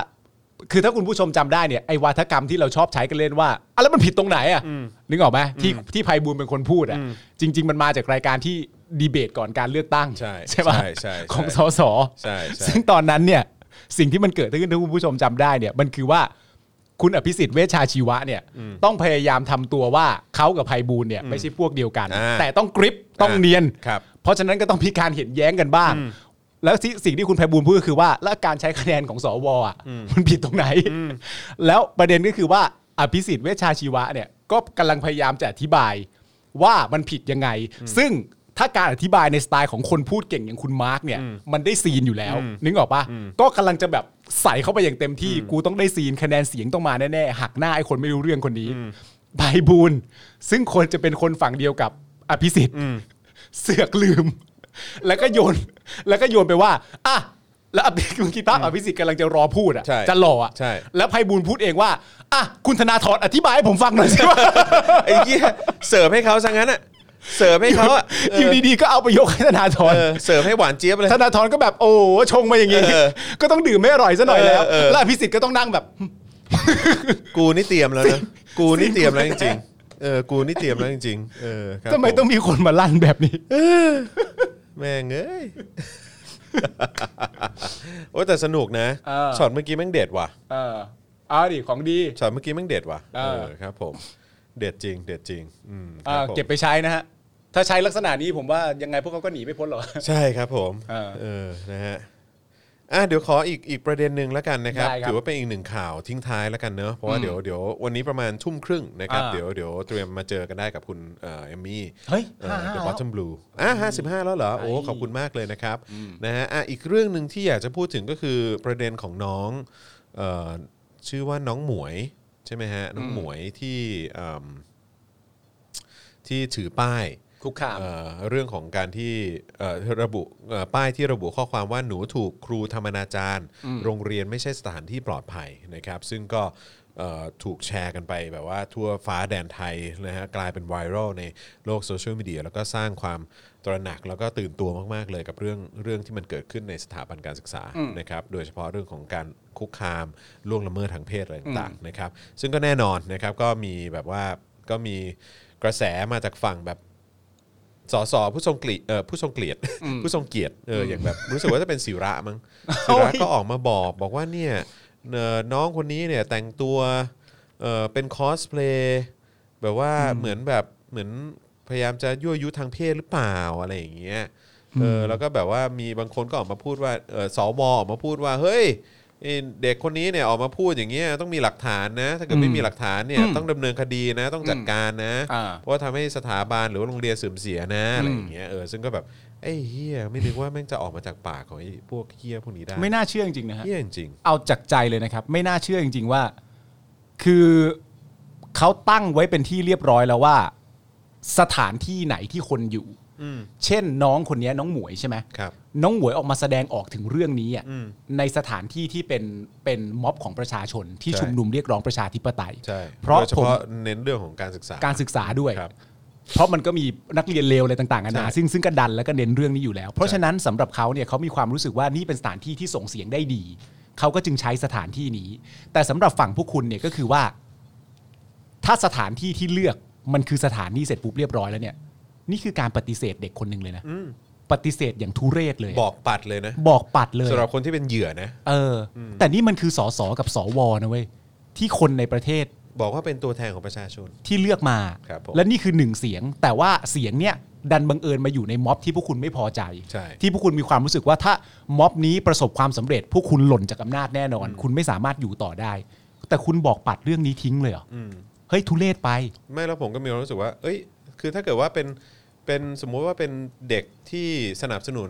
S3: คือถ้าคุณผู้ชมจำได้เนี่ย ไอ้วาทกรรมที่เราชอบใช้กันเล่นว่าอะแล้วมันผิดตรงไหนอะนึกออกไหมที่ที่ไพบูลย์เป็นคนพูดอะจริง ๆ มันมาจากรายการที่ดีเบตก่อนการเลือกตั้ง
S2: ใช่
S3: ปะ
S2: ใช่ใช่ใช่
S3: ของสส
S2: ใช่ใช่
S3: ซึ่งตอนนั้นเนี่ย สิ่งที่มันเกิดขึ้นถ้าคุณผู้ชมจำได้เนี่ย มันคือว่า คุณอภิสิทธิ์เวชชาชีวะเนี่ยต้องพยายามทำตัวว่าเขากับไพบูลย์เนี่ยไม่ใช่พวกเดียวกัน
S2: อ่า
S3: แต่ต้องกริปต้อง
S2: อ่า
S3: เนียน
S2: ครับ
S3: เพราะฉะนั้นก็ต้องมีการเห็นแย้งกันบ้าง แล้วสิสิ่งที่คุณไพบูลย์พูดก็คือว่าแล้วการใช้คะแนนของสวอ่ะมันผิดตรงไหน แล้วประเด็นก็คือว่าอภิสิทธิ์เวชชาชีวะเนี่ยก็กำลังพยายามจะอธิบายว่ามันผิดยังไง ซึ่งถ้าการอธิบายในสไตล์ของคนพูดเก่งอย่างคุณมาร์กเนี่ยมันได้ซีนอยู่แล้วนึกออกปะก็กำลังจะแบบ ใส่เข้าไปอย่างเต็มที่กูต้องได้ซีนคะแนนเสียงต้องมาแน่ๆหักหน้าไอ้คนไม่รู้เรื่องคนนี้ไพบูลย์ซึ่งคนจะเป็นคนฝั่งเดียวกับอภิสิทธิ์เสือกลืม แล้วก็โยน แล้วก็โยนไปว่าอ่ะแล้วอภิมึงคิดภาพอภิสิทธิ์กำลังจะรอพูดอ่ะ
S2: ใช่
S3: จะหล่ออ่ะ
S2: ใช่
S3: แล้วไพบูลย์พูดเองว่าอ่ะคุณธนาธรอธิบายให้ผมฟังหน่อยสิว่า
S2: ไอ้เหี้ยเสิร์ฟให้เขาซะงั้นอะเสิร์ฟให้เขาอะเอ
S3: อยู่
S2: อ
S3: ดีๆก็เอาไปยกให้ธนาธร
S2: เออเสิร์ฟให้หวานเจี๊ยบเลย
S3: ธนาธรก็แบบโอ้โหชงมาอย่างงี้
S2: เออ
S3: ก็ต้องดื่มไม่อร่อยซะหน่อยแล้ว
S2: เออเออ
S3: แล้วอภิสิทธิ์ก็ต้องนั่งแบบ
S2: กูนี่เตรียมแล้วนะ กูนี่เตรียมแล้วจริงๆ เออ กูนี่เตรียมแล้วจริงๆ เออครับ
S3: ทำไมต้องมีคนมาลั่นแบบนี้
S2: แม่งเอ้ย โอ้ยแต่สนุกนะ
S3: เออ
S2: ช็อตเมื่อกี้แม่งเด็ดว่ะ
S3: เออเอาดิของดี
S2: ช็อตเมื่อกี้แม่งเด็ดว่ะ
S3: เอ
S2: เอ
S3: อ
S2: อครับผม เด็ดจริง เด็ดจริง อืม
S3: เอ
S2: ค
S3: อ
S2: รับผม
S3: เก็บไปใช้นะฮะ ถ้า ใช้ลักษณะนี้ผมว่ายังไงพวกเขาก็หนีไม่พ้นหรอก
S2: ใช่ครับผม
S3: เออ
S2: เออ นะฮะ อ่ะเดี๋ยวขออีกอีกประเด็นหนึ่งแล้วกันนะครับ
S3: ได้ครับ
S2: ถือว่าเป็นอีกหนึ่งข่าวทิ้งท้ายแล้วกันเนอะเพราะว่าเดี๋ยวเดี๋ยววันนี้ประมาณทุ่มครึ่งนะครับ
S3: อ่า
S2: เดี๋ยวเดี๋ยวเตรียมมาเจอกันได้กับคุณเอ่อเอมมี่
S3: เฮ้ย55
S2: เดอะบอททอมบลูอ่ะห้าสิบห้าแล้วเหรอโอ้ขอบคุณมากเลยนะครับนะฮะอ่ะอีกเรื่องหนึ่งที่อยากจะพูดถึงก็คือประเด็นของน้องเอ่อชื่อว่าน้องหมวยใช่ไหมฮะน้องหมวยที่เอิ่มที่ถือป้าย
S3: คุกคาม
S2: เอ่อเรื่องของการที่เอ่อระบุเอ่อป้ายที่ระบุข้อความว่าหนูถูกครูธรรมนาจารย์ โรงเรียนไม่ใช่สถานที่ปลอดภัยนะครับ ซึ่งก็เอ่อถูกแชร์กันไปแบบว่าทั่วฟ้าแดนไทยนะฮะกลายเป็นไวรัลในโลกโซเชียลมีเดียแล้วก็สร้างความตระหนักแล้วก็ตื่นตัวมาก ๆ เลยกับเรื่องเรื่องที่มันเกิดขึ้นในสถาบันการศึกษานะครับโดยเฉพาะเรื่องของการคุกคามล่วงละเมิดทางเพศอะไรต่างๆนะครับซึ่งก็แน่นอนนะครับก็มีแบบว่าก็มีกระแสมาจากฝั่งแบบ สสผู้ทรงเกลียเอ่อผู้ทรงเกลียดผู้ทรงเกียรติเอออย่างแบบรู้สึกว่าจะเป็นศิระ มั้งศิระก็ออกมาบอกบอกว่าเนี่ยเอ่อน้องคนนี้เนี่ยแต่งตัวเอ่อเป็นคอสเพลย์แบบว่าเหมือนแบบเหมือนพยายามจะยั่วยุทางเพศหรือเปล่าอะไรอย่างเงี้ยเออแล้วก็แบบว่ามีบางคนก็ออกมาพูดว่าเออสวออกมาพูดว่าเฮ้ยไอ้เด็กคนนี้เนี่ยออกมาพูดอย่างเงี้ยต้องมีหลักฐานนะ ถ้าเกิดไม่มีหลักฐานเนี่ยต้องดำเนินคดีนะต้องจัดการนะ
S3: อ่า
S2: เพราะว่าทำให้สถาบันหรือว่าโรงเรียนเสื่อมเสียนะอะไรอย่างเงี้ยเออซึ่งก็แบบไอ้เฮียไม่นึกว่าแม่งจะออกมาจากปากของไอ้พวกเฮียพวกนี้ได้
S3: ไม่น่าเชื่อจริงๆนะฮะ
S2: เฮียจริง
S3: เอาจากใจเลยนะครับ ไม่น่าเชื่อจริง ๆว่า คือเขาตั้งไว้เป็นที่เรียบร้อยแล้วว่า สถานที่ไหนที่คนอยู่
S2: อืม
S3: เช่นน้องคนเนี้ยน้องหมวยใช่ไหม
S2: ๆครับ
S3: น้องหมวยออกมาแสดงออกถึงเรื่องนี้อะ
S2: อืม
S3: ในสถานที่ที่เป็นเป็นม็อบของประชาชนที่
S2: ใช่
S3: ชุมนุมเรียกร้องประชาธิปไตย
S2: ใช่
S3: เพราะ
S2: โดยเฉ
S3: ผม
S2: พาะเน้นเรื่องของการศึกษา
S3: การศึกษาด้วย
S2: ครับ
S3: เพราะมันก็มีนักเรียนเลวอะไรต่างๆกันา
S2: ใช่
S3: นาซึ่งซึ่งก็ดันแล้วก็เน้นเรื่องนี้อยู่แล้ว เพราะฉะนั้นสำหรับเขาเนี่ยเขามีความรู้สึกว่านี่เป็นสถานที่ที่ส่งเสียงได้ดี เขาก็จึงใช้สถานที่นี้ แต่สำหรับฝั่งพวกคุณเนี่ยก็คือว่า ถ้าสถานที่ที่เลือกมันคือสถานที่เสร็จปุ๊บเรียบร้อยแล้วเนี่ย นี่คือการปฏิเสธเด็กคนหนึ่งเลยนะปฏิเสธอย่างทุเรศเลย
S2: บอกปัดเลยนะ
S3: บอกปัดเลย
S2: สำหรับคนที่เป็นเหยื่อนะ
S3: เอออ แต่นี่มันคือสสกับสวนะเว้ยที่คนในประเทศ
S2: บอกว่าเป็นตัวแทนของประชาชน
S3: ที่เลือกมา
S2: ครับผม
S3: และนี่คือหนึ่งเสียง แต่ว่าเสียงเนี่ยดันบังเอิญมาอยู่ในม็อบที่พวกคุณไม่พอใจ
S2: ใช่
S3: ที่พวกคุณมีความรู้สึกว่าถ้าม็อบนี้ประสบความสำเร็จ พวกคุณหล่นจากอำนาจแน่นอน คุณไม่สามารถอยู่ต่อได้ แต่คุณบอกปัดเรื่องนี้ทิ้งเลยเหรออเฮ้ยทุเลศไป
S2: ไม่แล้วผมก็มีความรู้สึกว่า เอ้ย คือถ้าเกิดว่าเป็น เป็นสมมุติว่าเป็นเด็กที่สนับสนุน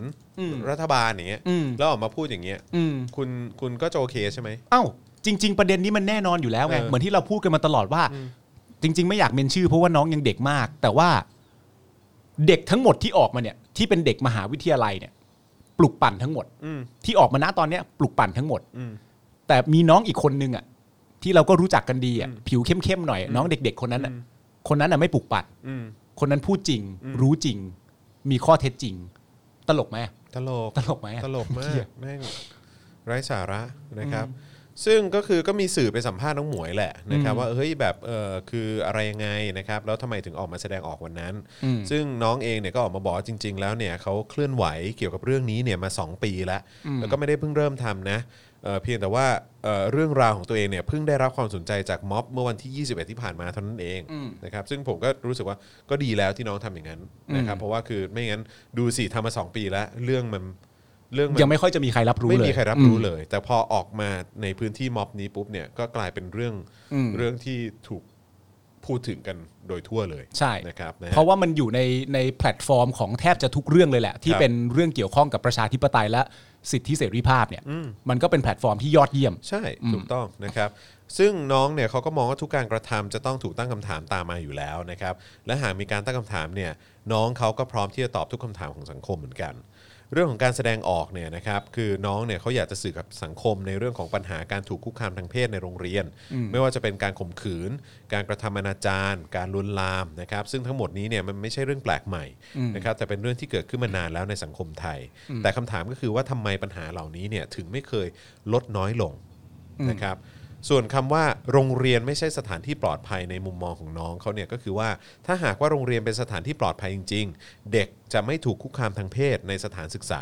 S2: รัฐบาลอย่างเงี้ย
S3: อืม
S2: แล้วออกมาพูดอย่างเงี้ย
S3: อืม
S2: คุณ คุณก็จะโอเคใช่ไหม
S3: เอ้าจริง ๆ ประเด็นนี้มันแน่นอนอยู่แล้วไง
S2: เออ
S3: เหมือนที่เราพูดกันมาตลอดว่า จริง ๆ ไม่อยากเมนชื่อเพราะว่าน้องยังเด็กมาก แต่ว่าเด็กทั้งหมดที่ออกมาเนี่ย ที่เป็นเด็กมหาวิทยาลัยเนี่ย ปลุกปั่นทั้งหมด
S2: อืม
S3: ที่ออกมาณตอนเนี้ยปลุกปั่นทั้งหมด
S2: อืม
S3: แต่มีน้องอีกคนนึงอ่ะ ที่เราก็รู้จักกันดีอ่ะผิวเข้มๆหน่อย น้องเด็ก ๆ คนนั้นอ่ะ คนนั้นอ่ะไม่ปลุกปั่น
S2: อืม
S3: คนนั้นพูดจริง รู้จริง มีข้อเท็จจริง ตลกไหม
S2: ตลก
S3: ตลกไหมอะ
S2: ตลกมา
S3: เหี้
S2: ก
S3: ย
S2: แม่งไร้สาระนะครับ ซึ่งก็คือก็มีสื่อไปสัมภาษณ์น้องหมวยแหละนะครับ ว่าเฮ้ยแบบเออคืออะไรยังไงนะครับ แล้วทำไมถึงออกมาแสดงออกวันนั้น ซึ่งน้องเองเนี่ยก็ออกมาบอกว่าจริง ๆ แล้วเนี่ยเขาเคลื่อนไหวเกี่ยวกับเรื่องนี้เนี่ยมา 2 ปีแล้ว แล้วก็ไม่ได้เพิ่งเริ่มทำนะเอ่อเพียงแต่ว่าเอ่อเรื่องราวของตัวเองเนี่ยเพิ่งได้รับความสนใจจากม็อบเมื่อวันที่ 21 ที่ผ่านมาเท่านั้นเองนะครับซึ่งผมก็รู้สึกว่าก็ดีแล้วที่น้องทำอย่างนั้นนะครับเพราะว่าคือไม่งั้นดูสิทำมาสองปีแล้วเรื่องมันเรื่องมัน
S3: ยังไม่ค่อยจะมีใครรับรู้เลย
S2: ไม่มีใครรับรู้เลย แต่พอออกมาในพื้นที่ม็อบนี้ปุ๊บเนี่ยก็กลายเป็นเรื่องเรื่องที่ถูกพูดถึงกันโดยทั่วเลย
S3: ใช่
S2: นะครับนฮ
S3: เพราะว่ามันอยู่ในในแพลตฟอร์มของแทบจะทุกเรื่องเลยแหละ ที่
S2: ครับ
S3: เป็นเรื่องเกี่ยวข้องกับประชาธิปไตยและสิทธิเสรีภาพเนี่ย
S2: อืม
S3: มันก็เป็นแพลตฟอร์มที่ยอดเยี่ยม
S2: ใช่ถูกต้องนะครับ ซึ่งน้องเนี่ยเขาก็มองว่าทุกการกระทำจะต้องถูกตั้งคำถามตามมาอยู่แล้วนะครับ และหากมีการตั้งคำถามเนี่ยน้องเขาก็พร้อมที่จะตอบทุกคำถามของสังคมเหมือนกัน เรื่องของการแสดงออกเนี่ยนะครับคือน้องเนี่ยเขาอยากจะสื่อกับสังคมในเรื่องของปัญหาการถูกคุกคามทางเพศในโรงเรียน ไม่ว่าจะเป็นการข่มขืน การกระทำอนาจารการลวนลามนะครับ ซึ่งทั้งหมดนี้เนี่ยมันไม่ใช่เรื่องแปลกใหม่นะครับแต่เป็นเรื่องที่เกิดขึ้นมานานแล้วในสังคมไทย แต่คำถามก็คือว่าทำไมปัญหาเหล่านี้เนี่ยถึงไม่เคยลดน้อยลง นะครับส่วนคำว่าโรงเรียนไม่ใช่สถานที่ปลอดภัยในมุมมองของน้องเขาเนี่ยก็คือว่าถ้าหากว่าโรงเรียนเป็นสถานที่ปลอดภัยจริง ๆ เด็กจะไม่ถูกคุกคามทางเพศในสถานศึกษา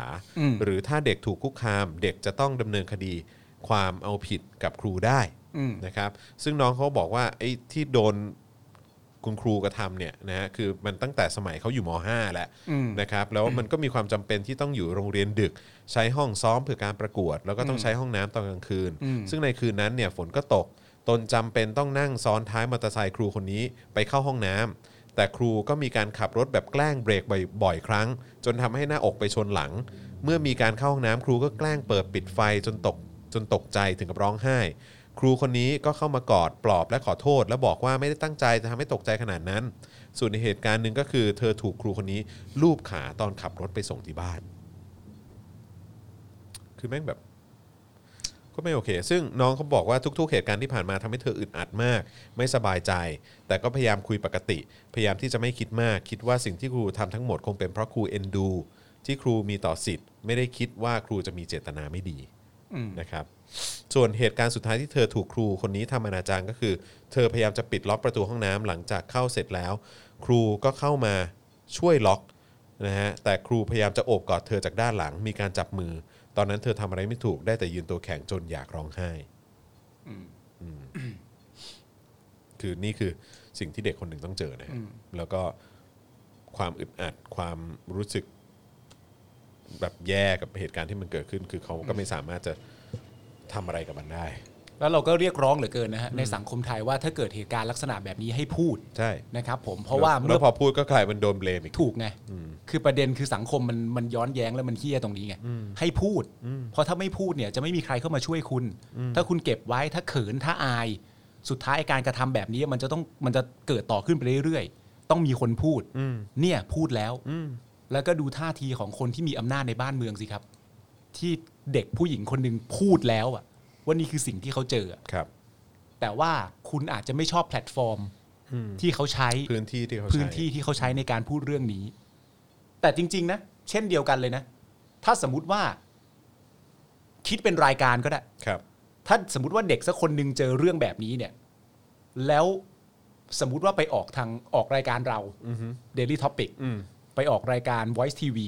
S2: หรือถ้าเด็กถูกคุกคาม เด็กจะต้องดำเนินคดีความเอาผิดกับครูได้นะครับซึ่งน้องเขาบอกว่าไอ้ที่โดน คุณครูกระทำเนี่ยนะฮะคือมันตั้งแต่สมัยเขาอยู่ม .5 แหละนะครับแล้วมันก็มีความจำเป็นที่ต้องอยู่โรงเรียนดึก ใช้ห้องซ้อมเพื่อการประกวด แล้วก็ต้องใช้ห้องน้ำตอนกลางคืน ซึ่งในคืนนั้นเนี่ยฝนก็ตก ตนจำเป็นต้องนั่งซ้อนท้ายมอเตอร์ไซค์ครูคนนี้ไปเข้าห้องน้ำแต่ครูก็มีการขับรถแบบแกล้งเบรกบ่อยๆครั้ง จนทำให้หน้าอกไปชนหลัง เมื่อมีการเข้าห้องน้ำครูก็แกล้งเปิดปิดไฟจนตกจนตกใจถึงกับร้องไห้ ครูคนนี้ก็เข้ามากอดปลอบและขอโทษ และบอกว่าไม่ได้ตั้งใจจะทำให้ตกใจขนาดนั้น ส่วนในเหตุการณ์หนึ่งก็คือ เธอถูกครูคนนี้ลูบขาตอนขับรถไปส่งที่บ้าน คือแม่งแบบ ก็ไม่โอเค ซึ่งน้องเขาบอกว่าทุกๆ เหตุการณ์ที่ผ่านมาทำให้เธออึดอัดมาก ไม่สบายใจ แต่ก็พยายามคุยปกติ พยายามที่จะไม่คิดมาก คิดว่าสิ่งที่ครูทำทั้งหมดคงเป็นเพราะครูเอ็นดู ที่ครูมีต่อสิทธิ์ ไม่ได้คิดว่าครูจะมีเจตนาไม่ดีนะครับ ส่วนเหตุการณ์สุดท้ายที่เธอถูกครูคนนี้ทำอนาจารก็คือ เธอพยายามจะปิดล็อกประตูห้องน้ำหลังจากเข้าเสร็จแล้ว ครูก็เข้ามาช่วยล็อกนะฮะแต่ครูพยายามจะโอบกอดเธอจากด้านหลังมีการจับมือ ตอนนั้นเธอทำอะไรไม่ถูกได้แต่ยืนตัวแข็งจนอยากร้องไห้อืมคือนี่คือสิ่งที่เด็กคนหนึ่งต้องเจอนะฮะแล้วก็ความอึดอัดความรู้สึก แบบแย่กับเหตุการณ์ที่มันเกิดขึ้น คือเขาก็ไม่สามารถจะทำอะไรกับมันได้
S3: แล้วเราก็เรียกร้องเหลือเกินนะฮะในสังคมไทยว่าถ้าเกิดเหตุการณ์ลักษณะแบบนี้ให้พูด
S2: ใช่
S3: นะครับผมเพราะว่า
S2: แล้
S3: เมื่
S2: ว
S3: อ
S2: พอพูดก็กลายเป็นโดนเบลมอีก
S3: ถูกไงคือประเด็นคือสังคมมันมันย้อนแย้งแล้วมันเฮี้ยตรงนี้ไงให้พูด เพราะถ้าไม่พูดเนี่ยจะไม่มีใครเข้ามาช่วยคุณ ถ้าคุณเก็บไว้ถ้าเขินถ้าอาย สุดท้ายการกระทำแบบนี้มันจะต้องมันจะเกิดต่อขึ้นไปเรื่อยๆต้องมีคนพูด
S2: อืม
S3: เนี่ยพูดแล้ว
S2: อืม
S3: แล้วก็ดูท่าทีของคนที่มีอำนาจในบ้านเมืองสิครับ ที่เด็กผู้หญิงคนหนึ่งพูดแล้วอะว่านี่คือสิ่งที่เขาเจออะ
S2: ครับ
S3: แต่ว่าคุณอาจจะไม่ชอบแพลตฟอร์ม
S2: อืม
S3: ที่เขาใช้
S2: พื้นที่ที่เขา
S3: พื้น
S2: ใช้
S3: ที่ที่เขาใช้ในการพูดเรื่องนี้ แต่จริง ๆ นะ เช่นเดียวกันเลยนะ ถ้าสมมติว่า คิดเป็นรายการก็ได้
S2: ครับ
S3: ถ้าสมมติว่าเด็กสักคนหนึ่งเจอเรื่องแบบนี้เนี่ย แล้วสมมติว่าไปออกทางออกรายการเรา
S2: อือฮึ
S3: Daily Topic
S2: อืม
S3: ไปออกรายการ Voice TV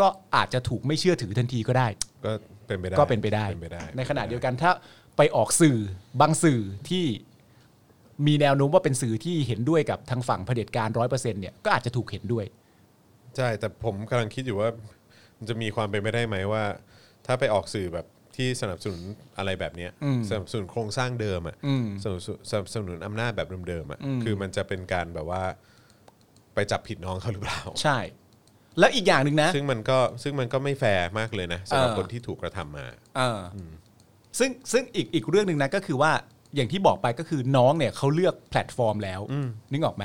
S3: ก็อาจจะถูกไม่เชื่อถือทันทีก็ได้
S2: ก็เป็นไปได้
S3: ก็เป็นไปได้
S2: เป็นไปได้
S3: ในขณะเดียวกันถ้าไปออกสื่อบางสื่อที่มีแนวโน้มว่าเป็นสื่อที่เห็นด้วยกับทางฝั่งเผด็จการร้อยเปอร์เซ็นต์เนี่ยก็อาจจะถูกเห็นด้วย
S2: ใช่ แต่ผมกำลังคิดอยู่ว่ามันจะมีความเป็นไปได้ไหมว่า ถ้าไปออกสื่อแบบที่สนับสนุนอะไรแบบเนี้ยสนับสนุนโครงสร้างเดิมอ่ะสนับสนุนสนับสนุนอำนาจแบบเดิมๆอ่ะคือมันจะเป็นการแบบว่า ไปจับผิดน้องเขาหรือเปล่า
S3: ใช่ แล้วอีกอย่างหนึ่งนะ
S2: ซึ่งมันก็ซึ่งมันก็ไม่แฟร์มากเลยนะสำหรับ
S3: เออ
S2: คนที่ถูกกระทำมา
S3: เอออซึ่งซึ่งอีกอีกเรื่องหนึ่งนะก็คือว่าอย่างที่บอกไปก็คือน้องเนี่ยเขาเลือกแพลตฟอร์มแล้วนึกออกไหม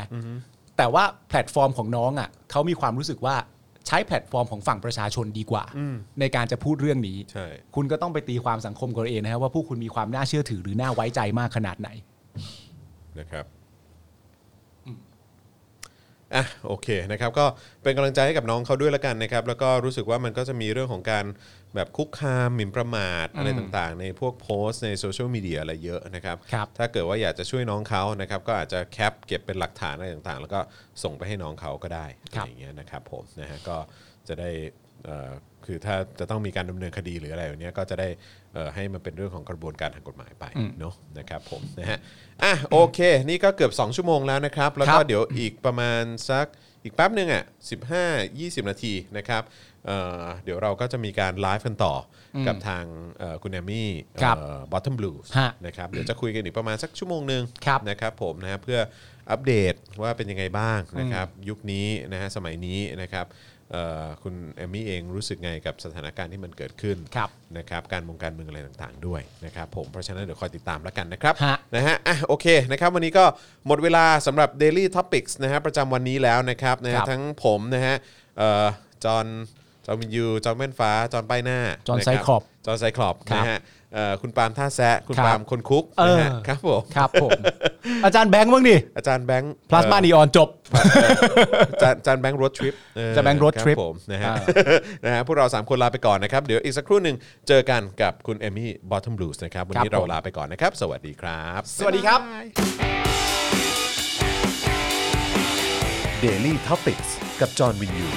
S3: แต่ว่าแพลตฟอร์มของน้องอ่ะเขามีความรู้สึกว่าใช้แพลตฟอร์มของฝั่งประชาชนดีกว่า ในการจะพูดเรื่องนี้
S2: ใช่
S3: คุณก็ต้องไปตีความสังคมกันเองนะครับว่าพวกคุณมีความน่าเชื่อถือหรือน่าไว้ใจมากขนาดไหน
S2: นะครับ อ่ะโอเคนะครับ ก็เป็นกำลังใจให้กับน้องเขาด้วยละกันนะครับ แล้วก็รู้สึกว่ามันก็จะมีเรื่องของการแบบคุกคามหมิ่นประมาทอะไรต่างๆ ในพวกโพสต์ในโซเชียลมีเดียอะไรเยอะนะครับ
S3: ครับ
S2: ถ้าเกิดว่าอยากจะช่วยน้องเขานะครับ ก็อาจจะแคปเก็บเป็นหลักฐานอะไรต่างๆ แล้วก็ส่งไปให้น้องเขาก็ได้อะ
S3: ครั
S2: ไร
S3: บ
S2: อย่างเงี้ยนะครับผมนะฮะก็จะได้เอ่อคือถ้าจะต้องมีการดำเนินคดีหรืออะไรอย่างเนี้ยก็จะได้เอ่อให้มันเป็นเรื่องของกระบวนการทางกฎหมายไปเนาะนะครับผมนะฮะอ่ะโอเค นี่ก็เกือบ 2 ชั่วโมงแล้วนะครับ แล้ว
S3: ครั
S2: ก็
S3: บ
S2: เดี๋ยวอีกประมาณสักอีกแป๊บหนึ่งอ่ะ15 20 นาทีนะครับเอ่อเดี๋ยวเราก็จะมีการไลฟ์กันต่ออกับทางเอ่อคุณแอมมี่
S3: ครับ
S2: บอททอมบลู
S3: ฮะ
S2: นะครับเดี๋ยวจะคุยกันอีกประมาณสักชั่วโมงหนึ่ง
S3: ครับ
S2: นะครับผมนะฮะเพื่ออัปเดตว่าเป็นยังไงบ้างนะครับยุคนี้นะฮะสมัยนี้นะครับเอ่อคุณแอมมี่เองรู้สึกไงกับสถานการณ์ที่มันเกิดขึ้น
S3: ครับ
S2: นะครับการมงการเมืองอะไรต่างๆ ด้วยนะครับผมเพราะฉะนั้นเดี๋ยวคอยติดตามแล้วกันนะครับ
S3: ฮะ
S2: นะฮะ อ่ะ โอเค นะครับ วันนี้ก็หมดเวลาสำหรับ Daily Topics นะฮะ ประจำวันนี้แล้วนะครับ นะ
S3: ค
S2: ฮะ
S3: รับ
S2: ทั้งผมนะฮะ เอ่อ จอห์นจอห์นวินยู จอห์นแว่นฟ้า จอห์นป้ายหน้า
S3: จอห์นะ
S2: บ
S3: ไซคลอป
S2: จอห์นไซคลอป
S3: ครับ
S2: นะฮะ เอ่อ คุณปาล์มท่าแซะ คุณ
S3: ครับ
S2: ปาล์มคนคุก
S3: เออ
S2: นะฮะครับผม
S3: ครับ ผม อาจารย์แบงค์บ้างดิ
S2: อาจารย์แบงค์
S3: พลาสมา
S2: เอ่อ
S3: นีออนจบ
S2: จานจานแบงค์รถทริป
S3: จานแบงค์ road trip
S2: ผมนะฮะ นะฮะพวกเรา 3 คนลาไปก่อนนะครับ เดี๋ยวอีกสักครู่หนึ่งเจอกันกับคุณเอมี่บอททอมบลูส์นะครับ วันนี้
S3: ครับ
S2: เรา
S3: ผม
S2: ลาไปก่อนนะครับ สวัสดีครับ
S3: สวัสดีครับ
S1: Daily t o p i c กกับจอห์นวินยู